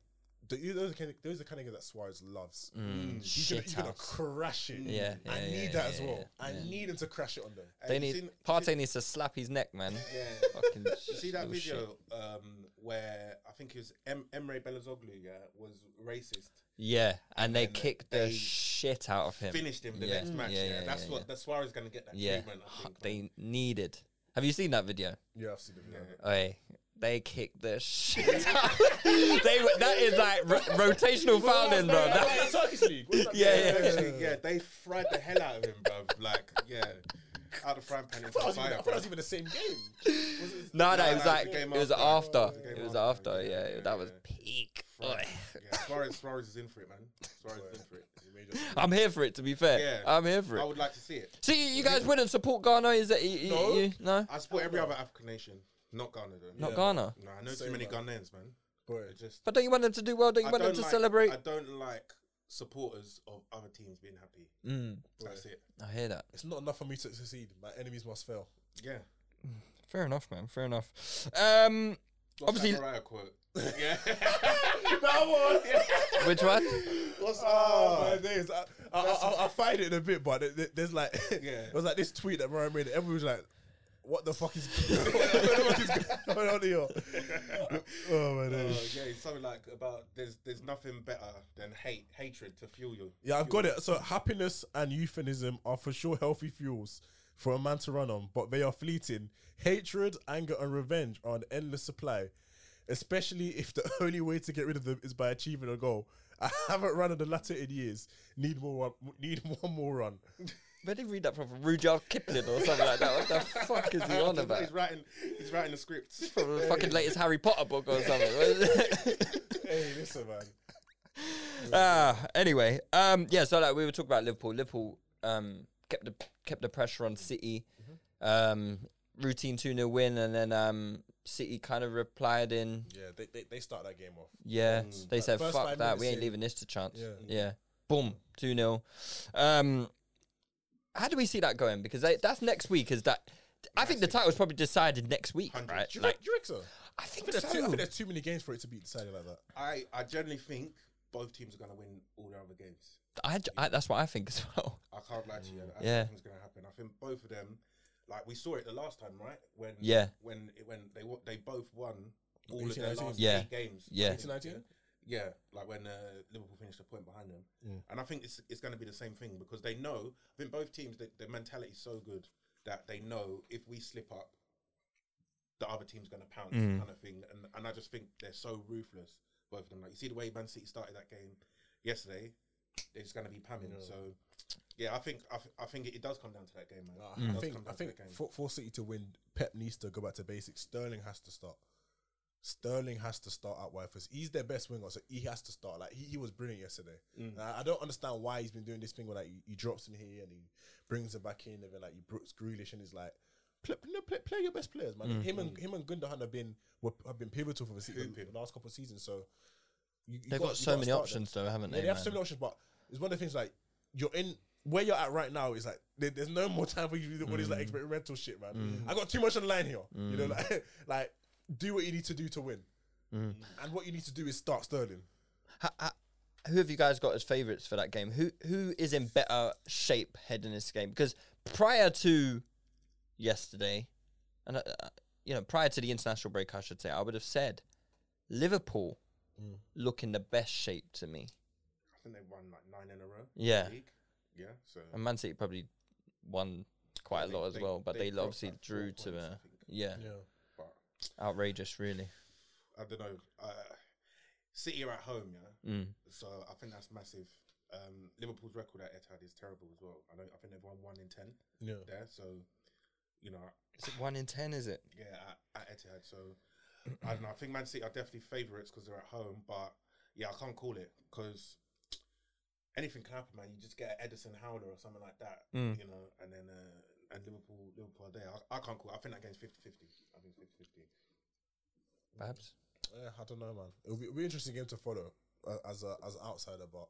[SPEAKER 2] "Do you- those are, kind of, those are kind of games that Suarez loves. He's gonna,
[SPEAKER 1] shit
[SPEAKER 2] he's gonna
[SPEAKER 1] house.
[SPEAKER 2] crash it.
[SPEAKER 1] Yeah,
[SPEAKER 2] I
[SPEAKER 1] yeah,
[SPEAKER 2] need
[SPEAKER 1] yeah,
[SPEAKER 2] that
[SPEAKER 1] yeah,
[SPEAKER 2] as
[SPEAKER 1] yeah,
[SPEAKER 2] well.
[SPEAKER 1] yeah,
[SPEAKER 2] I
[SPEAKER 1] yeah.
[SPEAKER 2] need him to crash it on them.
[SPEAKER 3] Hey,
[SPEAKER 1] They
[SPEAKER 3] you
[SPEAKER 1] need
[SPEAKER 3] seen-
[SPEAKER 1] Partey needs to slap his neck, man.
[SPEAKER 3] Yeah.
[SPEAKER 1] Fucking
[SPEAKER 3] You see that
[SPEAKER 1] little shit.
[SPEAKER 3] video um, where I think it was em- Emre Belozoglu, yeah, was racist.
[SPEAKER 1] Yeah, and, they
[SPEAKER 3] then
[SPEAKER 1] kicked the
[SPEAKER 3] they
[SPEAKER 1] shit out of him.
[SPEAKER 3] Finished him the
[SPEAKER 1] Yeah,
[SPEAKER 3] next match. Yeah, that's
[SPEAKER 1] yeah,
[SPEAKER 3] what that's Suarez gonna get that
[SPEAKER 1] Yeah,
[SPEAKER 3] treatment. I think, man.
[SPEAKER 1] they needed. Have you seen that video?
[SPEAKER 2] Yeah, I've seen the video.
[SPEAKER 1] Oi, they kicked the shit out. they were, that is like ro- rotational fouling, bro. That-
[SPEAKER 2] Turkish league. What's that
[SPEAKER 1] Yeah,
[SPEAKER 2] game?
[SPEAKER 1] yeah.
[SPEAKER 3] Actually, yeah, they fried the hell out of him, bruv. Like, yeah, out of frying pan into
[SPEAKER 2] I thought it was even- I
[SPEAKER 3] fire,
[SPEAKER 2] thought it
[SPEAKER 3] bruv.
[SPEAKER 2] was even the same game.
[SPEAKER 1] no, no,
[SPEAKER 3] No,
[SPEAKER 1] it was
[SPEAKER 3] no,
[SPEAKER 1] like
[SPEAKER 3] the game
[SPEAKER 1] it was
[SPEAKER 3] after.
[SPEAKER 1] after.
[SPEAKER 3] The game
[SPEAKER 1] It was
[SPEAKER 3] after,
[SPEAKER 1] after.
[SPEAKER 3] yeah,
[SPEAKER 1] Yeah,
[SPEAKER 3] yeah,
[SPEAKER 1] that was
[SPEAKER 3] yeah.
[SPEAKER 1] peak.
[SPEAKER 3] Fried.
[SPEAKER 1] Oi.
[SPEAKER 3] Yeah, Suarez, Suarez is in for it, man. Suarez is in for it.
[SPEAKER 1] I'm here for it. To be fair,
[SPEAKER 3] Yeah,
[SPEAKER 1] I'm here for it.
[SPEAKER 3] I would like to see it.
[SPEAKER 1] See, you guys wouldn't support Ghana, is it? You, no. You, no?
[SPEAKER 3] I support every other African nation, not Ghana though.
[SPEAKER 1] Not Ghana.
[SPEAKER 3] Nah, I know too
[SPEAKER 2] Same,
[SPEAKER 3] many
[SPEAKER 2] man.
[SPEAKER 3] Ghanaians, man.
[SPEAKER 2] Boy,
[SPEAKER 3] They're just
[SPEAKER 1] But don't you want them to do well? Don't you
[SPEAKER 3] I
[SPEAKER 1] want them
[SPEAKER 3] don't
[SPEAKER 1] to
[SPEAKER 3] like-
[SPEAKER 1] celebrate?
[SPEAKER 3] I don't like supporters of other teams being happy.
[SPEAKER 1] Mm,
[SPEAKER 3] That's it.
[SPEAKER 1] I hear that.
[SPEAKER 2] it's not enough for me to succeed. My enemies must fail.
[SPEAKER 3] Yeah.
[SPEAKER 1] Fair enough, man. Fair enough. Um,
[SPEAKER 3] What's
[SPEAKER 1] Obviously-
[SPEAKER 3] that Mariah quote? Yeah.
[SPEAKER 1] which one?
[SPEAKER 3] What's
[SPEAKER 2] Oh,
[SPEAKER 3] oh,
[SPEAKER 2] my days. I, I, I, I find it in a bit, but th- th- there's like,
[SPEAKER 3] Yeah.
[SPEAKER 2] it was like this tweet that Mariah made. Everyone was like, what the fuck is, what the fuck is going on here? Oh, my
[SPEAKER 3] Uh,
[SPEAKER 2] days.
[SPEAKER 3] yeah, it's something like about there's there's nothing better than hate hatred to fuel you.
[SPEAKER 2] Yeah, I've got it. So happiness and euphemism are for sure healthy fuels for a man to run on, but they are fleeting. Hatred, anger, and revenge are an endless supply, especially if the only way to get rid of them is by achieving a goal. I haven't run on the latter in years. Need more. Run, need one more run.
[SPEAKER 1] Where did you read that from? From Rudyard Kipling or something like that? What the fuck is he on about?
[SPEAKER 3] He's writing he's writing the scripts.
[SPEAKER 1] From the fucking latest Harry Potter book or something. what is it?
[SPEAKER 2] hey, listen, man.
[SPEAKER 1] Ah, anyway, um, yeah. So like we were talking about Liverpool. Liverpool um, kept the kept the pressure on City.
[SPEAKER 3] Mm-hmm.
[SPEAKER 1] Um, routine two 0 win, and then um, City kind of replied in.
[SPEAKER 2] Yeah, they, they they start that game off.
[SPEAKER 1] Yeah, they said
[SPEAKER 2] Mm. first
[SPEAKER 1] fuck
[SPEAKER 2] five
[SPEAKER 1] that.
[SPEAKER 2] minutes
[SPEAKER 1] We ain't
[SPEAKER 2] in.
[SPEAKER 1] leaving this to chance. Yeah,
[SPEAKER 2] Yeah.
[SPEAKER 1] boom, two 0 Um, how do we see that going? Because they, that's next week. Is that? I think the title's probably decided next week, right?
[SPEAKER 2] Do
[SPEAKER 1] Like,
[SPEAKER 2] you, reckon- do you reckon so?
[SPEAKER 1] I think
[SPEAKER 2] There's too, I
[SPEAKER 1] so.
[SPEAKER 2] think there's too many games for it to be decided like that.
[SPEAKER 3] I, I generally think both teams are gonna win all their other games.
[SPEAKER 1] I, I, that's what I think as well.
[SPEAKER 3] I can't lie to you. I
[SPEAKER 1] Mm. Yeah.
[SPEAKER 3] yeah. think it's gonna happen. I think both of them like we saw it the last time, right? When
[SPEAKER 1] Yeah.
[SPEAKER 3] when it, when they wa- they both won all of
[SPEAKER 2] 18,
[SPEAKER 3] their
[SPEAKER 2] 19?
[SPEAKER 3] last
[SPEAKER 1] Yeah.
[SPEAKER 3] eight games.
[SPEAKER 1] Yeah.
[SPEAKER 2] 18, 19?
[SPEAKER 3] Yeah, like when uh, Liverpool finished a point behind them, and I think it's it's going to be the same thing because they know. I think both teams, the, their mentality is so good that they know if we slip up, the other team's going to pounce,
[SPEAKER 1] Mm.
[SPEAKER 3] kind of thing. And and I just think they're so ruthless, both of them. Like you see the way Man City started that game yesterday, they're just going to be pamming. So Yeah, I think I, th- I think it, it does come down to that game, man.
[SPEAKER 2] Nah,
[SPEAKER 1] Mm.
[SPEAKER 3] It
[SPEAKER 2] Mm. I
[SPEAKER 3] does
[SPEAKER 2] think
[SPEAKER 3] come
[SPEAKER 2] I
[SPEAKER 3] down to
[SPEAKER 2] think
[SPEAKER 3] that game.
[SPEAKER 2] for, for City to win, Pep needs to go back to basics. Sterling has to start. Sterling has to start out wide because he's their best winger, so he has to start. Like he, he was brilliant yesterday. And I, I don't understand why he's been doing this thing where like he, he drops him here and he brings him back in, and then like he Brooks Grealish and he's like. Play, no, play, play your best players, man.
[SPEAKER 1] Mm.
[SPEAKER 2] Him and him and Gundogan have been were, have been pivotal for the, se- the last couple of seasons. So you, you
[SPEAKER 1] They've
[SPEAKER 2] gotta-
[SPEAKER 1] got
[SPEAKER 2] you
[SPEAKER 1] so
[SPEAKER 2] gotta
[SPEAKER 1] many
[SPEAKER 2] start them.
[SPEAKER 1] options, though, haven't
[SPEAKER 2] Yeah,
[SPEAKER 1] they?
[SPEAKER 2] they have so
[SPEAKER 1] man?
[SPEAKER 2] many options, but it's one of the things like you're in where you're at right now is like there, there's no more time for you to do all this like experimental shit, man. I got too much on the line here. You know, like like do what you need to do to win, and what you need to do is start Sterling.
[SPEAKER 1] Ha- ha- who have you guys got as favourites for that game? Who who is in better shape heading this game? Because prior to yesterday, and uh, uh, you know, prior to the international break, I should say, I would have said Liverpool Mm. look in the best shape to me,
[SPEAKER 3] I think they've won like nine in a row. in the
[SPEAKER 1] Yeah.
[SPEAKER 3] league. yeah. So
[SPEAKER 1] and Man City probably won quite
[SPEAKER 3] They-
[SPEAKER 1] a lot as
[SPEAKER 3] they-
[SPEAKER 1] well, but
[SPEAKER 3] they
[SPEAKER 1] they,
[SPEAKER 3] dropped
[SPEAKER 1] obviously
[SPEAKER 3] like four
[SPEAKER 1] drew to
[SPEAKER 3] points,
[SPEAKER 1] a
[SPEAKER 3] I think.
[SPEAKER 1] yeah,
[SPEAKER 3] but
[SPEAKER 1] outrageous, really.
[SPEAKER 3] I don't know. Uh, City are at home, yeah.
[SPEAKER 1] Mm.
[SPEAKER 3] So I think that's massive. Um, Liverpool's record at Etihad is terrible as well. I know. I think they've won one in ten
[SPEAKER 2] Yeah,
[SPEAKER 3] there. So you know,
[SPEAKER 1] Is it one in ten? Is it?
[SPEAKER 3] yeah, at, at Etihad. So I don't know. I think Man City are definitely favourites because they're at home. But yeah, I can't call it because anything can happen, man. You just get an Edison Howler or something like that,
[SPEAKER 1] Mm.
[SPEAKER 3] you know, and then. Uh, and Liverpool, Liverpool are there. I, I can't call. It. I think that game's 50-50. I think 50-50.
[SPEAKER 1] Perhaps.
[SPEAKER 2] Eh, I don't know, man. It'll be, it'll be an interesting game to follow uh, as a as an outsider, but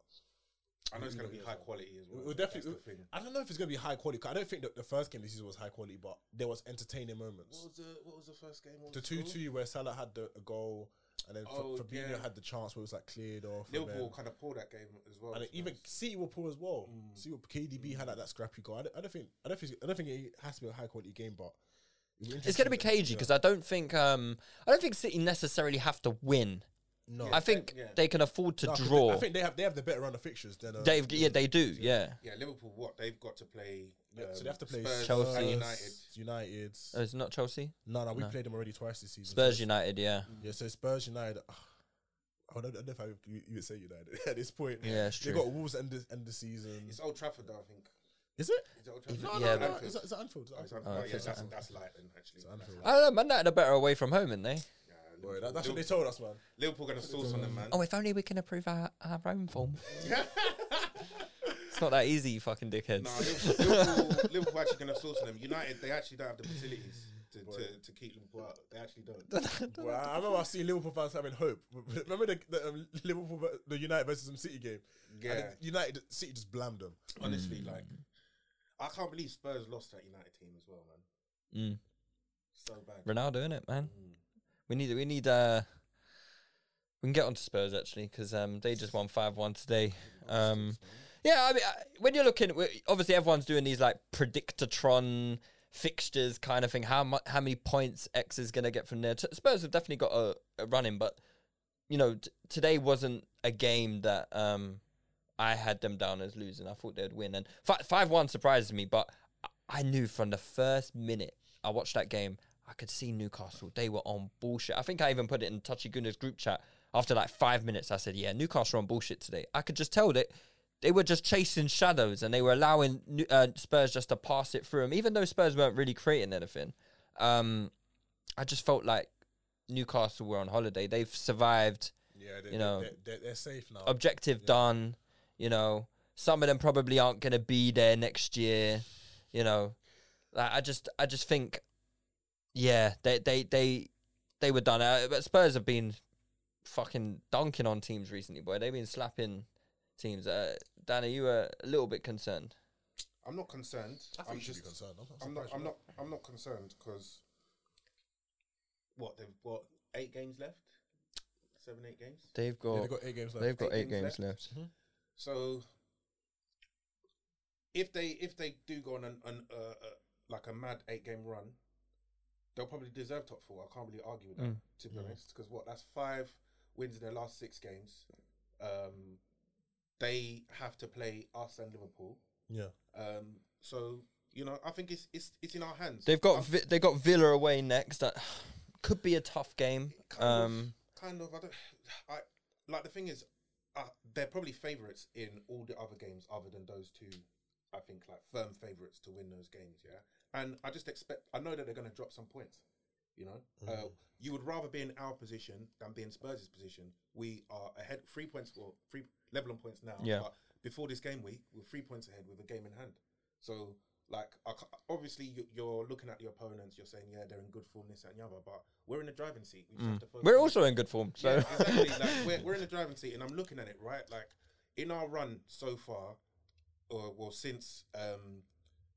[SPEAKER 3] I know it's going to be high quality as well.
[SPEAKER 2] We'll
[SPEAKER 3] That's
[SPEAKER 2] definitely.
[SPEAKER 3] the thing.
[SPEAKER 2] I don't know if it's gonna be high quality. 'cause I don't think that the first game this season was high quality, but there was entertaining moments.
[SPEAKER 3] What was the What was the first game? What
[SPEAKER 2] The
[SPEAKER 3] was
[SPEAKER 2] two
[SPEAKER 3] the score?
[SPEAKER 2] two where Salah had the a goal, and then Fa-
[SPEAKER 3] Oh,
[SPEAKER 2] Fabinho
[SPEAKER 3] yeah.
[SPEAKER 2] had the chance where it was like cleared off. and
[SPEAKER 3] Liverpool
[SPEAKER 2] then-
[SPEAKER 3] kind of pulled that game as well.
[SPEAKER 2] and
[SPEAKER 3] to
[SPEAKER 2] then
[SPEAKER 3] be
[SPEAKER 2] even
[SPEAKER 3] honest.
[SPEAKER 2] City were poor as well.
[SPEAKER 3] Mm.
[SPEAKER 2] See what KDB had like that scrappy goal. I don't, I don't think I don't think I don't think it has to be a high quality game, but
[SPEAKER 1] It's going to be cagey because I don't think um I don't think City necessarily have to win.
[SPEAKER 2] no,
[SPEAKER 1] I think
[SPEAKER 3] yeah.
[SPEAKER 1] they can afford to
[SPEAKER 2] No, 'cause they-
[SPEAKER 1] draw.
[SPEAKER 2] I think they have they have the better run of fixtures than uh,
[SPEAKER 1] They've yeah, they do. Yeah,
[SPEAKER 3] yeah, Liverpool. What they've got to play.
[SPEAKER 2] yeah, so
[SPEAKER 3] um,
[SPEAKER 2] they have to play
[SPEAKER 3] Spurs
[SPEAKER 1] Chelsea.
[SPEAKER 3] and
[SPEAKER 2] Spurs,
[SPEAKER 3] United.
[SPEAKER 2] United.
[SPEAKER 1] Oh, it's not Chelsea.
[SPEAKER 2] No, no, we played them already twice this season.
[SPEAKER 1] Spurs
[SPEAKER 2] So-
[SPEAKER 1] United. Yeah,
[SPEAKER 2] Yeah, so Spurs United. ah, I don't, I don't know if I would, you you would say United at this point.
[SPEAKER 1] Yeah, it's
[SPEAKER 2] they
[SPEAKER 1] true.
[SPEAKER 2] got Wolves end the end the season.
[SPEAKER 3] It's Old Trafford, though, I think.
[SPEAKER 2] Is it?
[SPEAKER 3] Is it Old Trafford?
[SPEAKER 2] No,
[SPEAKER 1] Yeah,
[SPEAKER 2] no, no.
[SPEAKER 1] but-
[SPEAKER 2] Is that, is that Anfield? Is that
[SPEAKER 3] Oh, it's
[SPEAKER 2] Anfield?
[SPEAKER 3] Anfield. Oh,
[SPEAKER 1] if
[SPEAKER 3] yeah,
[SPEAKER 1] it's
[SPEAKER 3] that's,
[SPEAKER 1] Anfield.
[SPEAKER 3] that's light then, actually.
[SPEAKER 2] It's Anfield.
[SPEAKER 1] I don't know. Man United are better away from home, aren't they?
[SPEAKER 2] Boy, that, that's what they told us, man.
[SPEAKER 3] Liverpool going to source on them, man.
[SPEAKER 1] Oh, if only we can improve our, our own form. it's not that easy, you fucking dickheads.
[SPEAKER 3] No, Liverpool, Liverpool, Liverpool actually going to source on them. United, they actually don't have the facilities to, to, to keep Liverpool out. They actually don't.
[SPEAKER 2] Well, I remember I see Liverpool fans having hope. Remember the, the um, Liverpool, ver- the United versus some City game. And
[SPEAKER 3] Yeah.
[SPEAKER 2] the United City just blamed them.
[SPEAKER 3] Honestly,
[SPEAKER 2] Hmm.
[SPEAKER 3] like, I can't believe Spurs lost that United team as well, man.
[SPEAKER 1] Mm.
[SPEAKER 2] Hmm.
[SPEAKER 3] So bad.
[SPEAKER 1] Ronaldo in it, man. We need we need uh we can get onto Spurs actually because um they just won five one today. Um, yeah, I mean I- when you're looking, we- obviously everyone's doing these like predictatron fixtures kind of thing. How much, how many points X is gonna get from there? T- Spurs have definitely got a, a run in, but you know t- today wasn't a game that um I had them down as losing. I thought they'd win, and five one surprised me. But I- I knew from the first minute I watched that game, I could see Newcastle. They were on bullshit. I think I even put it in Touchy Gunners group chat. After like five minutes, I said, "Yeah, Newcastle are on bullshit today." I could just tell that they were just chasing shadows and they were allowing New- uh, Spurs just to pass it through them, even though Spurs weren't really creating anything. Um, I just felt like Newcastle were on holiday. They've survived
[SPEAKER 2] Yeah, they,
[SPEAKER 1] You know.
[SPEAKER 2] they're, they're, they're safe now.
[SPEAKER 1] objective done. You know, some of them probably aren't going to be there next year. You know, like, I just, I just think, yeah, they, they, they, they were done. Uh, but Spurs have been fucking dunking on teams recently, boy. They've been slapping teams. Uh, Dan, are you a little bit concerned?
[SPEAKER 3] I'm not concerned.
[SPEAKER 2] I think
[SPEAKER 3] I'm
[SPEAKER 2] you should
[SPEAKER 3] just
[SPEAKER 2] be concerned. I'm not.
[SPEAKER 3] I'm not.
[SPEAKER 2] surprised
[SPEAKER 3] I'm
[SPEAKER 2] you're
[SPEAKER 3] not. I'm not concerned because what they've got eight games left, seven, eight games.
[SPEAKER 1] They've
[SPEAKER 2] Yeah,
[SPEAKER 1] got,
[SPEAKER 2] they've got eight games left. Hmm?
[SPEAKER 1] they've got eight,
[SPEAKER 3] Eight
[SPEAKER 1] games
[SPEAKER 3] games
[SPEAKER 1] left.
[SPEAKER 3] So if they if they do go on an, an uh, uh, like a mad eight game run, they'll probably deserve top four. I can't really argue with that
[SPEAKER 1] Mm.
[SPEAKER 3] to be honest. 'Cause honest. Because what that's five wins in their last six games. Um, they have to play us and Liverpool.
[SPEAKER 2] yeah.
[SPEAKER 3] Um, so you know, I think it's it's it's in our hands.
[SPEAKER 1] They've got,
[SPEAKER 3] I'm-
[SPEAKER 1] Vi- they got Villa away next. That could be a tough game.
[SPEAKER 3] Kind
[SPEAKER 1] Um,
[SPEAKER 3] of, kind of. I don't. I like the thing is, uh, they're probably favourites in all the other games other than those two I think like firm favourites to win those games. Yeah, and I just expect. I know that they're going to drop some points. You know, uh, you would rather be in our position than be in Spurs' position. We are ahead three points or three level on points now.
[SPEAKER 1] Yeah.
[SPEAKER 3] But before this game week, we're three points ahead with a game in hand. So, like, I ca- obviously you- you're looking at your opponents. You're saying, yeah, they're in good form, this that, and the other. But we're in the driving seat. We just have to focus
[SPEAKER 1] Mm. We're
[SPEAKER 3] on-
[SPEAKER 1] also in good form. So
[SPEAKER 3] yeah, exactly. Like we're, we're in the driving seat, and I'm looking at it right. Like in our run so far, or well, since um,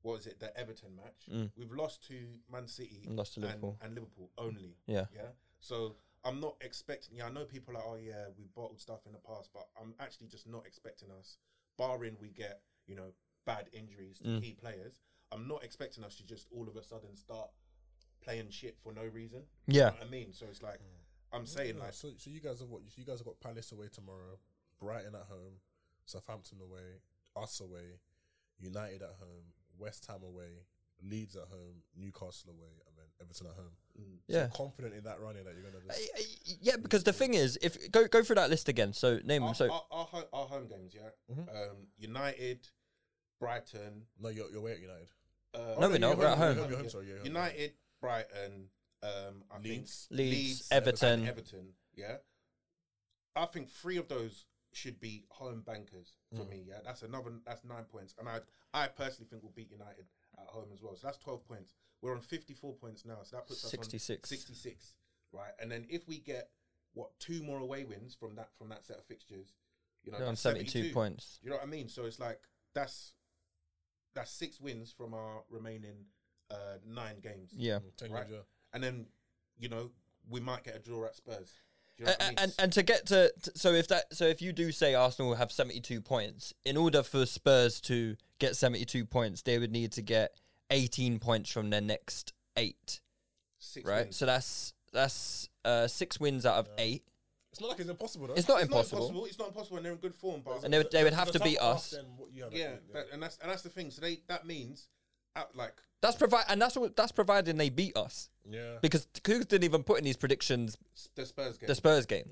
[SPEAKER 3] what was it the Everton match? We've lost to Man City,
[SPEAKER 1] And Mm. lost to Liverpool.
[SPEAKER 3] and, and Liverpool only.
[SPEAKER 1] Yeah.
[SPEAKER 3] yeah. So I'm not expecting. Yeah, I know people are. Like, oh yeah, we bottled stuff in the past, but I'm actually just not expecting us. Barring we get you know bad injuries to key players, I'm not expecting us to just all of a sudden start playing shit for no reason. You
[SPEAKER 1] Yeah.
[SPEAKER 3] know what I mean. So it's like. I'm saying
[SPEAKER 2] No,
[SPEAKER 3] like
[SPEAKER 2] so, so you guys have what? You guys have got Palace away tomorrow, Brighton at home, Southampton away, us away, United at home, West Ham away, Leeds at home, Newcastle away, and then Everton at home.
[SPEAKER 1] Yeah.
[SPEAKER 2] So confident in that running that you're gonna.
[SPEAKER 1] I-
[SPEAKER 2] Just,
[SPEAKER 1] I- yeah, because the thing is, if go go through that list again. So name them.
[SPEAKER 3] our,
[SPEAKER 1] So
[SPEAKER 3] our, our, ho- our home games, yeah. Um, United, Brighton.
[SPEAKER 2] no, you're, you're away at United.
[SPEAKER 3] Uh,
[SPEAKER 1] No, we're not, we're at home.
[SPEAKER 2] You're home, sorry, yeah, you're home.
[SPEAKER 3] United, Brighton. Um, I
[SPEAKER 2] Leeds.
[SPEAKER 3] think
[SPEAKER 1] Leeds,
[SPEAKER 3] and
[SPEAKER 1] Everton.
[SPEAKER 3] Everton. Yeah, I think three of those should be home bankers for
[SPEAKER 1] Mm.
[SPEAKER 3] me. Yeah, that's another. That's nine points, and I I personally think we'll beat United at home as well. So that's twelve points. We're on fifty four points now, so that puts us
[SPEAKER 1] 66.
[SPEAKER 3] on sixty six. Right, and then if we get what two more away wins from that from that set of fixtures, you know,
[SPEAKER 1] They're on
[SPEAKER 3] that's
[SPEAKER 1] 72 points.
[SPEAKER 3] Do you know what I mean? So it's like that's that's six wins from our remaining uh, nine games.
[SPEAKER 1] yeah.
[SPEAKER 2] Ten
[SPEAKER 3] Right.
[SPEAKER 2] games, yeah.
[SPEAKER 3] And then, you know, we might get a draw at Spurs. Do you know
[SPEAKER 1] A-
[SPEAKER 3] what I mean?
[SPEAKER 1] a- and and to get to t- so if that so if you do say Arsenal have 72 points in order for Spurs to get 72 points they would need to get 18 points from their next 8
[SPEAKER 3] Six
[SPEAKER 1] right
[SPEAKER 3] wins.
[SPEAKER 1] so that's that's uh 6 wins out of 8
[SPEAKER 2] It's not like it's impossible. Though.
[SPEAKER 1] it's not
[SPEAKER 3] it's
[SPEAKER 1] impossible,
[SPEAKER 3] not impossible. It's not impossible, and they're in good form. But
[SPEAKER 1] and they would, they would have
[SPEAKER 2] It's
[SPEAKER 1] to
[SPEAKER 2] a
[SPEAKER 1] beat
[SPEAKER 2] tough
[SPEAKER 1] us
[SPEAKER 2] ask than what you have at
[SPEAKER 3] yeah,
[SPEAKER 2] Leeds,
[SPEAKER 3] but, and that's and that's the thing. So they that means, at, like,
[SPEAKER 1] that's provi- and that's what that's providing they beat us
[SPEAKER 2] yeah.
[SPEAKER 1] because Coogs didn't even put in these predictions
[SPEAKER 3] s- the Spurs game.
[SPEAKER 1] the Spurs game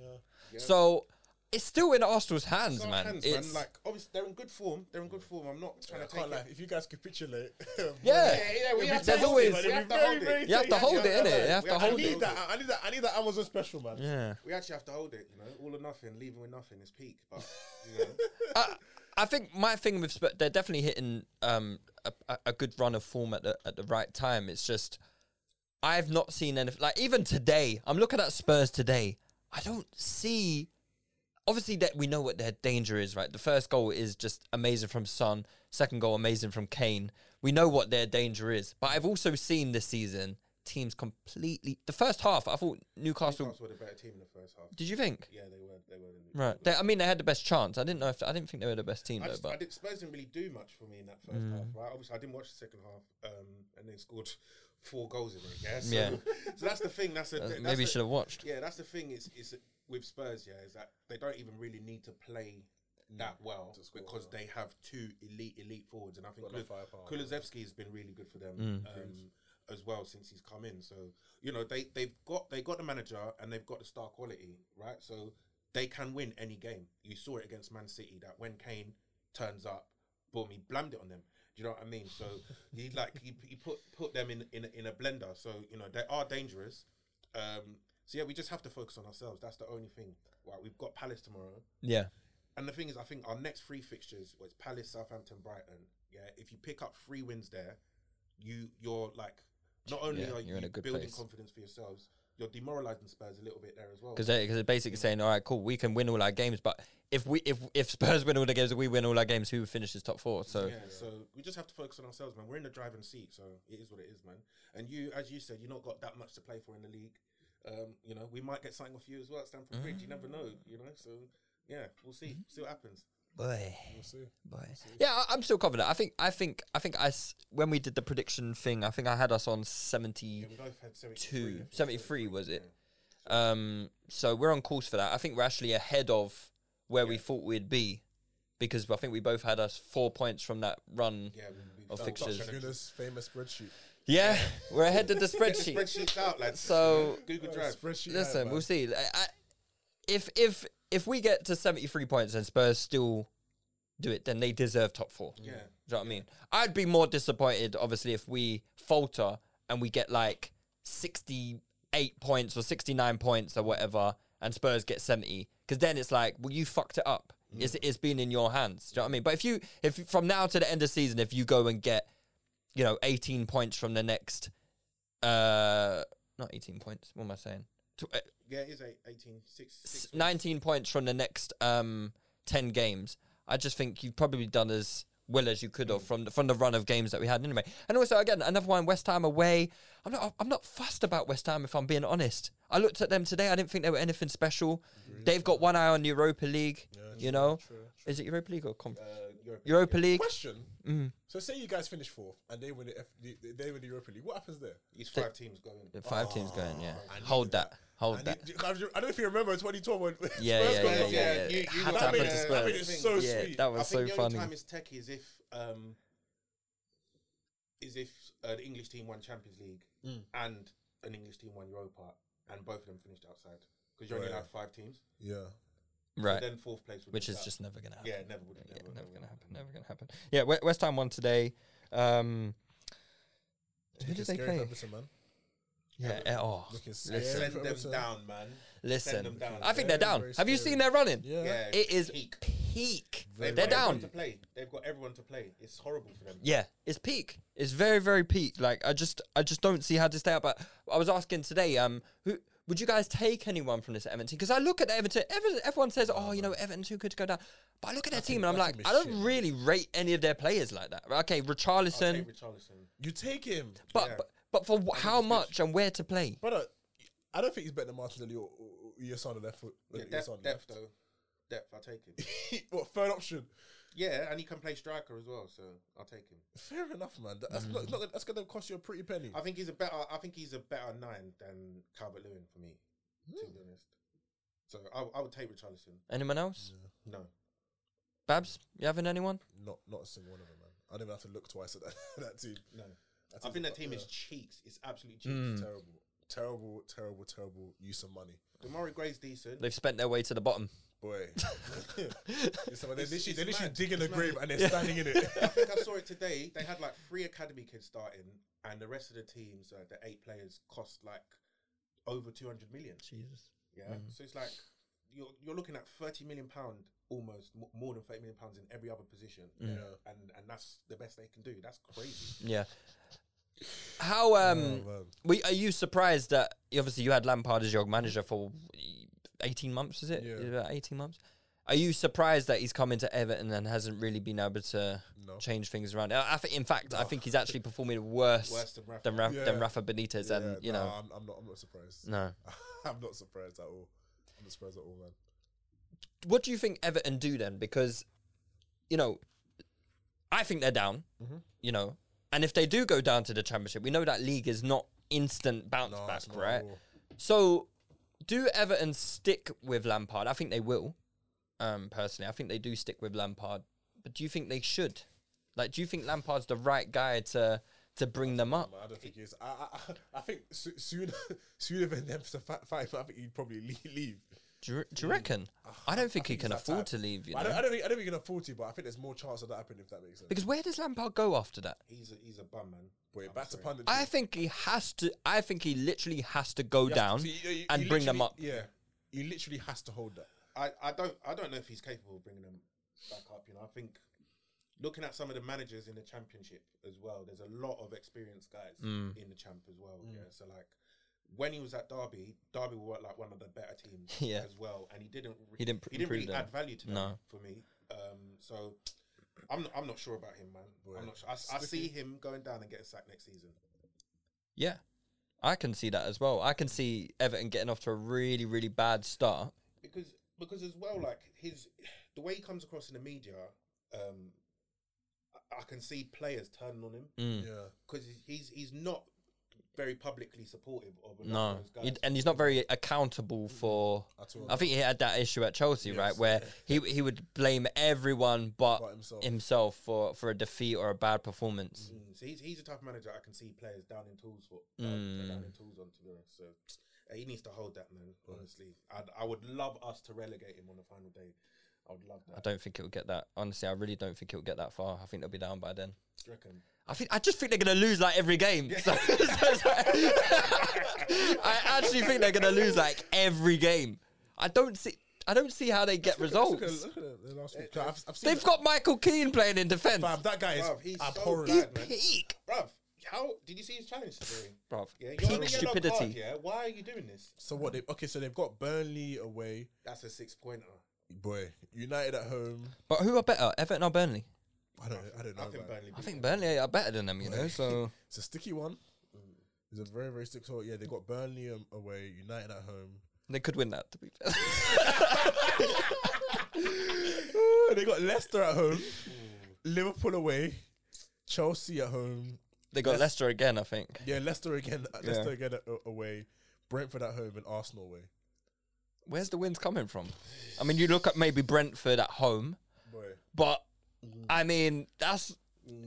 [SPEAKER 1] so it's still in Arsenal's hands
[SPEAKER 3] It's our
[SPEAKER 1] man
[SPEAKER 3] hands, man.
[SPEAKER 1] it's
[SPEAKER 3] Like, obviously, they're in good form. They're in good form. I'm not trying
[SPEAKER 2] I
[SPEAKER 3] to take
[SPEAKER 2] can't
[SPEAKER 3] it.
[SPEAKER 2] lie. If you guys capitulate,
[SPEAKER 1] yeah,
[SPEAKER 3] Yeah, yeah, we have
[SPEAKER 1] there's
[SPEAKER 3] to hold
[SPEAKER 1] always
[SPEAKER 3] it. We have to
[SPEAKER 2] Very,
[SPEAKER 3] hold
[SPEAKER 2] very
[SPEAKER 3] it.
[SPEAKER 1] You have to hold it, innit? You have
[SPEAKER 3] We
[SPEAKER 1] to
[SPEAKER 2] I
[SPEAKER 1] hold
[SPEAKER 2] need
[SPEAKER 1] it.
[SPEAKER 2] that. I need that. I need that Amazon special, man.
[SPEAKER 1] yeah
[SPEAKER 3] We actually have to hold it, you know. All or nothing, leaving with nothing is peak. But you know,
[SPEAKER 1] I, I think my thing with Spurs, they're definitely hitting um, a, a- a good run of form at the at the right time. It's just I've not seen any like even today. I'm looking at Spurs today. I don't see. Obviously, that we know what their danger is, right? The first goal is just amazing from Son. Second goal, amazing from Kane. We know what their danger is, but I've also seen this season teams completely. The first half, I thought Newcastle.
[SPEAKER 3] Newcastle were the better team in the first half.
[SPEAKER 1] Did you think?
[SPEAKER 3] Yeah, they were. They were. In the,
[SPEAKER 1] Right. They, I mean, they had the best chance. I didn't know if I didn't think they were the best team
[SPEAKER 3] I,
[SPEAKER 1] though.
[SPEAKER 3] just,
[SPEAKER 1] but Mm.
[SPEAKER 3] I did, Spurs didn't really do much for me in that first half, right? Obviously, I didn't watch the second half, um, and they scored four goals in it. Yeah, so,
[SPEAKER 1] Yeah.
[SPEAKER 3] so that's the thing. That's, a,
[SPEAKER 1] Uh,
[SPEAKER 3] that's
[SPEAKER 1] maybe you
[SPEAKER 3] the-
[SPEAKER 1] should have watched.
[SPEAKER 3] Yeah, that's the thing. Is is with Spurs, yeah, is that they don't even really need to play that well because they have two elite elite forwards, and I think Kul- Kulusevski has been really good for them
[SPEAKER 1] Mm.
[SPEAKER 3] um, as well since he's come in. So you know they they've got they got the manager and they've got the star quality, right? So they can win any game. You saw it against Man City that when Kane turns up, boom, he blamed it on them. Do you know what I mean? So he like he, he put put them in in a- in a blender. So you know they are dangerous. Um, so yeah, we just have to focus on ourselves. That's the only thing. Right, we've got Palace tomorrow,
[SPEAKER 1] Yeah.
[SPEAKER 3] and the thing is, I think our next three fixtures was Palace, Southampton, Brighton. Yeah, if you pick up three wins there, you you're like not only
[SPEAKER 1] Yeah,
[SPEAKER 3] are
[SPEAKER 1] you're
[SPEAKER 3] you
[SPEAKER 1] in a good
[SPEAKER 3] building
[SPEAKER 1] place.
[SPEAKER 3] confidence for yourselves, you're demoralising Spurs a little bit there as well.
[SPEAKER 1] Because they're, 'cause they're basically saying, all right, cool, we can win all our games, but if we if if Spurs win all their games, and we win all our games. Who finishes top four? So
[SPEAKER 3] yeah, so we just have to focus on ourselves, man. We're in the driving seat, so it is what it is, man. And you, as you said, you've not got that much to play for in the league. Um, you know, we might get something off you as well at Stamford Bridge. You never know, you know. So yeah, we'll see.
[SPEAKER 1] Mm-hmm.
[SPEAKER 3] See what happens.
[SPEAKER 1] boy,
[SPEAKER 2] We'll see.
[SPEAKER 1] boy, yeah, I, I'm still confident. I think I think I think I s- when we did the prediction thing, I think I had us on seventy
[SPEAKER 3] Yeah, we both had 73. I
[SPEAKER 1] two,
[SPEAKER 3] think.
[SPEAKER 1] 73 was it? Um, so we're on course for that. I think we're actually ahead of where we thought we'd be because I think we both had us four points from that run.
[SPEAKER 3] Yeah, we, we
[SPEAKER 1] Of
[SPEAKER 3] felt-
[SPEAKER 1] Oh, fixtures.
[SPEAKER 3] felt-
[SPEAKER 2] Goodness, famous spreadsheet.
[SPEAKER 1] Yeah, we're ahead of the spreadsheet.
[SPEAKER 3] Spreadsheets out, lads.
[SPEAKER 1] So- uh,
[SPEAKER 3] Google Drive.
[SPEAKER 2] Spreadsheet.
[SPEAKER 1] Listen,
[SPEAKER 2] man.
[SPEAKER 1] we'll see. I, I, if if if we get to seventy three points and Spurs still do it, then they deserve top four.
[SPEAKER 3] Yeah.
[SPEAKER 1] Do you know what I mean? I'd be more disappointed, obviously, if we falter and we get like 68 points or 69 points or whatever, and Spurs get 70. Because then it's like, well, you fucked it up. It's, it's been in your hands. Do you know what I mean? But if you, if from now to the end of season, if you go and get, you know, 18 points from the next, uh, not 18 points, what am I saying? Tw- uh,
[SPEAKER 3] Yeah, it is eight, 18, six,
[SPEAKER 1] s-
[SPEAKER 3] six
[SPEAKER 1] 19 points from the next um, 10 games. I just think you've probably done as well as you could have from the, from the run of games that we had anyway. And also again, another one West Ham away. I'm not I'm not fussed about West Ham if I'm being honest. I looked at them today. I didn't think they were anything special. They've got one eye on the Europa League, you know. Is it Europa League or
[SPEAKER 3] Uh,
[SPEAKER 1] Conference? Europa League.
[SPEAKER 2] Question.
[SPEAKER 1] Mm.
[SPEAKER 2] So say you guys finish fourth and they win the F- they- they win the Europa League. What happens there?
[SPEAKER 3] These five teams Oh. going.
[SPEAKER 1] Five teams
[SPEAKER 3] Ah,
[SPEAKER 1] going, yeah. Hold that. Hold
[SPEAKER 2] I,
[SPEAKER 1] Oh, that.
[SPEAKER 2] need- I don't know if you remember 2012 when
[SPEAKER 1] Yeah,
[SPEAKER 2] Spurs
[SPEAKER 1] yeah,
[SPEAKER 2] got
[SPEAKER 1] yeah,
[SPEAKER 2] knocked
[SPEAKER 1] yeah,
[SPEAKER 2] out.
[SPEAKER 1] yeah.
[SPEAKER 3] You-
[SPEAKER 1] It
[SPEAKER 3] you
[SPEAKER 1] had to
[SPEAKER 3] got
[SPEAKER 1] happen
[SPEAKER 3] me
[SPEAKER 1] to
[SPEAKER 3] there.
[SPEAKER 1] Spurs.
[SPEAKER 3] I mean, it's
[SPEAKER 2] so
[SPEAKER 1] yeah,
[SPEAKER 2] sweet.
[SPEAKER 1] that
[SPEAKER 3] I
[SPEAKER 1] was
[SPEAKER 3] think
[SPEAKER 1] so
[SPEAKER 3] the
[SPEAKER 1] funny.
[SPEAKER 3] only time it's techie is if um, is if an English team won Champions League
[SPEAKER 1] Mm.
[SPEAKER 3] and an English team won Europa, and both of them finished outside because you only
[SPEAKER 2] Right.
[SPEAKER 3] have five teams.
[SPEAKER 2] Yeah.
[SPEAKER 1] right.
[SPEAKER 3] Then fourth place, would
[SPEAKER 1] which
[SPEAKER 3] be
[SPEAKER 1] is
[SPEAKER 3] out.
[SPEAKER 1] just never gonna happen.
[SPEAKER 3] yeah, never would.
[SPEAKER 1] yeah,
[SPEAKER 3] never,
[SPEAKER 1] never
[SPEAKER 3] would
[SPEAKER 1] gonna happen. Never gonna happen. Yeah, We- West Ham won today. Um, who
[SPEAKER 2] Looking
[SPEAKER 1] did they
[SPEAKER 2] scary
[SPEAKER 1] play?
[SPEAKER 2] for Everton, man.
[SPEAKER 1] Yeah, eh, oh,
[SPEAKER 2] Looking scary.
[SPEAKER 1] listen,
[SPEAKER 3] Send
[SPEAKER 2] Yeah,
[SPEAKER 3] them
[SPEAKER 2] Everton.
[SPEAKER 3] down, man. Send them
[SPEAKER 1] listen.
[SPEAKER 3] down.
[SPEAKER 1] I think they're
[SPEAKER 2] Very,
[SPEAKER 1] down.
[SPEAKER 2] very
[SPEAKER 1] Have you
[SPEAKER 2] scary.
[SPEAKER 1] seen their running?
[SPEAKER 2] Yeah.
[SPEAKER 3] Yeah,
[SPEAKER 1] it is
[SPEAKER 3] peak.
[SPEAKER 1] peak.
[SPEAKER 3] They've
[SPEAKER 1] They're
[SPEAKER 3] got everyone
[SPEAKER 1] down.
[SPEAKER 3] To play. They've got everyone to play. It's horrible for them.
[SPEAKER 1] Yeah, it's peak. It's very, very peak. Like I just, I just don't see how to stay up. But I was asking today, um, who would you guys take anyone from this Everton? Because I look at Everton, Everton, everyone says, oh, you know, Everton too good to go down. But I look at their team and I'm like,
[SPEAKER 2] think
[SPEAKER 1] I
[SPEAKER 2] it's
[SPEAKER 1] don't
[SPEAKER 2] shit.
[SPEAKER 1] really rate any of their players like that. Okay, Richarlison,
[SPEAKER 3] Take Richarlison.
[SPEAKER 2] You take him.
[SPEAKER 1] but,
[SPEAKER 3] yeah.
[SPEAKER 1] but but for wh- how much and where to play?
[SPEAKER 2] Brother, I don't think he's better than Martinelli or, or, or Iyasana left foot.
[SPEAKER 3] Yeah,
[SPEAKER 2] Iyasana
[SPEAKER 3] depth, depth
[SPEAKER 2] left.
[SPEAKER 3] though. Depth, I'll take him.
[SPEAKER 2] what, third option?
[SPEAKER 3] Yeah, and he can play striker as well, so I'll take him.
[SPEAKER 2] Fair enough, man. That- That's, not,
[SPEAKER 1] Mm.
[SPEAKER 2] it's not, gonna- that's going to cost you a pretty penny.
[SPEAKER 3] I think he's a better. I think he's a better nine than Calvert Lewin for me, to be honest. So I, I would take Richarlison.
[SPEAKER 1] Anyone else?
[SPEAKER 3] No,
[SPEAKER 1] Babs, you having anyone?
[SPEAKER 2] Not not a single one of them, man. I don't even have to look twice at that, that team.
[SPEAKER 3] no. I
[SPEAKER 2] team's
[SPEAKER 3] think that
[SPEAKER 2] got-
[SPEAKER 3] team is
[SPEAKER 2] yeah.
[SPEAKER 3] cheeks. It's absolutely cheeks.
[SPEAKER 2] It's Terrible. Terrible, terrible, terrible use of money.
[SPEAKER 3] Damari Gray's decent.
[SPEAKER 1] They've spent their way to the bottom.
[SPEAKER 2] Boy. It's like they're
[SPEAKER 3] It's-
[SPEAKER 2] literally,
[SPEAKER 3] it's
[SPEAKER 2] they're literally
[SPEAKER 3] mad.
[SPEAKER 2] digging
[SPEAKER 3] It's
[SPEAKER 2] a grave
[SPEAKER 3] mad.
[SPEAKER 2] and they're standing in it.
[SPEAKER 3] I think I saw it today. They had like three academy kids starting, and the rest of the teams, uh, the eight players, cost like over two hundred million.
[SPEAKER 1] Jesus. Mm-hmm.
[SPEAKER 3] Yeah, so it's like you're you're looking at thirty million pound almost m- more than thirty million pounds in every other position.
[SPEAKER 1] Mm.
[SPEAKER 3] Yeah, and and that's the best they can do. That's crazy.
[SPEAKER 1] Yeah. How um
[SPEAKER 2] Oh, man.
[SPEAKER 1] we are you surprised that obviously you had Lampard as your manager for eighteen months, is it?
[SPEAKER 2] Yeah.
[SPEAKER 1] About eighteen months. Are you surprised that he's come into Everton and hasn't really been able to
[SPEAKER 2] No.
[SPEAKER 1] change things around? I I think, in fact, I think he's actually performing worse,
[SPEAKER 3] Worse than Rafa.
[SPEAKER 1] than, Ra- than
[SPEAKER 2] Yeah.
[SPEAKER 1] Rafa Benitez, and
[SPEAKER 2] Yeah,
[SPEAKER 1] you
[SPEAKER 2] nah,
[SPEAKER 1] know,
[SPEAKER 2] I'm, I'm not. I'm not surprised.
[SPEAKER 1] no.
[SPEAKER 2] I'm not surprised at all. I'm not surprised at all, man.
[SPEAKER 1] what do you think Everton do then? Because, you know, I think they're down,
[SPEAKER 2] Mm-hmm.
[SPEAKER 1] you know, and if they do go down to the championship, we know that league is not instant bounce
[SPEAKER 2] No,
[SPEAKER 1] back,
[SPEAKER 2] it's not at
[SPEAKER 1] right?
[SPEAKER 2] all.
[SPEAKER 1] So, do Everton stick with Lampard? I think they will. Um, personally, I think they do stick with Lampard, but do you think they should? Like, do you think Lampard's the right guy to to bring them up?
[SPEAKER 2] But I don't think he is. I, I, I- I think so- sooner, sooner than them to fi- fight, I think he'd probably le- leave.
[SPEAKER 1] Do you,
[SPEAKER 2] Mm.
[SPEAKER 1] do you reckon? I don't think he
[SPEAKER 2] he's
[SPEAKER 1] can
[SPEAKER 2] that
[SPEAKER 1] afford to
[SPEAKER 2] type.
[SPEAKER 1] leave. You
[SPEAKER 2] I, don't, I
[SPEAKER 1] know,
[SPEAKER 2] don't think I don't think he can afford to, but I think there's more chance of that happening if that makes sense.
[SPEAKER 1] because where does Lampard go after that?
[SPEAKER 3] He's a, he's a bum man.
[SPEAKER 2] Boy,
[SPEAKER 3] I'm
[SPEAKER 2] back to
[SPEAKER 3] sorry.
[SPEAKER 2] pundit.
[SPEAKER 1] I think he has to. I think he literally has to go down and bring them up.
[SPEAKER 2] Yeah, he literally has to hold that.
[SPEAKER 3] I, I don't I don't know if he's capable of bringing them back up. You know, I think looking at some of the managers in the championship as well, there's a lot of experienced guys
[SPEAKER 1] Mm.
[SPEAKER 3] in the champ as well. Yeah, so like when he was at Derby, Derby were like one of the better teams
[SPEAKER 1] Yeah.
[SPEAKER 3] as well, and he didn't re-
[SPEAKER 1] He didn't pr-
[SPEAKER 3] he didn't
[SPEAKER 1] improve
[SPEAKER 3] really
[SPEAKER 1] them.
[SPEAKER 3] add value to them
[SPEAKER 1] No.
[SPEAKER 3] for me. Um, so. I'm not, I'm not sure about him, man. I'm not sure. I, s- I see him going down and getting sacked next season.
[SPEAKER 1] Yeah, I can see that as well. I can see Everton getting off to a really, really bad start.
[SPEAKER 3] because because as well like his the way he comes across in the media um I- I can see players turning on him
[SPEAKER 1] Mm. Hmm.
[SPEAKER 2] Yeah,
[SPEAKER 3] because he's he's not very publicly supportive of a lot
[SPEAKER 1] No,
[SPEAKER 3] of those guys.
[SPEAKER 1] He- and he's not very accountable for.
[SPEAKER 2] At all.
[SPEAKER 1] I think he had that issue at Chelsea, right, where he he would blame everyone but,
[SPEAKER 2] But himself.
[SPEAKER 1] himself for for a defeat or a bad performance.
[SPEAKER 3] Mm, so he's he's a type of manager I can see players down in tools for
[SPEAKER 1] Mm.
[SPEAKER 3] down, down in tools on to be honest. So
[SPEAKER 1] Mm.
[SPEAKER 3] eh, he needs to hold that man. Honestly, I'd, I would love us to relegate him on the final day.
[SPEAKER 2] I would love that.
[SPEAKER 1] I don't think it'll get that. Honestly, I really don't think it'll get that far. I think they'll be down by then.
[SPEAKER 2] Do you reckon?
[SPEAKER 1] I think I just think they're gonna lose like every game. So, so it's like- I actually think they're gonna lose like every game. I don't see. I don't see how they get
[SPEAKER 2] Look at,
[SPEAKER 1] results.
[SPEAKER 2] look at the last week. I've, I've seen
[SPEAKER 1] They've got Michael Keane playing in defence.
[SPEAKER 2] Fam, that guy is
[SPEAKER 3] Bruv, he's so
[SPEAKER 2] abhorrent.
[SPEAKER 3] bad.
[SPEAKER 1] He's
[SPEAKER 3] man.
[SPEAKER 1] peak,
[SPEAKER 3] Bruv, how did you see his challenge today?
[SPEAKER 1] bruv.
[SPEAKER 3] Yeah, you're on a
[SPEAKER 1] peak
[SPEAKER 3] yellow card,
[SPEAKER 1] stupidity.
[SPEAKER 3] yeah, why are you doing this?
[SPEAKER 2] So what? They, okay, so they've got Burnley away,
[SPEAKER 3] That's a six pointer.
[SPEAKER 2] boy. United at home.
[SPEAKER 1] But who are better, Everton or Burnley?
[SPEAKER 2] I don't. I don't know.
[SPEAKER 3] I think
[SPEAKER 2] man.
[SPEAKER 3] Burnley.
[SPEAKER 1] I
[SPEAKER 3] beat
[SPEAKER 1] think Burnley are better than them. You know, so
[SPEAKER 2] It's a sticky one. It's a very very sticky one. Yeah, they got Burnley um, away, United at home.
[SPEAKER 1] they could win that. To be fair.
[SPEAKER 2] Ooh, they got Leicester at home, Liverpool away, Chelsea at home.
[SPEAKER 1] they got Leicester again. I think.
[SPEAKER 2] Yeah, Leicester again. Leicester again a- a- away, Brentford at home, and Arsenal away.
[SPEAKER 1] Where's the wins coming from? I mean, you look at maybe Brentford at home,
[SPEAKER 2] Boy.
[SPEAKER 1] but I mean, that's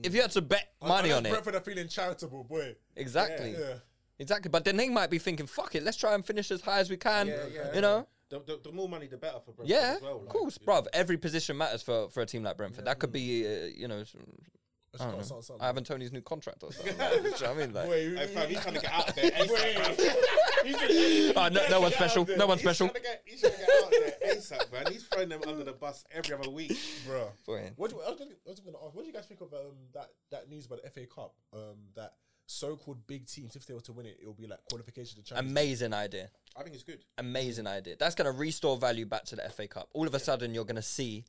[SPEAKER 1] if you had to bet money on it.
[SPEAKER 2] Brentford are feeling charitable, boy.
[SPEAKER 1] Exactly.
[SPEAKER 2] Yeah.
[SPEAKER 1] Exactly. But then they might be thinking, fuck it, let's try and finish as high as we can. you know?
[SPEAKER 3] The, the, the more money, the better for Brentford.
[SPEAKER 1] Yeah,
[SPEAKER 3] as well,
[SPEAKER 1] of
[SPEAKER 3] like,
[SPEAKER 1] course,
[SPEAKER 3] you know.
[SPEAKER 1] bruv. Every position matters for, for a team like Brentford. That could be, uh, you know, s-
[SPEAKER 2] It's
[SPEAKER 1] I don't
[SPEAKER 2] got
[SPEAKER 1] know,
[SPEAKER 2] something- something.
[SPEAKER 1] Ivan Tony's new contract or something. like, do you know what I mean? Like,
[SPEAKER 2] Boy, you-
[SPEAKER 3] Hey,
[SPEAKER 2] you-
[SPEAKER 3] fam, he's trying to get out there. ASAP,
[SPEAKER 2] Wait.
[SPEAKER 3] bruv.
[SPEAKER 1] Ah, no, no one's special. No one's
[SPEAKER 3] He's trying
[SPEAKER 1] special.
[SPEAKER 3] to get- He's trying to get out there ASAP, man. He's throwing them under the bus every other week.
[SPEAKER 2] bro.
[SPEAKER 1] Boy.
[SPEAKER 2] What do you, I was going to ask? What do you guys think of um, that that news about the FA Cup? Um, that so-called big teams, if they were to win it, it would be like qualification to Champions.
[SPEAKER 1] Amazing idea.
[SPEAKER 3] I think it's good.
[SPEAKER 1] Amazing idea. That's going to restore value back to the FA Cup. All of a sudden, you're going to see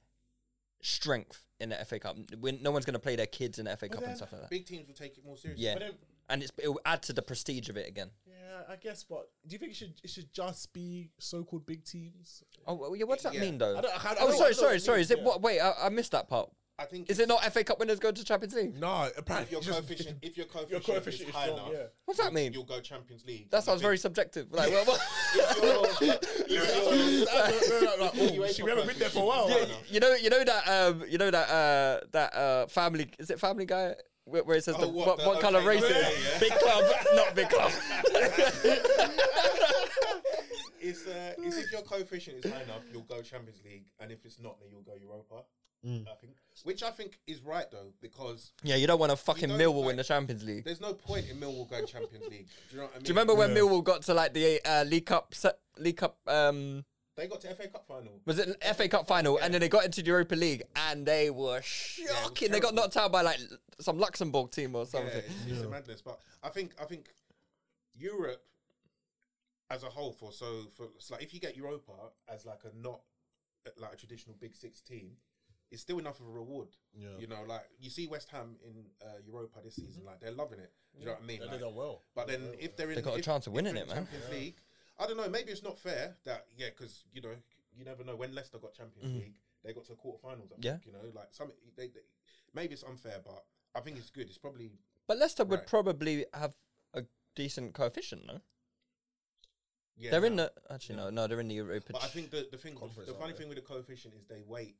[SPEAKER 1] strength in the FA Cup. When, no one's going to play their kids in the FA Cup and stuff like that.
[SPEAKER 3] Big teams will take it more seriously.
[SPEAKER 1] yeah.
[SPEAKER 2] But then-
[SPEAKER 1] and it's, it'll add to the prestige of it again.
[SPEAKER 2] yeah, I guess. But do you think it should it should just be so-called big teams?
[SPEAKER 1] Oh, well, yeah, what's that
[SPEAKER 3] Yeah.
[SPEAKER 1] mean, though?
[SPEAKER 2] I don't- I don't- I
[SPEAKER 1] oh,
[SPEAKER 2] don't- I
[SPEAKER 1] sorry,
[SPEAKER 2] don't
[SPEAKER 1] sorry,
[SPEAKER 2] mean,
[SPEAKER 1] sorry. Is it
[SPEAKER 2] yeah.
[SPEAKER 1] what? Wait, I, I missed that part.
[SPEAKER 3] I think.
[SPEAKER 1] Is it not FA Cup winners go to Champions League?
[SPEAKER 2] No,
[SPEAKER 3] If
[SPEAKER 2] apparently
[SPEAKER 3] your
[SPEAKER 2] it's just-
[SPEAKER 3] coefficient, if your coefficient,
[SPEAKER 2] your coefficient
[SPEAKER 3] is high
[SPEAKER 2] strong,
[SPEAKER 3] enough,
[SPEAKER 2] yeah.
[SPEAKER 1] What's that mean?
[SPEAKER 3] you'll go Champions League.
[SPEAKER 1] That sounds
[SPEAKER 3] You
[SPEAKER 1] very
[SPEAKER 3] think-
[SPEAKER 1] subjective. Like, well, what-
[SPEAKER 3] If you're-
[SPEAKER 2] oh, she- we haven't been there for a while.
[SPEAKER 3] Yeah,
[SPEAKER 2] right?
[SPEAKER 1] you know, you know that, um, you know that, uh, that uh, family is it Family Guy where, where it says
[SPEAKER 3] Oh,
[SPEAKER 1] the,
[SPEAKER 3] what,
[SPEAKER 1] what,
[SPEAKER 3] the-
[SPEAKER 1] what color
[SPEAKER 3] okay,
[SPEAKER 1] race is
[SPEAKER 3] yeah, yeah.
[SPEAKER 1] big club, not big club.
[SPEAKER 3] It's, uh, it's if your coefficient is high enough, you'll go Champions League, and if it's not, then you'll go Europa.
[SPEAKER 1] Mm.
[SPEAKER 3] I think, which I think is right though, because
[SPEAKER 1] yeah, you don't want to fucking
[SPEAKER 3] don't
[SPEAKER 1] Millwall
[SPEAKER 3] like-
[SPEAKER 1] win the Champions League.
[SPEAKER 3] there's no point in Millwall going Champions League. Do you know what I mean?
[SPEAKER 1] Do you remember when Millwall got to like the uh, League Cup, se- League Cup, um,
[SPEAKER 3] they got to FA Cup final?
[SPEAKER 1] was it an FA Cup final? And then they got into the Europa League and they were shocking. they got
[SPEAKER 3] terrible.
[SPEAKER 1] knocked out by like some Luxembourg team or
[SPEAKER 3] Yeah,
[SPEAKER 1] something.
[SPEAKER 3] it's, it's a madness. But I think I think Europe as a whole for so for it's like if you get Europa as like a not like a traditional Big Six team, it's still enough of a reward.
[SPEAKER 2] Yeah.
[SPEAKER 3] You know, like you see West Ham in uh, Europa this season, like they're loving it. Do you know what I mean?
[SPEAKER 2] Yeah, they
[SPEAKER 3] Like,
[SPEAKER 2] done well.
[SPEAKER 3] But then if they're in,
[SPEAKER 1] Mm-hmm. They got a
[SPEAKER 3] if-
[SPEAKER 1] chance of
[SPEAKER 3] if
[SPEAKER 1] winning
[SPEAKER 3] they're in
[SPEAKER 1] it, man.
[SPEAKER 3] Champions League. I don't know. Maybe it's not fair that yeah, because you know you never know when Leicester got Champions League, they got to quarterfinals. I
[SPEAKER 1] Mm-hmm. Yeah.
[SPEAKER 3] think, you know, like some they, they maybe it's unfair, but I think it's good. It's probably
[SPEAKER 1] But Leicester would
[SPEAKER 3] Right.
[SPEAKER 1] probably have a decent coefficient, no?
[SPEAKER 3] Yeah,
[SPEAKER 1] they're in
[SPEAKER 3] no.
[SPEAKER 1] the actually no, no, they're in the Europa.
[SPEAKER 3] But I
[SPEAKER 1] Ch-
[SPEAKER 3] think the the thing, the,
[SPEAKER 2] Conference,
[SPEAKER 3] funny
[SPEAKER 2] aren't they?
[SPEAKER 3] thing with the coefficient is they weight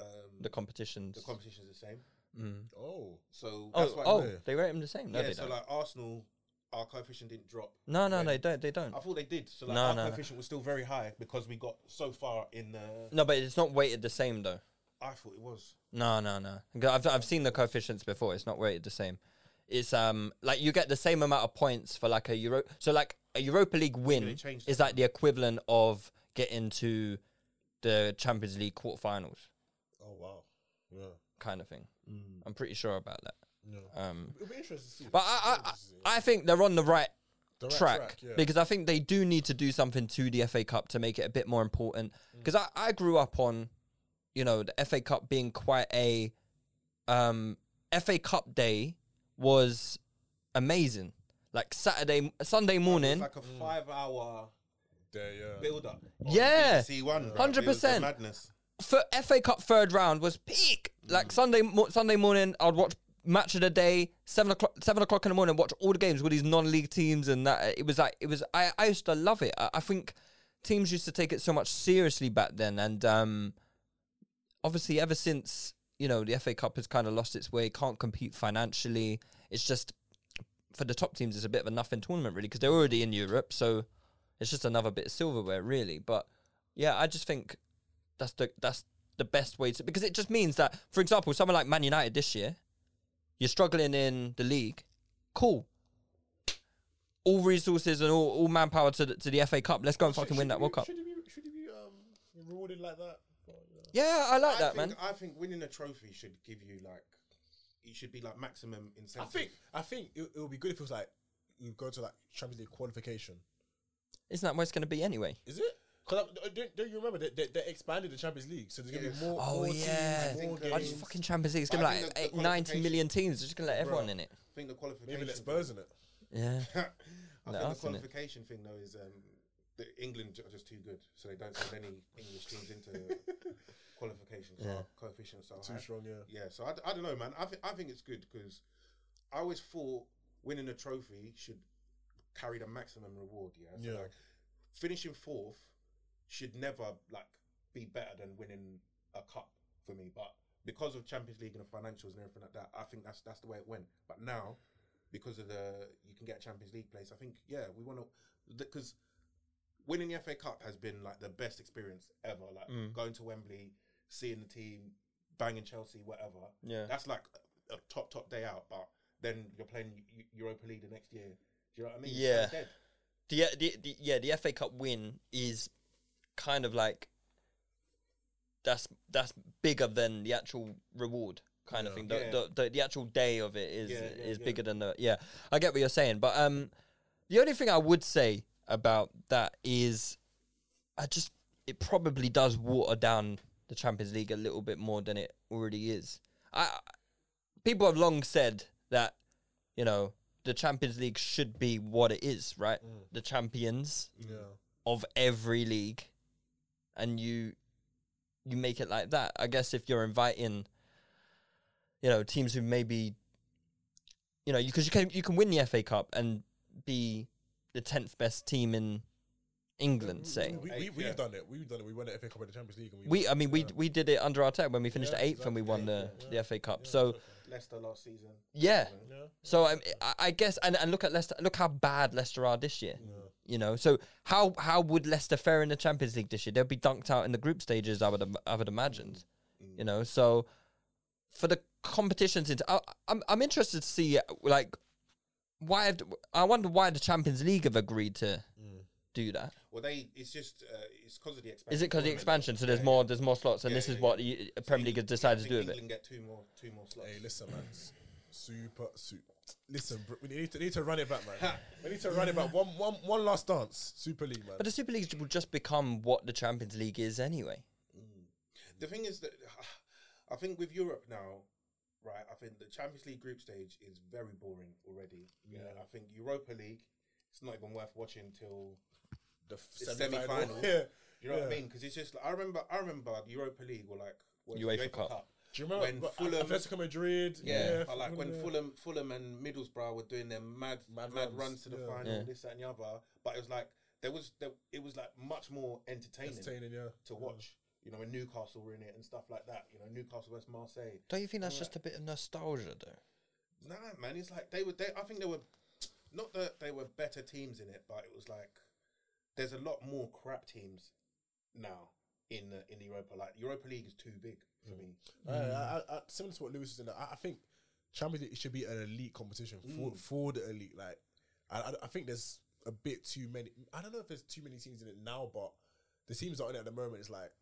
[SPEAKER 3] um,
[SPEAKER 1] the
[SPEAKER 3] the,
[SPEAKER 1] competitions.
[SPEAKER 3] competition's the same.
[SPEAKER 1] Mm.
[SPEAKER 2] Oh,
[SPEAKER 3] So that's
[SPEAKER 1] Oh,
[SPEAKER 3] why.
[SPEAKER 1] oh,
[SPEAKER 2] Yeah.
[SPEAKER 1] they rate them the same. No,
[SPEAKER 3] yeah.
[SPEAKER 1] they
[SPEAKER 3] So
[SPEAKER 1] don't.
[SPEAKER 3] like Arsenal, our coefficient didn't drop.
[SPEAKER 1] no, no,
[SPEAKER 3] when-
[SPEAKER 1] they don't. They don't.
[SPEAKER 3] I thought they did. So like
[SPEAKER 1] No,
[SPEAKER 3] our
[SPEAKER 1] no, no.
[SPEAKER 3] coefficient was still very high because we got so far in the.
[SPEAKER 1] No, but it's not weighted the same though.
[SPEAKER 3] I thought it was.
[SPEAKER 1] No, no, no. I've I've seen the coefficients before. It's not weighted the same. It's um like you get the same amount of points for like a Euro. So like a Europa League win
[SPEAKER 3] changed
[SPEAKER 1] is like the equivalent of getting to the Champions League quarterfinals
[SPEAKER 2] oh wow. Yeah.
[SPEAKER 1] kind of thing. I'm pretty sure about that. Um,
[SPEAKER 2] It'll be interesting to see.
[SPEAKER 1] But I, I, I I think they're on the right
[SPEAKER 2] The right
[SPEAKER 1] track,
[SPEAKER 2] track, yeah.
[SPEAKER 1] because I think they do need to do something to the FA Cup to make it a bit more important.
[SPEAKER 2] Mm.
[SPEAKER 1] Because I, I grew up on, you know, the FA Cup being quite a, um, FA Cup day was amazing. Like Saturday, Sunday
[SPEAKER 3] It's
[SPEAKER 1] morning,
[SPEAKER 3] like
[SPEAKER 2] Mm.
[SPEAKER 3] a five-hour
[SPEAKER 2] There, yeah.
[SPEAKER 3] build-up.
[SPEAKER 1] Yeah.
[SPEAKER 3] C one.
[SPEAKER 1] 100%.
[SPEAKER 3] madness.
[SPEAKER 1] for FA Cup third round was peak. Like Sunday mo- Sunday morning, I'd watch match of the day seven o'clock seven o'clock in the morning. Watch all the games with these non league teams and that. It was like it was. I I used to love it. I, I think teams used to take it so much seriously back then, and um, obviously ever since you know the FA Cup has kind of lost its way, can't compete financially. It's just for the top teams, it's a bit of a nothing tournament really because they're already in Europe, so it's just another bit of silverware really. But yeah, I just think that's the that's the best way to because it just means that, for example, someone like Man United this year, you're struggling in the league. Cool. All resources and all, all manpower to the, to the FA Cup. Let's go and fucking win that World Cup.
[SPEAKER 2] Should he be, should he be um, rewarded like that? Well, you know.
[SPEAKER 1] Yeah, I like
[SPEAKER 3] I
[SPEAKER 1] that,
[SPEAKER 3] think,
[SPEAKER 1] man.
[SPEAKER 3] I think winning a trophy should give you like, it should be like maximum
[SPEAKER 2] I
[SPEAKER 3] incentive.
[SPEAKER 2] think I think it, it would be good if it was like we go to like Champions League qualification.
[SPEAKER 1] Isn't that what it's going to be anyway?
[SPEAKER 2] Is it? Because don't, don't you remember that they, they, expanded the Champions League, so there's gonna
[SPEAKER 3] Yes.
[SPEAKER 2] be more.
[SPEAKER 1] Oh
[SPEAKER 2] more
[SPEAKER 1] yeah,
[SPEAKER 2] teams, more
[SPEAKER 3] think, uh,
[SPEAKER 1] I just
[SPEAKER 2] games.
[SPEAKER 1] fucking Champions League. It's
[SPEAKER 3] But
[SPEAKER 1] gonna
[SPEAKER 3] I
[SPEAKER 1] be
[SPEAKER 3] think
[SPEAKER 1] like
[SPEAKER 3] that
[SPEAKER 1] eight,
[SPEAKER 3] the
[SPEAKER 1] ninety
[SPEAKER 3] qualification-
[SPEAKER 1] million teams. They're just gonna let everyone
[SPEAKER 2] Bruh.
[SPEAKER 1] in it.
[SPEAKER 3] I think the qualification.
[SPEAKER 2] Maybe let Spurs in it.
[SPEAKER 1] Yeah,
[SPEAKER 3] I
[SPEAKER 1] No, I've
[SPEAKER 3] think the
[SPEAKER 1] seen it.
[SPEAKER 3] qualification thing though is um, that England are just too good, so they don't send any English teams into qualifications. So Our coefficients are
[SPEAKER 2] Too
[SPEAKER 3] high.
[SPEAKER 2] strong, yeah.
[SPEAKER 3] Yeah, so I, don't know, man. I think I think it's good because I always thought winning a trophy should carry the maximum reward. Yeah, so
[SPEAKER 2] Yeah.
[SPEAKER 3] like finishing fourth should never like be better than winning a cup for me. But because of Champions League and the financials and everything like that, I think that's that's the way it went. But now, because of the you can get a Champions League place, I think yeah, we want to because winning the FA Cup has been like the best experience ever. Like
[SPEAKER 1] Mm.
[SPEAKER 3] going to Wembley, seeing the team, banging Chelsea, whatever.
[SPEAKER 1] Yeah.
[SPEAKER 3] that's like a top top day out. But then you're playing Eu- Europa League the next year. Do you know what I mean? It's so
[SPEAKER 1] Yeah.
[SPEAKER 3] dead.
[SPEAKER 1] the, the, the yeah the FA Cup win is kind of like that's that's bigger than the actual reward kind of thing. The,
[SPEAKER 3] Yeah.
[SPEAKER 1] the, the the actual day of it is
[SPEAKER 3] Yeah, yeah,
[SPEAKER 1] is
[SPEAKER 3] yeah.
[SPEAKER 1] bigger than the yeah. I get what you're saying, but um, the only thing I would say about that is, I just it probably does water down the Champions League a little bit more than it already is. I people have long said that you know the Champions League should be what it is, right?
[SPEAKER 3] Mm.
[SPEAKER 1] The champions
[SPEAKER 2] Yeah.
[SPEAKER 1] of every league, and you you make it like that. I guess if you're inviting, you know, teams who maybe, you know, because you, can you can win the FA Cup and be the tenth best team in England, say.
[SPEAKER 2] We, we,
[SPEAKER 3] Eight,
[SPEAKER 2] we've
[SPEAKER 3] yeah.
[SPEAKER 2] done it. We've done it. We won the FA Cup in the Champions League. And we,
[SPEAKER 1] We, I mean, we we did it under Arteta when we finished
[SPEAKER 2] Yeah,
[SPEAKER 1] eighth and we won the,
[SPEAKER 2] exactly.
[SPEAKER 1] the FA Cup. so
[SPEAKER 3] Leicester last season.
[SPEAKER 1] yeah,
[SPEAKER 2] Yeah.
[SPEAKER 1] So um, I, I guess, and, and look at Leicester. Look how bad Leicester are this year. You know, so how how would Leicester fare in the Champions League this year? They'll be dunked out in the group stages. I would im- I would imagine. You know, so for the competitions, into, I, I'm I'm interested to see like why have, I wonder why the Champions League have agreed to do that.
[SPEAKER 3] Well, they it's just uh, it's because of the expansion.
[SPEAKER 1] Is it because the
[SPEAKER 3] tournament.
[SPEAKER 1] expansion? So there's
[SPEAKER 3] Yeah,
[SPEAKER 1] more
[SPEAKER 3] yeah.
[SPEAKER 1] there's more slots, and
[SPEAKER 3] Yeah,
[SPEAKER 1] this
[SPEAKER 3] yeah,
[SPEAKER 1] is
[SPEAKER 3] yeah.
[SPEAKER 1] what you,
[SPEAKER 3] So
[SPEAKER 1] Premier League
[SPEAKER 3] you-
[SPEAKER 1] has decided
[SPEAKER 3] I
[SPEAKER 1] to
[SPEAKER 3] think
[SPEAKER 1] do with it.
[SPEAKER 3] England get two more two more slots.
[SPEAKER 2] Hey, listen, man. S- Super, super. Listen, bro, we need to, need to run it back, man. we need to run it back. One, one, one last dance. Super League, man.
[SPEAKER 1] But the Super League will just become what the Champions League is anyway.
[SPEAKER 3] The thing is that I think with Europe now, right? I think the Champions League group stage is very boring already. Yeah. I think Europa League, it's not even worth watching till
[SPEAKER 2] the f-
[SPEAKER 3] the semi
[SPEAKER 2] semi-final.
[SPEAKER 3] final.
[SPEAKER 2] Yeah.
[SPEAKER 3] You know what I
[SPEAKER 2] Yeah.
[SPEAKER 3] mean? Because it's just like, I remember I remember the Europa League or like what is it,
[SPEAKER 1] UEFA Cup.
[SPEAKER 2] Do you remember
[SPEAKER 3] when
[SPEAKER 2] but
[SPEAKER 3] Fulham?
[SPEAKER 2] Atletico Madrid?
[SPEAKER 3] Yeah, but like when
[SPEAKER 2] yeah.
[SPEAKER 3] Fulham, Fulham and Middlesbrough were doing their mad,
[SPEAKER 2] Mad
[SPEAKER 3] mad,
[SPEAKER 2] runs,
[SPEAKER 3] runs. to the
[SPEAKER 2] yeah.
[SPEAKER 3] final,
[SPEAKER 1] Yeah.
[SPEAKER 3] this that, and the other. But it was like there was, there, it was like much more entertaining,
[SPEAKER 2] Entertaining, yeah.
[SPEAKER 3] to watch. You know, when Newcastle were in it and stuff like that. You know, Newcastle versus Marseille.
[SPEAKER 1] Don't you think that's just a bit of nostalgia, though?
[SPEAKER 3] Nah, man, it's like they were. They, I think they were not that they were better teams in it, but it was like there's a lot more crap teams now in the, in Europa. Like Europa League is too big for me.
[SPEAKER 2] Uh, I, I, I- similar to what Lewis is in, I, I think Champions League should be an elite competition for,
[SPEAKER 3] Mm.
[SPEAKER 2] for the elite. Like, I, I, I think there's a bit too many. I don't know if there's too many teams in it now, but the teams that are in it at the moment is like,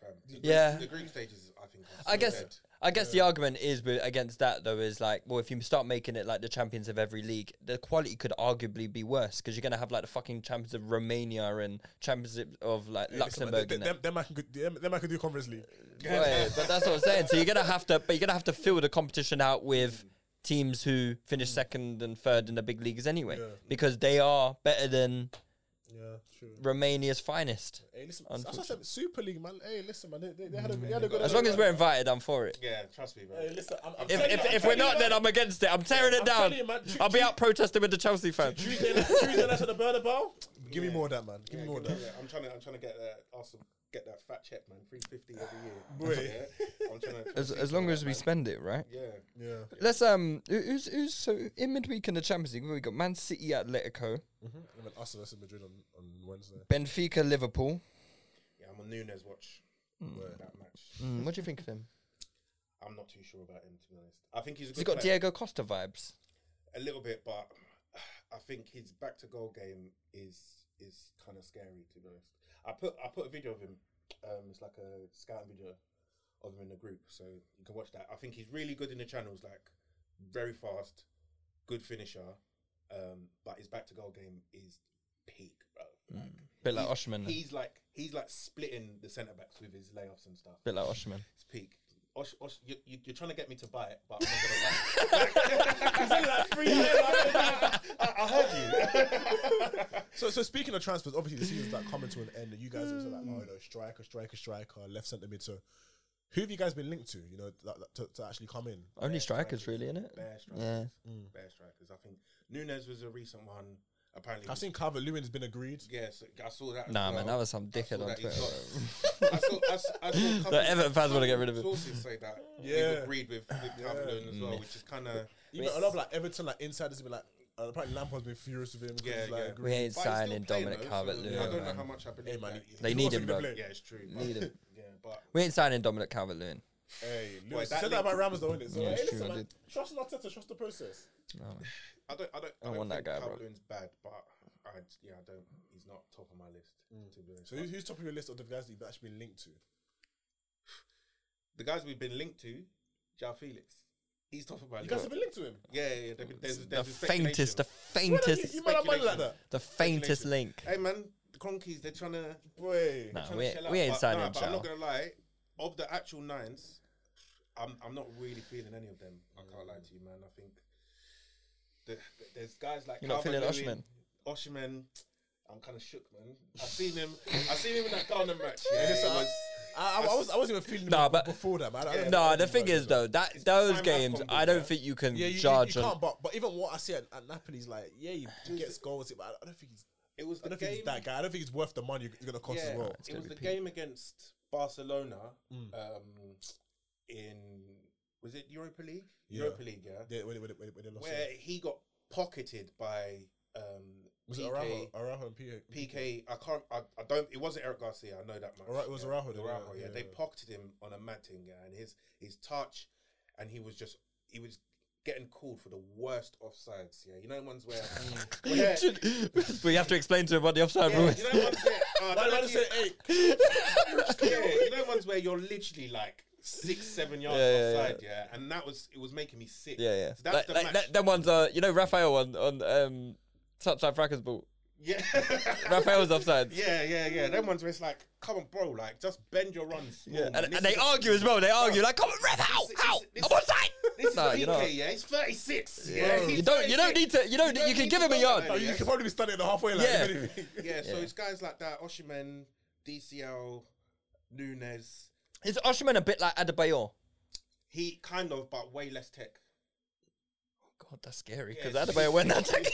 [SPEAKER 3] Fam. The group-
[SPEAKER 1] Yeah.
[SPEAKER 3] the group stages, I think. Are
[SPEAKER 1] I
[SPEAKER 3] so
[SPEAKER 1] guess.
[SPEAKER 3] dead.
[SPEAKER 1] I guess the argument is with, against that though is like, well, if you start making it like the champions of every league, the quality could arguably be worse because you're gonna have like the fucking champions of Romania and champions of- of like
[SPEAKER 2] hey, listen, man,
[SPEAKER 1] Luxembourg. and
[SPEAKER 2] Them,
[SPEAKER 1] that.
[SPEAKER 2] them, them, I can, go- them, them I can do Conference League.
[SPEAKER 1] Right, but that's what I'm saying. So you're gonna have to, but you're gonna have to fill the competition out with teams who
[SPEAKER 2] Mm.
[SPEAKER 1] finish second and third in the big leagues anyway, because they are better than
[SPEAKER 2] Yeah, true.
[SPEAKER 1] Romania's finest.
[SPEAKER 2] Hey, listen, that's what I said, Super League, man. Hey, listen, man. They, they, they had a, they had a good
[SPEAKER 1] As long as
[SPEAKER 2] man.
[SPEAKER 1] we're invited, I'm for it.
[SPEAKER 3] Yeah, trust me, bro.
[SPEAKER 2] Hey, listen, I'm, I'm
[SPEAKER 1] If,
[SPEAKER 2] telling you,
[SPEAKER 1] if,
[SPEAKER 2] I'm
[SPEAKER 1] if we're
[SPEAKER 2] telling
[SPEAKER 1] not,
[SPEAKER 2] you,
[SPEAKER 1] then
[SPEAKER 2] man.
[SPEAKER 1] I'm against it. I'm tearing it
[SPEAKER 2] I'm
[SPEAKER 1] down.
[SPEAKER 2] telling you, man. Ju-
[SPEAKER 1] I'll be
[SPEAKER 2] ju-
[SPEAKER 1] out protesting with the Chelsea fans.
[SPEAKER 2] Tuesday night- Tuesday night at the Bernabeu. Give me more of that, man. Give me more of that.
[SPEAKER 3] Yeah, I'm trying to, I'm trying to get that Arsenal, get that fat check, man. Three fifty every year.
[SPEAKER 2] Boy.
[SPEAKER 3] Yeah, I'm trying to.
[SPEAKER 1] As, as long as we spend it, right?
[SPEAKER 3] yeah,
[SPEAKER 2] Yeah.
[SPEAKER 1] Let's um, who- who's who's so in midweek in the Champions League? We got Man City, Atletico,
[SPEAKER 2] I mean, us versus Madrid on, on Wednesday.
[SPEAKER 1] Benfica, Liverpool.
[SPEAKER 3] yeah, I'm on Nunes watch.
[SPEAKER 1] Hmm.
[SPEAKER 3] that match.
[SPEAKER 1] Mm, what do you think of him?
[SPEAKER 3] I'm not too sure about him to be honest. I think he's a
[SPEAKER 1] Has he
[SPEAKER 3] good
[SPEAKER 1] got
[SPEAKER 3] player.
[SPEAKER 1] Diego Costa vibes?
[SPEAKER 3] a little bit, but I think his back to goal game is is kind of scary to be honest. I put I put a video of him. Um, it's like a scouting video of him in the group, so you can watch that. I think he's really good in the channels, like very fast, good finisher. Um, but his back to goal game is peak, bro. Like,
[SPEAKER 1] Mm. Bit like
[SPEAKER 3] he's-
[SPEAKER 1] Osimhen.
[SPEAKER 3] He's like he's like splitting the centre backs with his layoffs and stuff.
[SPEAKER 1] Bit like Oshman.
[SPEAKER 3] It's peak. Osh, Osh, you, you, you're trying to get me to buy it, but I'm not gonna buy it. It's only like three years, I, I, I heard you.
[SPEAKER 2] So, so speaking of transfers, obviously the season's like coming to an end, and you guys are like, oh, you know, striker, striker, striker, left centre mid. So, who have you guys been linked to? You know, that, that- to, to actually come in.
[SPEAKER 1] Only strikers, really, innit?
[SPEAKER 3] Bear strikers.
[SPEAKER 1] Yeah.
[SPEAKER 2] Mm.
[SPEAKER 3] Bear strikers. I think Nunes was a recent one. Apparently,
[SPEAKER 2] I've seen Calvert Lewin has been agreed.
[SPEAKER 3] Yes, I saw that. as
[SPEAKER 1] Nah, man,
[SPEAKER 3] well.
[SPEAKER 1] that was some
[SPEAKER 3] I
[SPEAKER 1] dickhead
[SPEAKER 3] saw
[SPEAKER 1] on
[SPEAKER 3] that he's
[SPEAKER 1] Twitter,
[SPEAKER 3] got- I saw, I saw, I saw a couple-
[SPEAKER 1] Everton fans wanna get rid of him. Mm.
[SPEAKER 3] Sources say that. Yeah,
[SPEAKER 2] Yeah.
[SPEAKER 3] they've agreed with, with Calvert-Lewin as well, which is kind of.
[SPEAKER 2] Even a lot of like Everton, like insiders have been like, uh, apparently Lampard's been furious with him. because
[SPEAKER 3] Yeah,
[SPEAKER 2] he's, like,
[SPEAKER 3] yeah.
[SPEAKER 2] agreed.
[SPEAKER 1] We ain't
[SPEAKER 3] But he's still
[SPEAKER 1] signing
[SPEAKER 3] playing,
[SPEAKER 1] Dominic
[SPEAKER 3] though, so
[SPEAKER 1] Calvert
[SPEAKER 3] I don't
[SPEAKER 1] Lewin.
[SPEAKER 3] know how much I believe
[SPEAKER 2] Hey, man,
[SPEAKER 3] that.
[SPEAKER 2] he-
[SPEAKER 1] They
[SPEAKER 2] he
[SPEAKER 1] need
[SPEAKER 2] wants
[SPEAKER 1] him,
[SPEAKER 2] him to
[SPEAKER 1] bro.
[SPEAKER 2] play.
[SPEAKER 3] Yeah, it's true.
[SPEAKER 1] Need
[SPEAKER 3] but-
[SPEAKER 1] him.
[SPEAKER 3] Yeah, but
[SPEAKER 1] We ain't signing Dominic Calvert Lewin.
[SPEAKER 2] Hey,
[SPEAKER 3] Boy,
[SPEAKER 2] Lewis
[SPEAKER 3] that
[SPEAKER 2] said that about
[SPEAKER 3] link-
[SPEAKER 2] Ramos, though, innit? So,
[SPEAKER 1] Yeah,
[SPEAKER 2] hey,
[SPEAKER 1] it's
[SPEAKER 2] listen,
[SPEAKER 1] true, I
[SPEAKER 2] man,
[SPEAKER 1] did.
[SPEAKER 2] trust Arteta, trust the process.
[SPEAKER 3] I don't, I don't, I
[SPEAKER 1] I
[SPEAKER 3] don't
[SPEAKER 1] want that
[SPEAKER 3] think
[SPEAKER 1] guy, bro.
[SPEAKER 3] Calvert-Lewin's bad, but I, d- yeah, I don't. He's not top of my list. To be
[SPEAKER 2] Mm.
[SPEAKER 3] honest,
[SPEAKER 2] So, who's, who's top of your list of the guys that you've actually been linked to?
[SPEAKER 3] the guys we've been linked to, Jao Felix, he's top of my
[SPEAKER 2] You
[SPEAKER 3] list.
[SPEAKER 2] guys have been linked to him.
[SPEAKER 3] yeah, yeah. There's, there's,
[SPEAKER 1] The
[SPEAKER 3] there's a speculation.
[SPEAKER 1] faintest, the
[SPEAKER 2] Why don't
[SPEAKER 1] faintest,
[SPEAKER 2] you, you might have money like
[SPEAKER 3] speculation.
[SPEAKER 2] that.
[SPEAKER 1] the faintest
[SPEAKER 3] Speculation.
[SPEAKER 1] link.
[SPEAKER 3] Hey man, the Cronkies, they're trying to.
[SPEAKER 2] Boy.
[SPEAKER 1] Nah,
[SPEAKER 3] trying
[SPEAKER 1] we
[SPEAKER 3] to
[SPEAKER 1] ain't,
[SPEAKER 3] shell out,
[SPEAKER 1] we ain't
[SPEAKER 3] but,
[SPEAKER 1] signing
[SPEAKER 3] nah, but I'm
[SPEAKER 1] Chow.
[SPEAKER 3] not gonna lie. Of the actual nines, I'm I'm not really feeling any of them. I can't lie to you, man. I think the, th- there's guys like
[SPEAKER 1] You're not feeling
[SPEAKER 3] Calvert-Lewin, Osimhen, I'm kind of shook, man. I seen him. I seen him in that Ghana match. Yeah, it was.
[SPEAKER 2] I, I, I was I wasn't even feeling
[SPEAKER 1] Nah,
[SPEAKER 2] nah,
[SPEAKER 1] but-
[SPEAKER 2] before that, man. I don't-
[SPEAKER 1] No, the thing is though that those
[SPEAKER 3] prime
[SPEAKER 1] games,
[SPEAKER 3] Afcon
[SPEAKER 1] I don't
[SPEAKER 3] winner.
[SPEAKER 1] think you can
[SPEAKER 2] yeah, you, you-
[SPEAKER 1] judge.
[SPEAKER 2] you,
[SPEAKER 1] on-
[SPEAKER 2] can't. But, but even what I see at, at Napoli's, like, yeah, he, he gets goals, but I don't- I don't think he's.
[SPEAKER 3] It was the
[SPEAKER 2] I don't
[SPEAKER 3] game.
[SPEAKER 2] think he's that guy. I don't think he's worth the money it's going to cost
[SPEAKER 3] yeah,
[SPEAKER 2] as well. Mm.
[SPEAKER 3] it was the game against Barcelona. Um, in was it Europa League?
[SPEAKER 2] Yeah.
[SPEAKER 3] Europa League, yeah.
[SPEAKER 2] Yeah, when, they- when, they- when, they- when they lost
[SPEAKER 3] where
[SPEAKER 2] it.
[SPEAKER 3] he got pocketed by um,
[SPEAKER 2] Was it
[SPEAKER 3] PK,
[SPEAKER 2] Araujo? Araujo and P-
[SPEAKER 3] PK, I can't. I, I don't. It wasn't Eric Garcia. I know that much.
[SPEAKER 2] Ara- it was Araujo then, yeah,
[SPEAKER 3] Araujo, yeah.
[SPEAKER 2] yeah,
[SPEAKER 3] They
[SPEAKER 2] yeah.
[SPEAKER 3] pocketed him on a mad thing, yeah, and his his touch, and he was just he was getting called for the worst offsides. Yeah, you know ones where. where
[SPEAKER 1] we have to explain to him what the offside
[SPEAKER 3] yeah,
[SPEAKER 1] rule
[SPEAKER 3] you
[SPEAKER 1] is.
[SPEAKER 3] know ones where. Uh,
[SPEAKER 2] Why
[SPEAKER 3] I don't
[SPEAKER 2] did
[SPEAKER 3] know
[SPEAKER 2] I
[SPEAKER 3] if
[SPEAKER 2] just
[SPEAKER 3] you-
[SPEAKER 2] say eight?
[SPEAKER 3] yeah, you know ones where you're literally like six, seven yards
[SPEAKER 1] Yeah, yeah,
[SPEAKER 3] offside, yeah, and that was it was making me sick.
[SPEAKER 1] Yeah, yeah.
[SPEAKER 3] So that's
[SPEAKER 1] Like-
[SPEAKER 3] the
[SPEAKER 1] like
[SPEAKER 3] match.
[SPEAKER 1] that- them ones are, you know, Raphael on on um, touchdown frackers ball.
[SPEAKER 3] yeah.
[SPEAKER 1] Raphael's offsides.
[SPEAKER 3] Yeah, yeah, yeah. Them ones where it's like, come on, bro, like just bend your runs. small,
[SPEAKER 1] Yeah,
[SPEAKER 3] man.
[SPEAKER 1] and,
[SPEAKER 3] This
[SPEAKER 1] and
[SPEAKER 3] is
[SPEAKER 1] they
[SPEAKER 3] a-
[SPEAKER 1] argue as well. They argue like, "Come on, ref, how,
[SPEAKER 3] This is-
[SPEAKER 1] how?
[SPEAKER 3] this-
[SPEAKER 1] I'm onside."
[SPEAKER 3] This is
[SPEAKER 1] Nah,
[SPEAKER 3] PK,
[SPEAKER 1] you know.
[SPEAKER 3] yeah. He's 36. Yeah,
[SPEAKER 1] You
[SPEAKER 3] he's
[SPEAKER 1] don't. You don't
[SPEAKER 3] 36.
[SPEAKER 1] need to. You don't. You,
[SPEAKER 3] don't
[SPEAKER 1] can
[SPEAKER 3] need
[SPEAKER 1] give
[SPEAKER 3] to
[SPEAKER 1] him a
[SPEAKER 3] know
[SPEAKER 1] yard.
[SPEAKER 3] that,
[SPEAKER 2] Oh,
[SPEAKER 3] man.
[SPEAKER 2] you could probably be standing at the halfway line.
[SPEAKER 1] Yeah.
[SPEAKER 2] if anything.
[SPEAKER 3] Yeah, so
[SPEAKER 1] Yeah.
[SPEAKER 3] it's guys like that, Oshimen, DCL, Nunes.
[SPEAKER 1] Is Oshman a bit like Adebayor?
[SPEAKER 3] He kind of, but way less tech.
[SPEAKER 1] God, that's scary.
[SPEAKER 3] Yeah,
[SPEAKER 1] Because
[SPEAKER 3] it's-
[SPEAKER 1] Adebayor went that tech.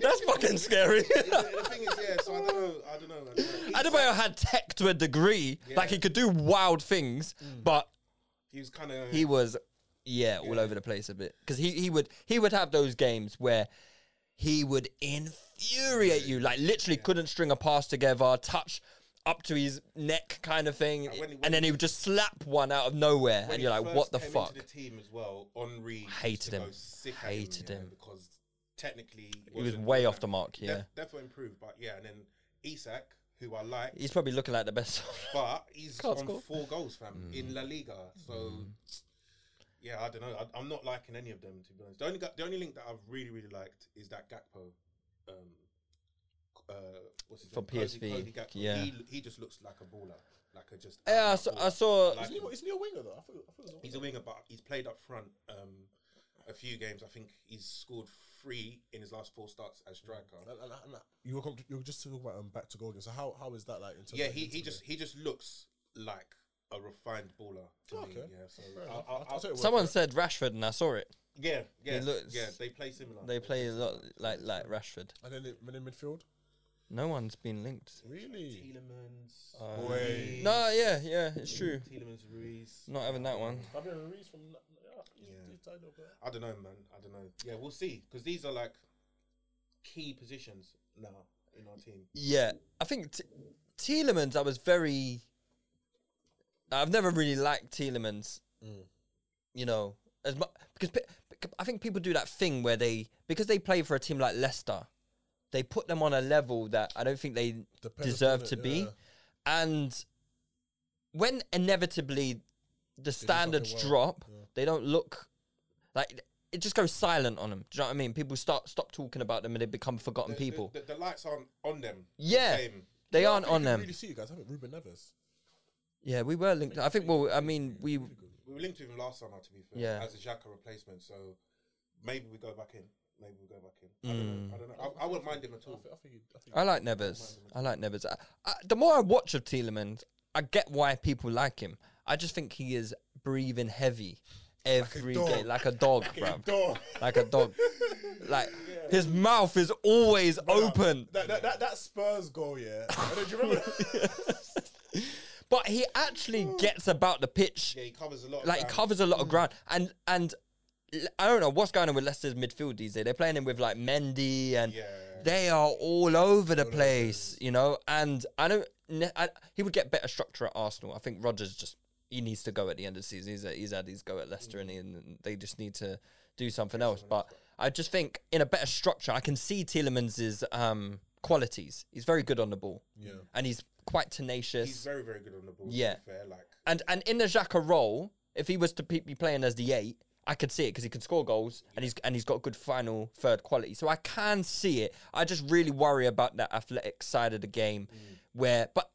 [SPEAKER 1] that's fucking scary.
[SPEAKER 3] the thing is, yeah. So I don't know. I don't know. I don't know. He's like-
[SPEAKER 1] Adebayor had tech to a degree. Like he could do wild things,
[SPEAKER 3] Mm.
[SPEAKER 1] but
[SPEAKER 3] he was kind of.
[SPEAKER 1] he was yeah, all over the place a bit because he, he would he would have those games where he would infuriate you like literally couldn't string a pass together touch up to his neck kind of thing and,
[SPEAKER 3] when he- when
[SPEAKER 1] then he would just slap one out of nowhere
[SPEAKER 3] when
[SPEAKER 1] and
[SPEAKER 3] he
[SPEAKER 1] you're like
[SPEAKER 3] first
[SPEAKER 1] what the
[SPEAKER 3] came
[SPEAKER 1] fuck
[SPEAKER 3] Into the team as well. Henri used
[SPEAKER 1] Hated
[SPEAKER 3] to
[SPEAKER 1] him.
[SPEAKER 3] go sick at
[SPEAKER 1] Hated
[SPEAKER 3] yeah,
[SPEAKER 1] him.
[SPEAKER 3] because technically
[SPEAKER 1] he was
[SPEAKER 3] wasn't
[SPEAKER 1] way
[SPEAKER 3] doing
[SPEAKER 1] off
[SPEAKER 3] that.
[SPEAKER 1] the mark yeah
[SPEAKER 3] Def- definitely improved, but yeah. And then Isak, who I like,
[SPEAKER 1] he's probably looking like the best
[SPEAKER 3] but he's
[SPEAKER 1] Can't
[SPEAKER 3] on
[SPEAKER 1] score.
[SPEAKER 3] four goals, fam, in La Liga. So yeah, I don't know. I, I'm not liking any of them to be honest. The only gu- the only link that I've really really liked is that Gakpo. Um, uh, what's his
[SPEAKER 1] For
[SPEAKER 3] name? Cody-
[SPEAKER 1] PSV,
[SPEAKER 3] Cody Gakpo.
[SPEAKER 1] yeah.
[SPEAKER 3] He, he just looks like a baller, like a just.
[SPEAKER 1] Yeah, I
[SPEAKER 3] out-and-out
[SPEAKER 1] saw- I
[SPEAKER 3] baller.
[SPEAKER 1] saw-
[SPEAKER 3] like
[SPEAKER 2] Isn't
[SPEAKER 3] him.
[SPEAKER 2] he- Isn't he a winger, though? I thought, I thought he was a
[SPEAKER 3] He's
[SPEAKER 2] winger.
[SPEAKER 3] a winger, but he's played up front um, a few games. I think he's scored three in his last four starts as striker.
[SPEAKER 2] And- and- and- and You were, com- you were just talking about um, back to Golden. So how, how is that like? In terms
[SPEAKER 3] Yeah,
[SPEAKER 2] of
[SPEAKER 3] he, he
[SPEAKER 2] interplay?
[SPEAKER 3] just he just looks like a refined baller to me.
[SPEAKER 2] Oh, Okay.
[SPEAKER 3] Yeah, so
[SPEAKER 2] Fair
[SPEAKER 3] I-
[SPEAKER 2] enough.
[SPEAKER 3] I-
[SPEAKER 2] I'll- I'll
[SPEAKER 3] I-
[SPEAKER 2] take your word
[SPEAKER 1] someone
[SPEAKER 2] for it.
[SPEAKER 1] said Rashford and I saw it
[SPEAKER 3] yeah, yeah,
[SPEAKER 1] looks-
[SPEAKER 3] yeah. They play similar.
[SPEAKER 1] they play a lot like like Rashford
[SPEAKER 2] And then it- then in midfield,
[SPEAKER 1] no one's been linked
[SPEAKER 2] really?
[SPEAKER 3] Tielemans.
[SPEAKER 1] Uh,
[SPEAKER 2] Boy.
[SPEAKER 1] no yeah yeah it's true
[SPEAKER 3] Tielemans Ruiz.
[SPEAKER 1] not having that one
[SPEAKER 2] Fabian Ruiz from yeah, he's,
[SPEAKER 3] Yeah.
[SPEAKER 2] he's tied up, uh,
[SPEAKER 3] I don't know, man. I don't know. Yeah, we'll see because these are like key positions now in our team.
[SPEAKER 1] Yeah, I think t- Tielemans. I was very I've never really liked Tielemans,
[SPEAKER 2] Mm.
[SPEAKER 1] you know, as much because pe- bec- I think people do that thing where they because they play for a team like Leicester, they put them on a level that I don't think they
[SPEAKER 2] The pedestal,
[SPEAKER 1] deserve
[SPEAKER 2] innit?
[SPEAKER 1] to be,
[SPEAKER 2] Yeah.
[SPEAKER 1] and when inevitably the standards
[SPEAKER 2] well.
[SPEAKER 1] drop, they don't look like it just goes silent on them. Do you know what I mean? People start stop talking about them and they become forgotten
[SPEAKER 3] The-
[SPEAKER 1] people.
[SPEAKER 3] The, the, the lights aren't on them. the
[SPEAKER 1] yeah,
[SPEAKER 3] same.
[SPEAKER 1] they
[SPEAKER 2] Yeah, I
[SPEAKER 1] aren't
[SPEAKER 2] think you
[SPEAKER 1] on
[SPEAKER 2] can
[SPEAKER 1] them.
[SPEAKER 2] Really see you guys. I think Ruben Neves.
[SPEAKER 1] Yeah, we were linked. I think. Well, I mean, we.
[SPEAKER 3] We were linked to him last summer, to be fair,
[SPEAKER 1] Yeah.
[SPEAKER 3] as a Xhaka replacement. So maybe we go back in. Maybe we go back in. I don't
[SPEAKER 1] Mm.
[SPEAKER 3] know. I, don't know. I, I wouldn't mind him at all.
[SPEAKER 2] I think. he- I think
[SPEAKER 1] I like Nevers. I like Nevers. I, I, the more I watch of Tielemans, I get why people like him. I just think he is breathing heavy every day,
[SPEAKER 2] dog.
[SPEAKER 1] like a dog,
[SPEAKER 2] he-
[SPEAKER 1] bro.
[SPEAKER 2] Dog.
[SPEAKER 1] Like a dog. Like his mouth is always open.
[SPEAKER 2] That, that, that, that Spurs goal, yeah. I don't, do you remember?
[SPEAKER 1] But he actually gets about the pitch.
[SPEAKER 3] Yeah, he covers a lot. of
[SPEAKER 1] like he
[SPEAKER 3] ground.
[SPEAKER 1] covers a lot of ground and and l- I don't know what's going on with Leicester's midfield these days. They're playing him with like Mendy and they are all over the place, you know. And I don't. ne- I, he would get better structure at Arsenal. I think Rodgers just he needs to go at the end of the season. He's, he's had his go at Leicester and, he, and they just need to do something else. But I just think in a better structure, I can see Tielemans's um, qualities. He's very good on the ball. Yeah, and he's quite tenacious.
[SPEAKER 3] He's very, very good on the ball.
[SPEAKER 1] Yeah.
[SPEAKER 3] To be fair, like
[SPEAKER 1] And and in the Xhaka role, if he was to pe- be playing as the eight, I could see it because he can score goals and he's and he's got good final third quality. So I can see it. I just really worry about that athletic side of the game, where but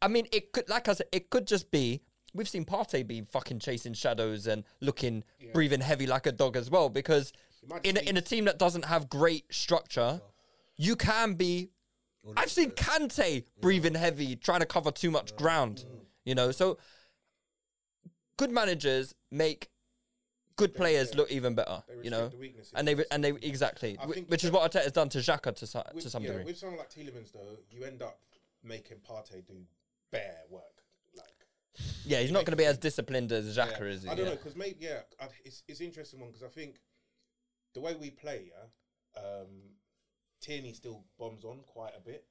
[SPEAKER 1] I mean it could like I said it could just be. We've seen Partey be fucking chasing shadows and looking, breathing heavy like a dog as well. Because
[SPEAKER 3] might
[SPEAKER 1] in a,
[SPEAKER 3] just
[SPEAKER 1] in a team that doesn't have great structure, you can be I've seen Kante breathing heavy, trying to cover too much ground.
[SPEAKER 3] Mm.
[SPEAKER 1] You know, so good managers make good players look even better.
[SPEAKER 3] they
[SPEAKER 1] You
[SPEAKER 3] restrict
[SPEAKER 1] know,
[SPEAKER 3] the weaknesses.
[SPEAKER 1] and they re- and they exactly,
[SPEAKER 3] I
[SPEAKER 1] whi-
[SPEAKER 3] think
[SPEAKER 1] which is
[SPEAKER 3] that-
[SPEAKER 1] what Arteta's done to Xhaka to, so-
[SPEAKER 3] with,
[SPEAKER 1] to some
[SPEAKER 3] yeah,
[SPEAKER 1] degree.
[SPEAKER 3] with someone like Tielemans, though, you end up making Partey do bare work. Like
[SPEAKER 1] Yeah, he's not going to be as disciplined as Xhaka
[SPEAKER 3] Yeah.
[SPEAKER 1] is.
[SPEAKER 3] I don't
[SPEAKER 1] yeah.
[SPEAKER 3] know because maybe yeah, I, it's it's interesting one because I think the way we play, yeah, um, Tierney still bombs on quite a bit,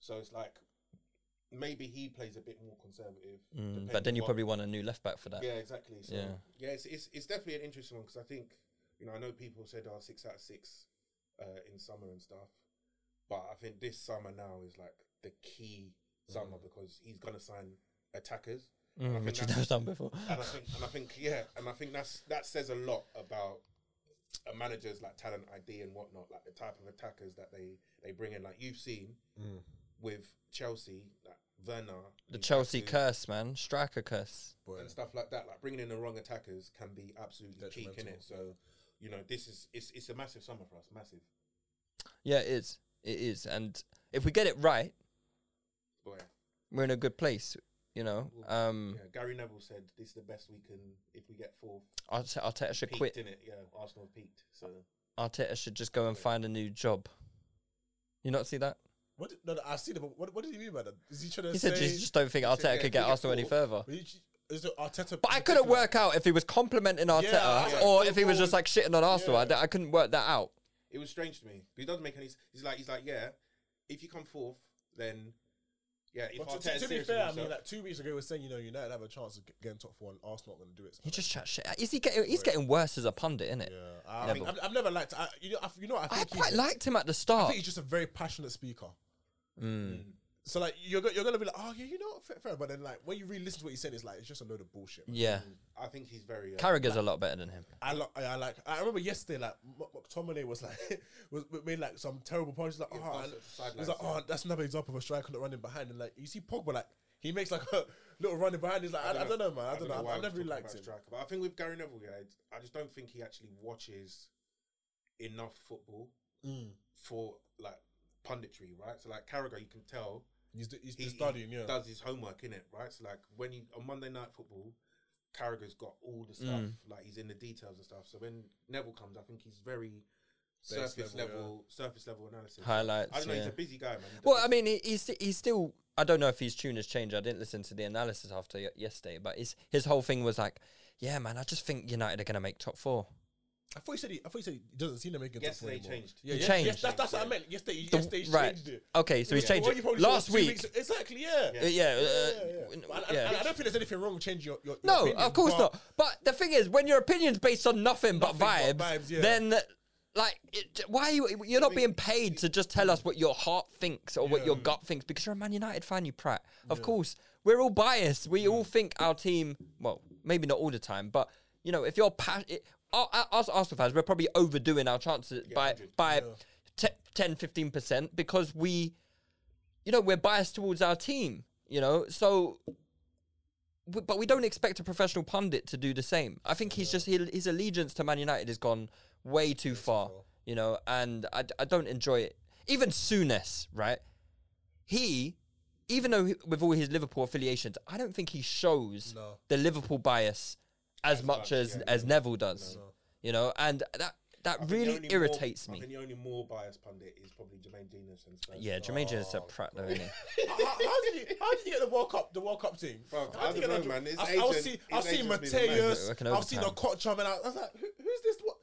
[SPEAKER 3] so it's like maybe he plays a bit more conservative.
[SPEAKER 1] Mm,
[SPEAKER 3] depending
[SPEAKER 1] but then you
[SPEAKER 3] what-
[SPEAKER 1] probably want a new left back for that.
[SPEAKER 3] yeah exactly. So, yeah,
[SPEAKER 1] Uh, Yeah.
[SPEAKER 3] it's, it's it's definitely an interesting one because I think you know I know people said oh six out of six uh, in summer and stuff, but I think this summer now is like the key summer because he's gonna sign attackers. And I
[SPEAKER 1] Mm,
[SPEAKER 3] think
[SPEAKER 1] which he's
[SPEAKER 3] that's-
[SPEAKER 1] never done before.
[SPEAKER 3] and I think, and I think, yeah, and I think that's that says a lot about a manager's like talent ID and whatnot, like the type of attackers that they they bring in. Like you've seen with Chelsea, like Werner,
[SPEAKER 1] Mm. The
[SPEAKER 3] Lukaku,
[SPEAKER 1] Chelsea curse, man, striker curse.
[SPEAKER 2] Boy.
[SPEAKER 3] and stuff like that. Like bringing in the wrong attackers can be absolutely peak in it. So, you know, this is it's it's a massive summer for us, massive.
[SPEAKER 1] Yeah, it is. It is, and if we get it right,
[SPEAKER 3] But yeah,
[SPEAKER 1] we're in a good place. You know, um,
[SPEAKER 3] yeah, Gary Neville said this is the best we can if we get fourth.
[SPEAKER 1] Arte- Arteta should
[SPEAKER 3] Peaked
[SPEAKER 1] quit.
[SPEAKER 3] in it, yeah. Arsenal have peaked, so
[SPEAKER 1] Arteta should just go and find a new job. You not see that?
[SPEAKER 2] What? did- No, no, I see it. But what, what did he mean by that? Is he trying to
[SPEAKER 1] He
[SPEAKER 2] say?
[SPEAKER 1] said you just don't think
[SPEAKER 3] he said,
[SPEAKER 1] Arteta
[SPEAKER 3] yeah,
[SPEAKER 1] could get
[SPEAKER 3] we get
[SPEAKER 1] Arsenal any
[SPEAKER 3] fourth.
[SPEAKER 1] further.
[SPEAKER 2] Is it Arteta?
[SPEAKER 1] But I couldn't work out if he was complimenting Arteta
[SPEAKER 2] yeah.
[SPEAKER 1] or if he was just like shitting on Arsenal. I
[SPEAKER 2] Yeah.
[SPEAKER 1] d- I, couldn't work that out.
[SPEAKER 3] It was strange to me. He doesn't make any. s- He's like, he's like, yeah. If you come fourth, then yeah. If
[SPEAKER 2] But to,
[SPEAKER 3] Arteta's
[SPEAKER 2] to be
[SPEAKER 3] serious
[SPEAKER 2] fair, I
[SPEAKER 3] with
[SPEAKER 2] mean,
[SPEAKER 3] himself-
[SPEAKER 2] like two weeks ago, we were saying, you know, United have a chance of g- getting top four, and Arsenal not going to do it.
[SPEAKER 1] He just chat shit. Is he getting? He's getting worse as a pundit, isn't it?
[SPEAKER 2] Yeah, I think, I've, I've never liked. I, you know, I, you know, I
[SPEAKER 1] I
[SPEAKER 2] think
[SPEAKER 1] quite
[SPEAKER 2] he's,
[SPEAKER 1] liked him at the
[SPEAKER 2] I
[SPEAKER 1] start.
[SPEAKER 2] think he's just a very passionate speaker.
[SPEAKER 1] Mm.
[SPEAKER 2] Mm. So like, you're go- you're going to be like, oh yeah, you know, what, fair, fair. But then like, when you really listen to what he's saying, it's like it's just a load of bullshit. man.
[SPEAKER 1] yeah,
[SPEAKER 3] I think he's very. Uh,
[SPEAKER 1] Carragher's a lot better than him.
[SPEAKER 2] I, lo- I, I like. I remember yesterday, like M- McTominay was like, was was made like some terrible punches. Like, oh,
[SPEAKER 3] pass
[SPEAKER 2] and
[SPEAKER 3] it to sidelines,
[SPEAKER 2] he was like,
[SPEAKER 3] yeah.
[SPEAKER 2] oh, that's another example of a striker not running behind. And like, you see Pogba, like he makes like a little running behind. He's like, I, I, don't know, man. I don't, know.
[SPEAKER 3] why
[SPEAKER 2] I, I
[SPEAKER 3] we're
[SPEAKER 2] never really
[SPEAKER 3] talking
[SPEAKER 2] liked
[SPEAKER 3] about
[SPEAKER 2] him.
[SPEAKER 3] striker. But I think with Gary Neville, yeah, it's- I just don't think he actually watches enough football
[SPEAKER 2] Mm.
[SPEAKER 3] for like punditry, right? So like Carragher, you can tell
[SPEAKER 2] He's, d- he's,
[SPEAKER 3] he,
[SPEAKER 2] he's
[SPEAKER 3] he
[SPEAKER 2] studying, yeah.
[SPEAKER 3] does his homework in it, right? So like when you on Monday night football, Carragher's got all the stuff,
[SPEAKER 2] Mm.
[SPEAKER 3] like he's in the details and stuff. So when Neville comes, I think he's very surface level,
[SPEAKER 2] level,
[SPEAKER 3] surface level analysis.
[SPEAKER 1] Highlights,
[SPEAKER 3] I don't know. He's
[SPEAKER 1] yeah.
[SPEAKER 3] a busy guy, man. He
[SPEAKER 1] Well,
[SPEAKER 3] does-
[SPEAKER 1] I mean, he, he's he's still. I don't know if his tune has changed. I didn't listen to the analysis after y- yesterday, but his his whole thing was like, "Yeah, man, I just think United are going to make top four.
[SPEAKER 2] I thought you said he, I thought you said he doesn't see them making top four
[SPEAKER 3] Yesterday
[SPEAKER 2] anymore.
[SPEAKER 3] changed.
[SPEAKER 2] Yeah,
[SPEAKER 1] He
[SPEAKER 2] yes-
[SPEAKER 1] changed.
[SPEAKER 2] Yes, that's, that's what I meant. Yesterday,
[SPEAKER 1] The-
[SPEAKER 2] yesterday he
[SPEAKER 1] right.
[SPEAKER 2] changed it.
[SPEAKER 1] Okay, so he's
[SPEAKER 2] Yeah,
[SPEAKER 1] changed
[SPEAKER 2] well,
[SPEAKER 1] it.
[SPEAKER 2] you probably
[SPEAKER 1] Last
[SPEAKER 2] saw two
[SPEAKER 1] week-
[SPEAKER 2] weeks- exactly. Yeah.
[SPEAKER 1] Uh, yeah, uh,
[SPEAKER 2] yeah.
[SPEAKER 1] w-
[SPEAKER 2] But I- I,
[SPEAKER 1] yeah.
[SPEAKER 2] I don't think there's anything wrong with changing your. your your
[SPEAKER 1] No,
[SPEAKER 2] opinion,
[SPEAKER 1] of course
[SPEAKER 2] but
[SPEAKER 1] not. But the thing is, when your opinion's based on nothing,
[SPEAKER 2] Nothing
[SPEAKER 1] but vibes,
[SPEAKER 2] but vibes, yeah.
[SPEAKER 1] then like, it, why are you? You're not being paid to just tell us what your heart thinks or what your gut thinks because you're a Man United fan, you prat. Of course, we're all biased. We all think our team. Well, maybe not all the time, but you know, if you're passionate, us Arsenal fans, we're probably overdoing our chances by by te- 10, 15 percent because we, you know, we're biased towards our team. You know, so w- but we don't expect a professional pundit to do the same. I think he's just he, his allegiance to Man United has gone way too far, you know, and I, d- I don't enjoy it. Even Souness, right? He, even though he- with all his Liverpool affiliations, I don't think he shows the Liverpool bias as, much as as Neville does, you know, and that that
[SPEAKER 3] think the
[SPEAKER 1] really
[SPEAKER 3] only more-
[SPEAKER 1] irritates
[SPEAKER 3] I
[SPEAKER 1] me.
[SPEAKER 3] think the only more biased pundit is probably Jermaine Genius and
[SPEAKER 2] Uh,
[SPEAKER 3] Spurs.
[SPEAKER 1] Yeah, Jermaine Jones is a prat though, isn't he?
[SPEAKER 2] How, how- how did you how did you get the World Cup the World Cup thing?
[SPEAKER 3] Bro,
[SPEAKER 2] how
[SPEAKER 3] I
[SPEAKER 2] did you
[SPEAKER 3] don't
[SPEAKER 2] get
[SPEAKER 3] know,
[SPEAKER 2] that-
[SPEAKER 3] man. His
[SPEAKER 2] I've, I've
[SPEAKER 3] agent-
[SPEAKER 2] seen
[SPEAKER 3] his
[SPEAKER 2] I've seen
[SPEAKER 3] agent's been the man.
[SPEAKER 2] Mateus,
[SPEAKER 1] Working
[SPEAKER 2] I've seen
[SPEAKER 1] overtime.
[SPEAKER 2] Okocha, and I, I was like, Who, who's this? What?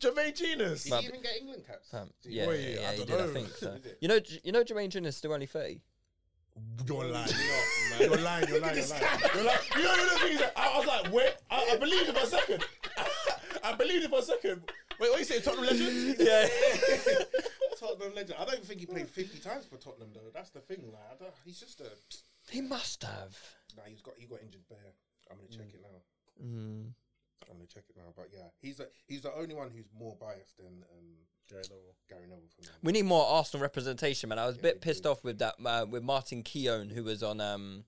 [SPEAKER 2] Jermaine Genius.
[SPEAKER 3] Did he even get England caps?
[SPEAKER 1] Um,
[SPEAKER 3] Do you-
[SPEAKER 1] yeah, yeah,
[SPEAKER 2] Boy,
[SPEAKER 1] yeah,
[SPEAKER 2] I
[SPEAKER 1] he
[SPEAKER 2] don't
[SPEAKER 1] did. I
[SPEAKER 2] know.
[SPEAKER 1] think so. You know, you know, Jermaine Jones is still only thirty.
[SPEAKER 2] You're lying.
[SPEAKER 3] Not, man.
[SPEAKER 2] You're lying. You're lying. You're lying. You're lying. You know, you know the thing is that I, I was like, wait, I, I believed it for a second. I believed it for a second. Wait, what you say, Tottenham legend?
[SPEAKER 1] Yeah.
[SPEAKER 3] Tottenham legend. I don't think he played 50 times for Tottenham though. That's the thing. Like, I don't, he's just a.
[SPEAKER 1] He must have.
[SPEAKER 3] Nah, he's got he got injured there. I'm gonna
[SPEAKER 1] Mm.
[SPEAKER 3] check it now.
[SPEAKER 1] Mm-hmm.
[SPEAKER 3] I'm gonna check it now. But yeah, he's a, he's the only one who's more biased than um, Gary Neville. Gary Neville for me.
[SPEAKER 1] We need more Arsenal representation, man. I was a bit pissed off with that uh, with Martin Keown, who was on. Um,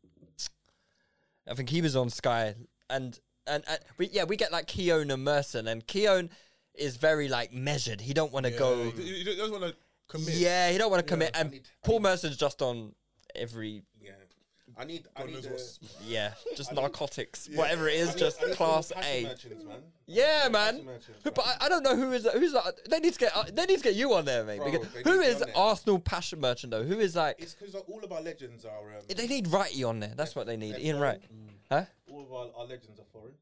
[SPEAKER 1] I think he was on Sky, and and, and we, yeah, we get like Keown and Merson, and Keown is very like measured. He don't want to go.
[SPEAKER 2] You, you don't want to commit.
[SPEAKER 1] Yeah, he don't want to commit. And
[SPEAKER 3] need-
[SPEAKER 1] Paul Merson's just on every
[SPEAKER 3] Yeah, I need I need,
[SPEAKER 2] knows
[SPEAKER 3] uh,
[SPEAKER 2] what's-
[SPEAKER 1] yeah, just narcotics, whatever it is,
[SPEAKER 3] I need-
[SPEAKER 1] just
[SPEAKER 3] I need some
[SPEAKER 1] class
[SPEAKER 3] passion
[SPEAKER 1] A.
[SPEAKER 3] merchants, man.
[SPEAKER 1] Yeah,
[SPEAKER 3] Some passion
[SPEAKER 1] man.
[SPEAKER 3] merchants,
[SPEAKER 1] But I, I don't know who is who's like, they need to get uh, they need to get you on there, mate.
[SPEAKER 3] Bro,
[SPEAKER 1] because
[SPEAKER 3] they
[SPEAKER 1] who
[SPEAKER 3] need you
[SPEAKER 1] is
[SPEAKER 3] on there.
[SPEAKER 1] Arsenal passion merchant though? Who is like
[SPEAKER 3] It's because all of our legends are. Um,
[SPEAKER 1] They need Righty on there. That's what they need. Ian Wright. Huh?
[SPEAKER 3] all of our, our legends are foreign,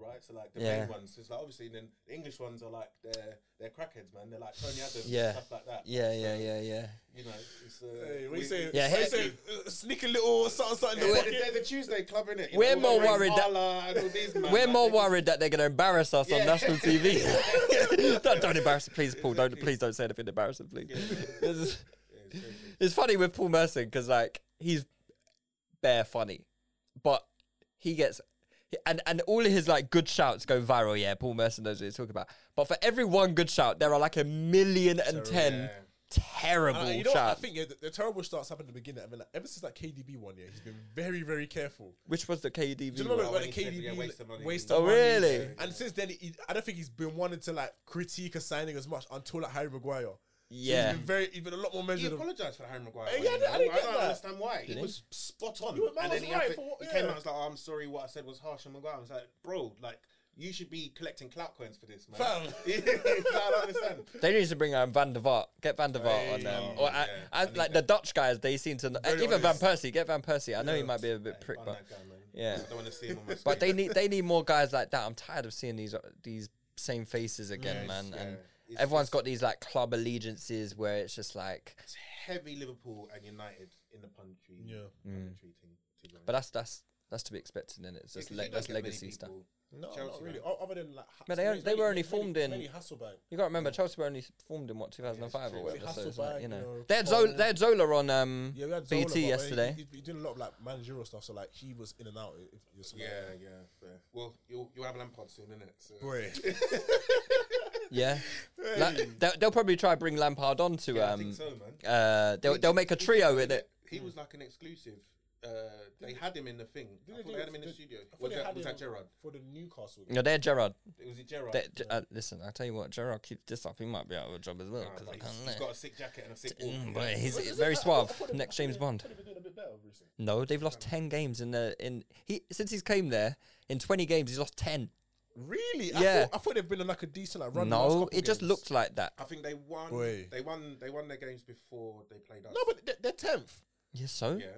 [SPEAKER 3] right? So like the
[SPEAKER 1] Yeah.
[SPEAKER 3] main ones, it's like obviously then the English ones are like they're they're crackheads, man. They're like Tony Adams,
[SPEAKER 1] Yeah.
[SPEAKER 3] and stuff like that.
[SPEAKER 1] Yeah, yeah, yeah, yeah.
[SPEAKER 3] You know, it's uh,
[SPEAKER 2] Hey, what
[SPEAKER 3] we-
[SPEAKER 2] you say?
[SPEAKER 1] Yeah,
[SPEAKER 2] what you
[SPEAKER 1] hey-
[SPEAKER 2] say? Uh, sneak a little something, something in the
[SPEAKER 3] There's
[SPEAKER 2] pocket.
[SPEAKER 3] there's a Tuesday club in it.
[SPEAKER 1] We're more worried that- We're more
[SPEAKER 3] worried.
[SPEAKER 1] worried that they're going to embarrass us on
[SPEAKER 3] Yeah.
[SPEAKER 1] national TV. don't, don't embarrass him, please, Paul. Don't please don't say anything embarrassing, please. It's, it's funny with Paul Merson because like he's bare funny, but he gets and and all of his like good shouts go viral. Yeah, Paul Merson knows what he's talking about. But for every one good shout, there are like a million and ten terrible
[SPEAKER 2] And, uh, you know, what? I
[SPEAKER 1] shouts.
[SPEAKER 2] think yeah, the, the terrible starts happened at the beginning. I mean, like, ever since that KDB one, yeah, he's been very, very careful.
[SPEAKER 1] Which was the KDV?
[SPEAKER 2] Do you remember
[SPEAKER 3] Well,
[SPEAKER 2] when
[SPEAKER 3] when
[SPEAKER 2] the
[SPEAKER 3] he said,
[SPEAKER 2] KDB
[SPEAKER 3] yeah,
[SPEAKER 2] waste
[SPEAKER 3] waste
[SPEAKER 2] of
[SPEAKER 3] of
[SPEAKER 2] money?
[SPEAKER 3] money.
[SPEAKER 1] Oh, really?
[SPEAKER 2] And since then, he, I don't think he's been wanting to like critique a signing as much until like Harry Maguire.
[SPEAKER 1] Yeah.
[SPEAKER 2] he's been very, he's been a lot more
[SPEAKER 3] He
[SPEAKER 2] measured. of-
[SPEAKER 3] apologised for Harry Maguire.
[SPEAKER 2] Hey,
[SPEAKER 3] one,
[SPEAKER 2] yeah, I
[SPEAKER 3] you
[SPEAKER 2] didn't- I
[SPEAKER 3] know?
[SPEAKER 2] didn't get
[SPEAKER 3] don't
[SPEAKER 2] that.
[SPEAKER 3] understand why. He
[SPEAKER 1] he?
[SPEAKER 3] was spot on.
[SPEAKER 2] You- man
[SPEAKER 3] and
[SPEAKER 2] was
[SPEAKER 3] then he, had
[SPEAKER 2] right
[SPEAKER 3] to-
[SPEAKER 2] for what-
[SPEAKER 3] he came
[SPEAKER 2] yeah.
[SPEAKER 3] out and was like, oh, I'm sorry, what I said was harsh on Maguire. I was like, bro, like, you should be collecting clout coins for this, man.
[SPEAKER 2] Fam.
[SPEAKER 3] I don't understand.
[SPEAKER 1] They need to bring um, Van der Vaart. Get Van der Vaart on them. or,
[SPEAKER 3] yeah.
[SPEAKER 1] and, and, like the Dutch guys, they seem to. Kn- even Van Persie. Get Van Persie. I know he might be a bit prick,
[SPEAKER 3] Bun
[SPEAKER 1] but
[SPEAKER 3] that guy, man.
[SPEAKER 1] yeah.
[SPEAKER 3] I don't want to see him on my
[SPEAKER 1] but they
[SPEAKER 3] screen.
[SPEAKER 1] need they need more guys like that. I'm tired of seeing these uh, these same faces again, man. And everyone's got these like club allegiances where it's just like.
[SPEAKER 3] It's heavy Liverpool and United in the punditry. Yeah. Punditry thing. to be honest.
[SPEAKER 1] But that's that's that's to be expected, and it's just
[SPEAKER 3] Because
[SPEAKER 1] le-
[SPEAKER 3] you don't
[SPEAKER 1] that's
[SPEAKER 3] get many
[SPEAKER 1] legacy stuff.
[SPEAKER 3] people-
[SPEAKER 2] No, not
[SPEAKER 3] Chelsea,
[SPEAKER 2] really.
[SPEAKER 3] man.
[SPEAKER 2] O- Other than like, Ha-
[SPEAKER 1] But they
[SPEAKER 2] it's
[SPEAKER 1] only- they were only
[SPEAKER 2] it's
[SPEAKER 1] formed in-
[SPEAKER 2] It's mainly Hasselbank.
[SPEAKER 1] You got to remember, Chelsea were only s- formed in what 2005 or
[SPEAKER 2] Really
[SPEAKER 1] whatever. So it's
[SPEAKER 2] Hasselbank,
[SPEAKER 1] like, you
[SPEAKER 2] you
[SPEAKER 1] know,
[SPEAKER 2] know,
[SPEAKER 1] they had Zola,
[SPEAKER 2] Cole.
[SPEAKER 1] they had Zola on um,
[SPEAKER 2] Yeah, we had Zola, but,
[SPEAKER 1] BT
[SPEAKER 2] man,
[SPEAKER 1] yesterday.
[SPEAKER 2] He, he, he did a lot of like managerial stuff, so like he was in and out. If, if, if,
[SPEAKER 3] Yeah, yeah, fair. Well, you'll, you'll have Lampard soon, innit? So.
[SPEAKER 2] boy.
[SPEAKER 1] Yeah, La- they'll, they'll probably try to bring Lampard on to
[SPEAKER 3] Yeah, I
[SPEAKER 1] um,
[SPEAKER 3] think so, man.
[SPEAKER 1] uh, they'll, they'll make a trio in it.
[SPEAKER 3] He was like an exclusive. Uh, they had him in the thing.
[SPEAKER 2] they
[SPEAKER 3] I thought
[SPEAKER 2] do-
[SPEAKER 3] they had him in the
[SPEAKER 2] did-
[SPEAKER 3] studio.
[SPEAKER 2] I thought
[SPEAKER 3] Was
[SPEAKER 2] they
[SPEAKER 3] that,
[SPEAKER 2] had
[SPEAKER 3] was
[SPEAKER 2] him
[SPEAKER 3] that Gerard?
[SPEAKER 2] for the Newcastle? game.
[SPEAKER 1] No, they're Gerard.
[SPEAKER 3] Was it Gerard?
[SPEAKER 1] They're, uh, listen, I tell you what, Gerard keeps this up. He might be out of a job as well
[SPEAKER 3] Nah,
[SPEAKER 1] because
[SPEAKER 3] but
[SPEAKER 1] I
[SPEAKER 3] he's,
[SPEAKER 1] can't
[SPEAKER 3] he's
[SPEAKER 1] lie.
[SPEAKER 3] got a sick jacket and a sick ball.
[SPEAKER 1] Mm, But he's
[SPEAKER 2] Is it-
[SPEAKER 1] very
[SPEAKER 2] I- I- I
[SPEAKER 1] suave.
[SPEAKER 2] thought they-
[SPEAKER 1] Next
[SPEAKER 2] I
[SPEAKER 1] James
[SPEAKER 2] thought
[SPEAKER 1] Bond.
[SPEAKER 2] they- I thought they were doing a bit better recently.
[SPEAKER 1] No, they've lost ten games in the in he since he's came there in twenty games. He's lost ten.
[SPEAKER 2] Really?
[SPEAKER 1] Yeah.
[SPEAKER 2] I thought, I thought they've been on like a decent like run. the last
[SPEAKER 1] No,
[SPEAKER 2] couple
[SPEAKER 1] it just
[SPEAKER 2] games.
[SPEAKER 1] looked like that.
[SPEAKER 3] I think they won.
[SPEAKER 2] Boy.
[SPEAKER 3] They won. They won their games before they played us.
[SPEAKER 2] No, but they- they're tenth.
[SPEAKER 1] Yeah, so
[SPEAKER 3] yeah,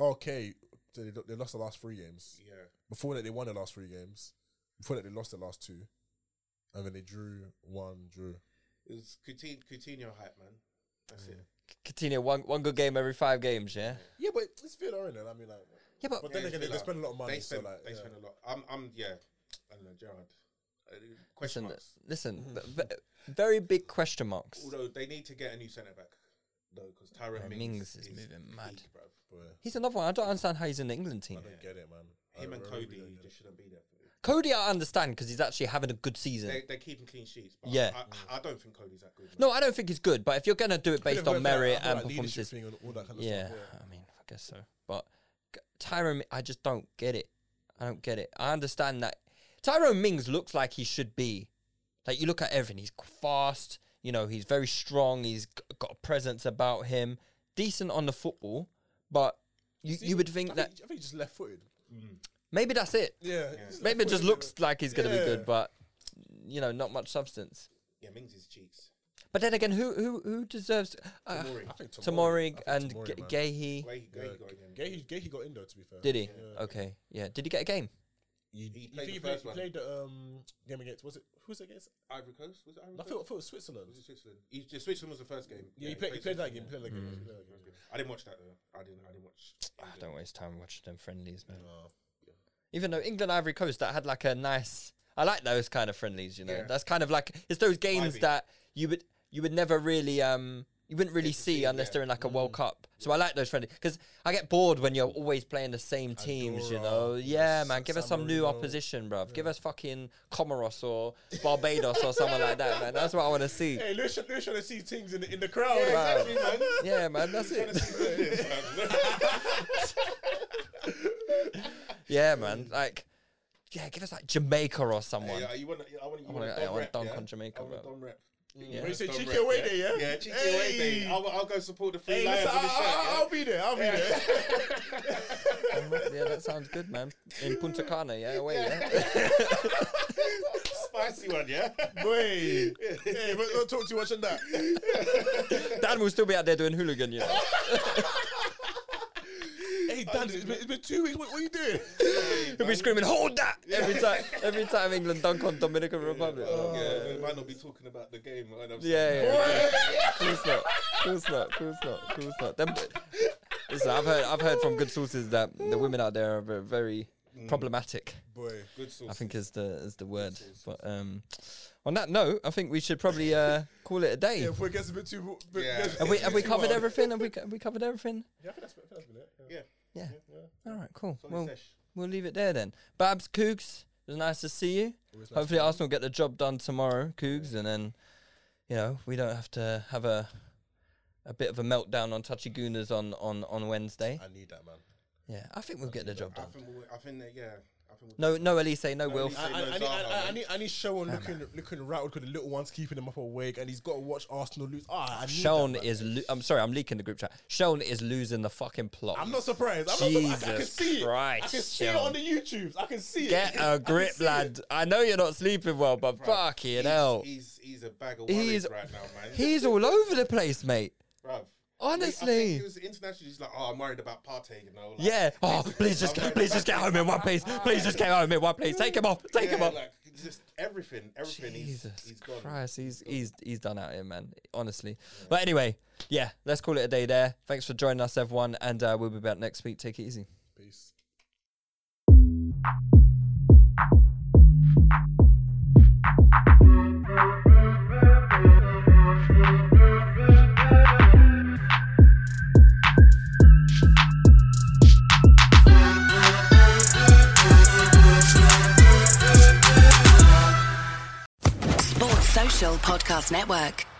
[SPEAKER 2] Okay, so they, they lost the last three games.
[SPEAKER 3] yeah.
[SPEAKER 2] Before that, they won the last three games. Before that, they lost the last two. and then they drew one, drew.
[SPEAKER 3] It was Coutinho, Coutinho hype, man. That's it.
[SPEAKER 1] Coutinho, one one good game every five games, yeah.
[SPEAKER 2] Yeah, but it's Villa, is I mean, like,
[SPEAKER 1] Yeah, but
[SPEAKER 2] but then again,
[SPEAKER 3] Yeah, it's
[SPEAKER 2] they, they
[SPEAKER 3] Villa.
[SPEAKER 2] spend a lot of money.
[SPEAKER 3] They spend,
[SPEAKER 2] so like,
[SPEAKER 3] they
[SPEAKER 2] yeah.
[SPEAKER 3] spend a lot. I'm, I'm, yeah. I don't know, Gerard. Uh,
[SPEAKER 1] listen,
[SPEAKER 3] question marks.
[SPEAKER 1] listen, v- v- very big question marks.
[SPEAKER 3] Although they need to get a new centre back, though, because Tyron
[SPEAKER 1] Yeah, Mings
[SPEAKER 3] Mings,
[SPEAKER 1] is moving mad.
[SPEAKER 3] peak, bruv.
[SPEAKER 2] Boy,
[SPEAKER 1] He's another one. I don't understand how he's in the England team.
[SPEAKER 2] I don't get it, man. I
[SPEAKER 3] Him and
[SPEAKER 2] really
[SPEAKER 3] Cody
[SPEAKER 2] don't get it.
[SPEAKER 3] just shouldn't be there.
[SPEAKER 1] Cody, I understand because he's actually having a good season.
[SPEAKER 3] They, they're keeping clean sheets, but
[SPEAKER 1] Yeah.
[SPEAKER 3] I, I don't think Cody's that good. man.
[SPEAKER 1] no, I don't think he's good. But if you're gonna do it
[SPEAKER 2] Bit
[SPEAKER 1] based
[SPEAKER 2] of
[SPEAKER 1] on
[SPEAKER 2] both, like,
[SPEAKER 1] merit
[SPEAKER 2] I feel
[SPEAKER 1] and
[SPEAKER 2] like leadership
[SPEAKER 1] performances,
[SPEAKER 2] thing and all that kind of
[SPEAKER 1] yeah,
[SPEAKER 2] stuff,
[SPEAKER 1] I mean, I guess so. But G- Tyrone, Mi- I just don't get it. I don't get it. I understand that Tyrone Mings looks like he should be. Like you look at everything, he's fast. You know, he's very strong. He's g- got a presence about him. Decent on the football, but you,
[SPEAKER 2] See,
[SPEAKER 1] you would
[SPEAKER 2] I
[SPEAKER 1] think that
[SPEAKER 2] I think he's just left footed.
[SPEAKER 1] maybe that's it.
[SPEAKER 2] Yeah,
[SPEAKER 1] Maybe it just looks like he's going to be
[SPEAKER 2] Yeah.
[SPEAKER 1] good, but you know, not much substance.
[SPEAKER 3] Yeah, Mings is cheeks.
[SPEAKER 1] But then again, who who who deserves uh,
[SPEAKER 3] Tomori.
[SPEAKER 2] I think
[SPEAKER 1] Tomori
[SPEAKER 2] I think
[SPEAKER 1] and
[SPEAKER 2] Tomori,
[SPEAKER 1] G-
[SPEAKER 2] man.
[SPEAKER 1] Gahey?
[SPEAKER 3] Where he, where he got in.
[SPEAKER 2] Gay, Gay, he got in though. To be fair,
[SPEAKER 1] Did he?
[SPEAKER 2] Yeah.
[SPEAKER 1] Okay, yeah. Did he get a game?
[SPEAKER 2] You-
[SPEAKER 3] He
[SPEAKER 2] you
[SPEAKER 3] played
[SPEAKER 2] think
[SPEAKER 3] the first
[SPEAKER 2] he
[SPEAKER 3] one.
[SPEAKER 2] played the um, game against was it who was it against?
[SPEAKER 3] Ivory Coast? Was it Ivory
[SPEAKER 2] I
[SPEAKER 3] Coast?
[SPEAKER 2] thought, I thought it was Switzerland.
[SPEAKER 3] Was it Switzerland? He, the Switzerland was the first game.
[SPEAKER 2] Yeah, he played. He played that game.
[SPEAKER 3] Switzerland, Mm.
[SPEAKER 2] Played that game. he played that game.
[SPEAKER 3] yeah. I didn't watch that though. I didn't. I didn't watch.
[SPEAKER 1] Ah, I don't waste time watching them friendlies, man.
[SPEAKER 2] No.
[SPEAKER 1] Even though England Ivory Coast that had like a nice, I like those kind of friendlies. You know,
[SPEAKER 3] Yeah.
[SPEAKER 1] that's kind of like it's those games
[SPEAKER 3] Vibey.
[SPEAKER 1] that you would you would never really um you wouldn't really
[SPEAKER 3] Get to
[SPEAKER 1] see
[SPEAKER 3] see,
[SPEAKER 1] unless
[SPEAKER 3] yeah. Mm.
[SPEAKER 1] they're in like a World Cup. So I like those friendlies because I get bored when you're always playing the same teams. You
[SPEAKER 2] Andorra,
[SPEAKER 1] know, yeah,
[SPEAKER 2] San-
[SPEAKER 1] man. Give us
[SPEAKER 2] San
[SPEAKER 1] some new
[SPEAKER 2] Marino.
[SPEAKER 1] opposition, bruv. Give us fucking Comoros or Barbados or someone like that, man. That's what I want to see.
[SPEAKER 2] Hey, Lewis, Lewis trying to see things in the, in the crowd.
[SPEAKER 3] Yeah,
[SPEAKER 1] Yeah,
[SPEAKER 2] man.
[SPEAKER 3] exactly, man.
[SPEAKER 1] man, that's it. Yeah, man, like, yeah, give us like Jamaica or someone.
[SPEAKER 3] Yeah, you want? I want. You
[SPEAKER 1] wanna-
[SPEAKER 3] want a
[SPEAKER 1] I
[SPEAKER 3] Dom
[SPEAKER 1] want
[SPEAKER 3] rep,
[SPEAKER 1] Dunk
[SPEAKER 3] yeah?
[SPEAKER 1] on Jamaica,
[SPEAKER 3] I want a
[SPEAKER 1] bro.
[SPEAKER 3] Dom rep.
[SPEAKER 1] Yeah.
[SPEAKER 2] But you say
[SPEAKER 3] Dom
[SPEAKER 2] cheeky
[SPEAKER 3] rep,
[SPEAKER 2] away
[SPEAKER 3] yeah.
[SPEAKER 2] there, yeah.
[SPEAKER 3] Yeah, cheeky
[SPEAKER 2] hey.
[SPEAKER 3] away there. I'll, I'll go support the free
[SPEAKER 2] Hey,
[SPEAKER 3] lions
[SPEAKER 2] listen,
[SPEAKER 3] with
[SPEAKER 2] I,
[SPEAKER 3] the shirt.
[SPEAKER 2] I,
[SPEAKER 3] yeah.
[SPEAKER 2] I'll be there. I'll be there.
[SPEAKER 1] yeah, that sounds good, man. In Punta Cana, yeah, away, yeah.
[SPEAKER 3] Spicy one, yeah.
[SPEAKER 2] Boy, hey, but don't talk too much on that.
[SPEAKER 1] Dan will still be out there doing hooligan, you know.
[SPEAKER 2] hey, Dan, it's been, it's been two weeks. What, what are you doing?
[SPEAKER 1] He'll be screaming, "Hold that!" every time, every time England dunk on Dominican Republic. Yeah,
[SPEAKER 3] Yeah, they might not be talking about the game. and I'm saying,
[SPEAKER 1] yeah, yeah. Course not, course not, course not, course not. Them, listen, I've heard, I've heard from good sources that the women out there are ve- very problematic.
[SPEAKER 2] Boy,
[SPEAKER 3] Good source.
[SPEAKER 1] I think is the is the word. But um, on that note, I think we should probably uh, call it a day.
[SPEAKER 2] yeah, if it gets a bit too. Bit,
[SPEAKER 3] Yeah.
[SPEAKER 2] gets-
[SPEAKER 1] Have we,
[SPEAKER 2] gets
[SPEAKER 1] have we
[SPEAKER 2] too
[SPEAKER 1] covered
[SPEAKER 2] hard.
[SPEAKER 1] everything? Have we, co- have we covered everything?
[SPEAKER 2] Yeah, I think that's, I think that's been it. Yeah.
[SPEAKER 3] Yeah.
[SPEAKER 1] Yeah.
[SPEAKER 2] Yeah.
[SPEAKER 1] All right, cool.
[SPEAKER 3] Solid
[SPEAKER 1] Well,
[SPEAKER 3] sesh.
[SPEAKER 1] we'll leave it there then. Babs, Coogs, it was nice to see you.
[SPEAKER 2] Always nice
[SPEAKER 1] Hopefully, Arsenal get the job done tomorrow, Coogs, and then, you know, we don't have to have a a bit of a meltdown on Touchy Gooners on, on, on Wednesday.
[SPEAKER 2] I need that, man.
[SPEAKER 1] Yeah, I think we'll get the job
[SPEAKER 3] I
[SPEAKER 1] done.
[SPEAKER 3] think. We'll, I think that. Yeah. I think. We'll
[SPEAKER 1] No, no, Elise, no, Wilf.
[SPEAKER 2] I, I,
[SPEAKER 3] Elise. Same
[SPEAKER 2] I,
[SPEAKER 3] as
[SPEAKER 2] need,
[SPEAKER 3] Zaha,
[SPEAKER 2] I, I
[SPEAKER 3] man.
[SPEAKER 2] need, I need Sean looking looking rattled because the little one's keeping him up awake, and he's got to watch Arsenal lose. Ah, I need
[SPEAKER 1] Sean
[SPEAKER 2] that, man.
[SPEAKER 1] is. Lo- I'm sorry, I'm leaking the group chat. Sean is losing the fucking plot.
[SPEAKER 2] I'm not surprised. I'm not surprised. I can
[SPEAKER 1] Jesus
[SPEAKER 2] see it. I
[SPEAKER 1] Christ,
[SPEAKER 2] can see it
[SPEAKER 1] Sean.
[SPEAKER 2] on the YouTubes. I can see
[SPEAKER 1] Get
[SPEAKER 2] it. I
[SPEAKER 1] a
[SPEAKER 2] can
[SPEAKER 1] grip,
[SPEAKER 2] see it.
[SPEAKER 1] lad. I know you're not sleeping well, but fucking
[SPEAKER 3] he's,
[SPEAKER 1] hell.
[SPEAKER 3] He's he's a bag of worries
[SPEAKER 1] He's,
[SPEAKER 3] right now, man.
[SPEAKER 1] he's all over the place, mate.
[SPEAKER 3] Bruv.
[SPEAKER 1] Honestly.
[SPEAKER 3] I think he was international. He's like, oh, I'm worried about Partey, you know. Like,
[SPEAKER 1] Yeah. Oh, please just, please just get home in one place. Please just get home in one place. Take him off. Take
[SPEAKER 3] yeah,
[SPEAKER 1] him off.
[SPEAKER 3] Like, just everything, everything.
[SPEAKER 1] Jesus
[SPEAKER 3] he's, he's gone.
[SPEAKER 1] Christ, he's he's he's done out here, man. Honestly. But anyway, yeah, let's call it a day there. Thanks for joining us, everyone, and uh, we'll be back next week. Take it easy.
[SPEAKER 2] Peace.
[SPEAKER 4] Sports Social Podcast Network.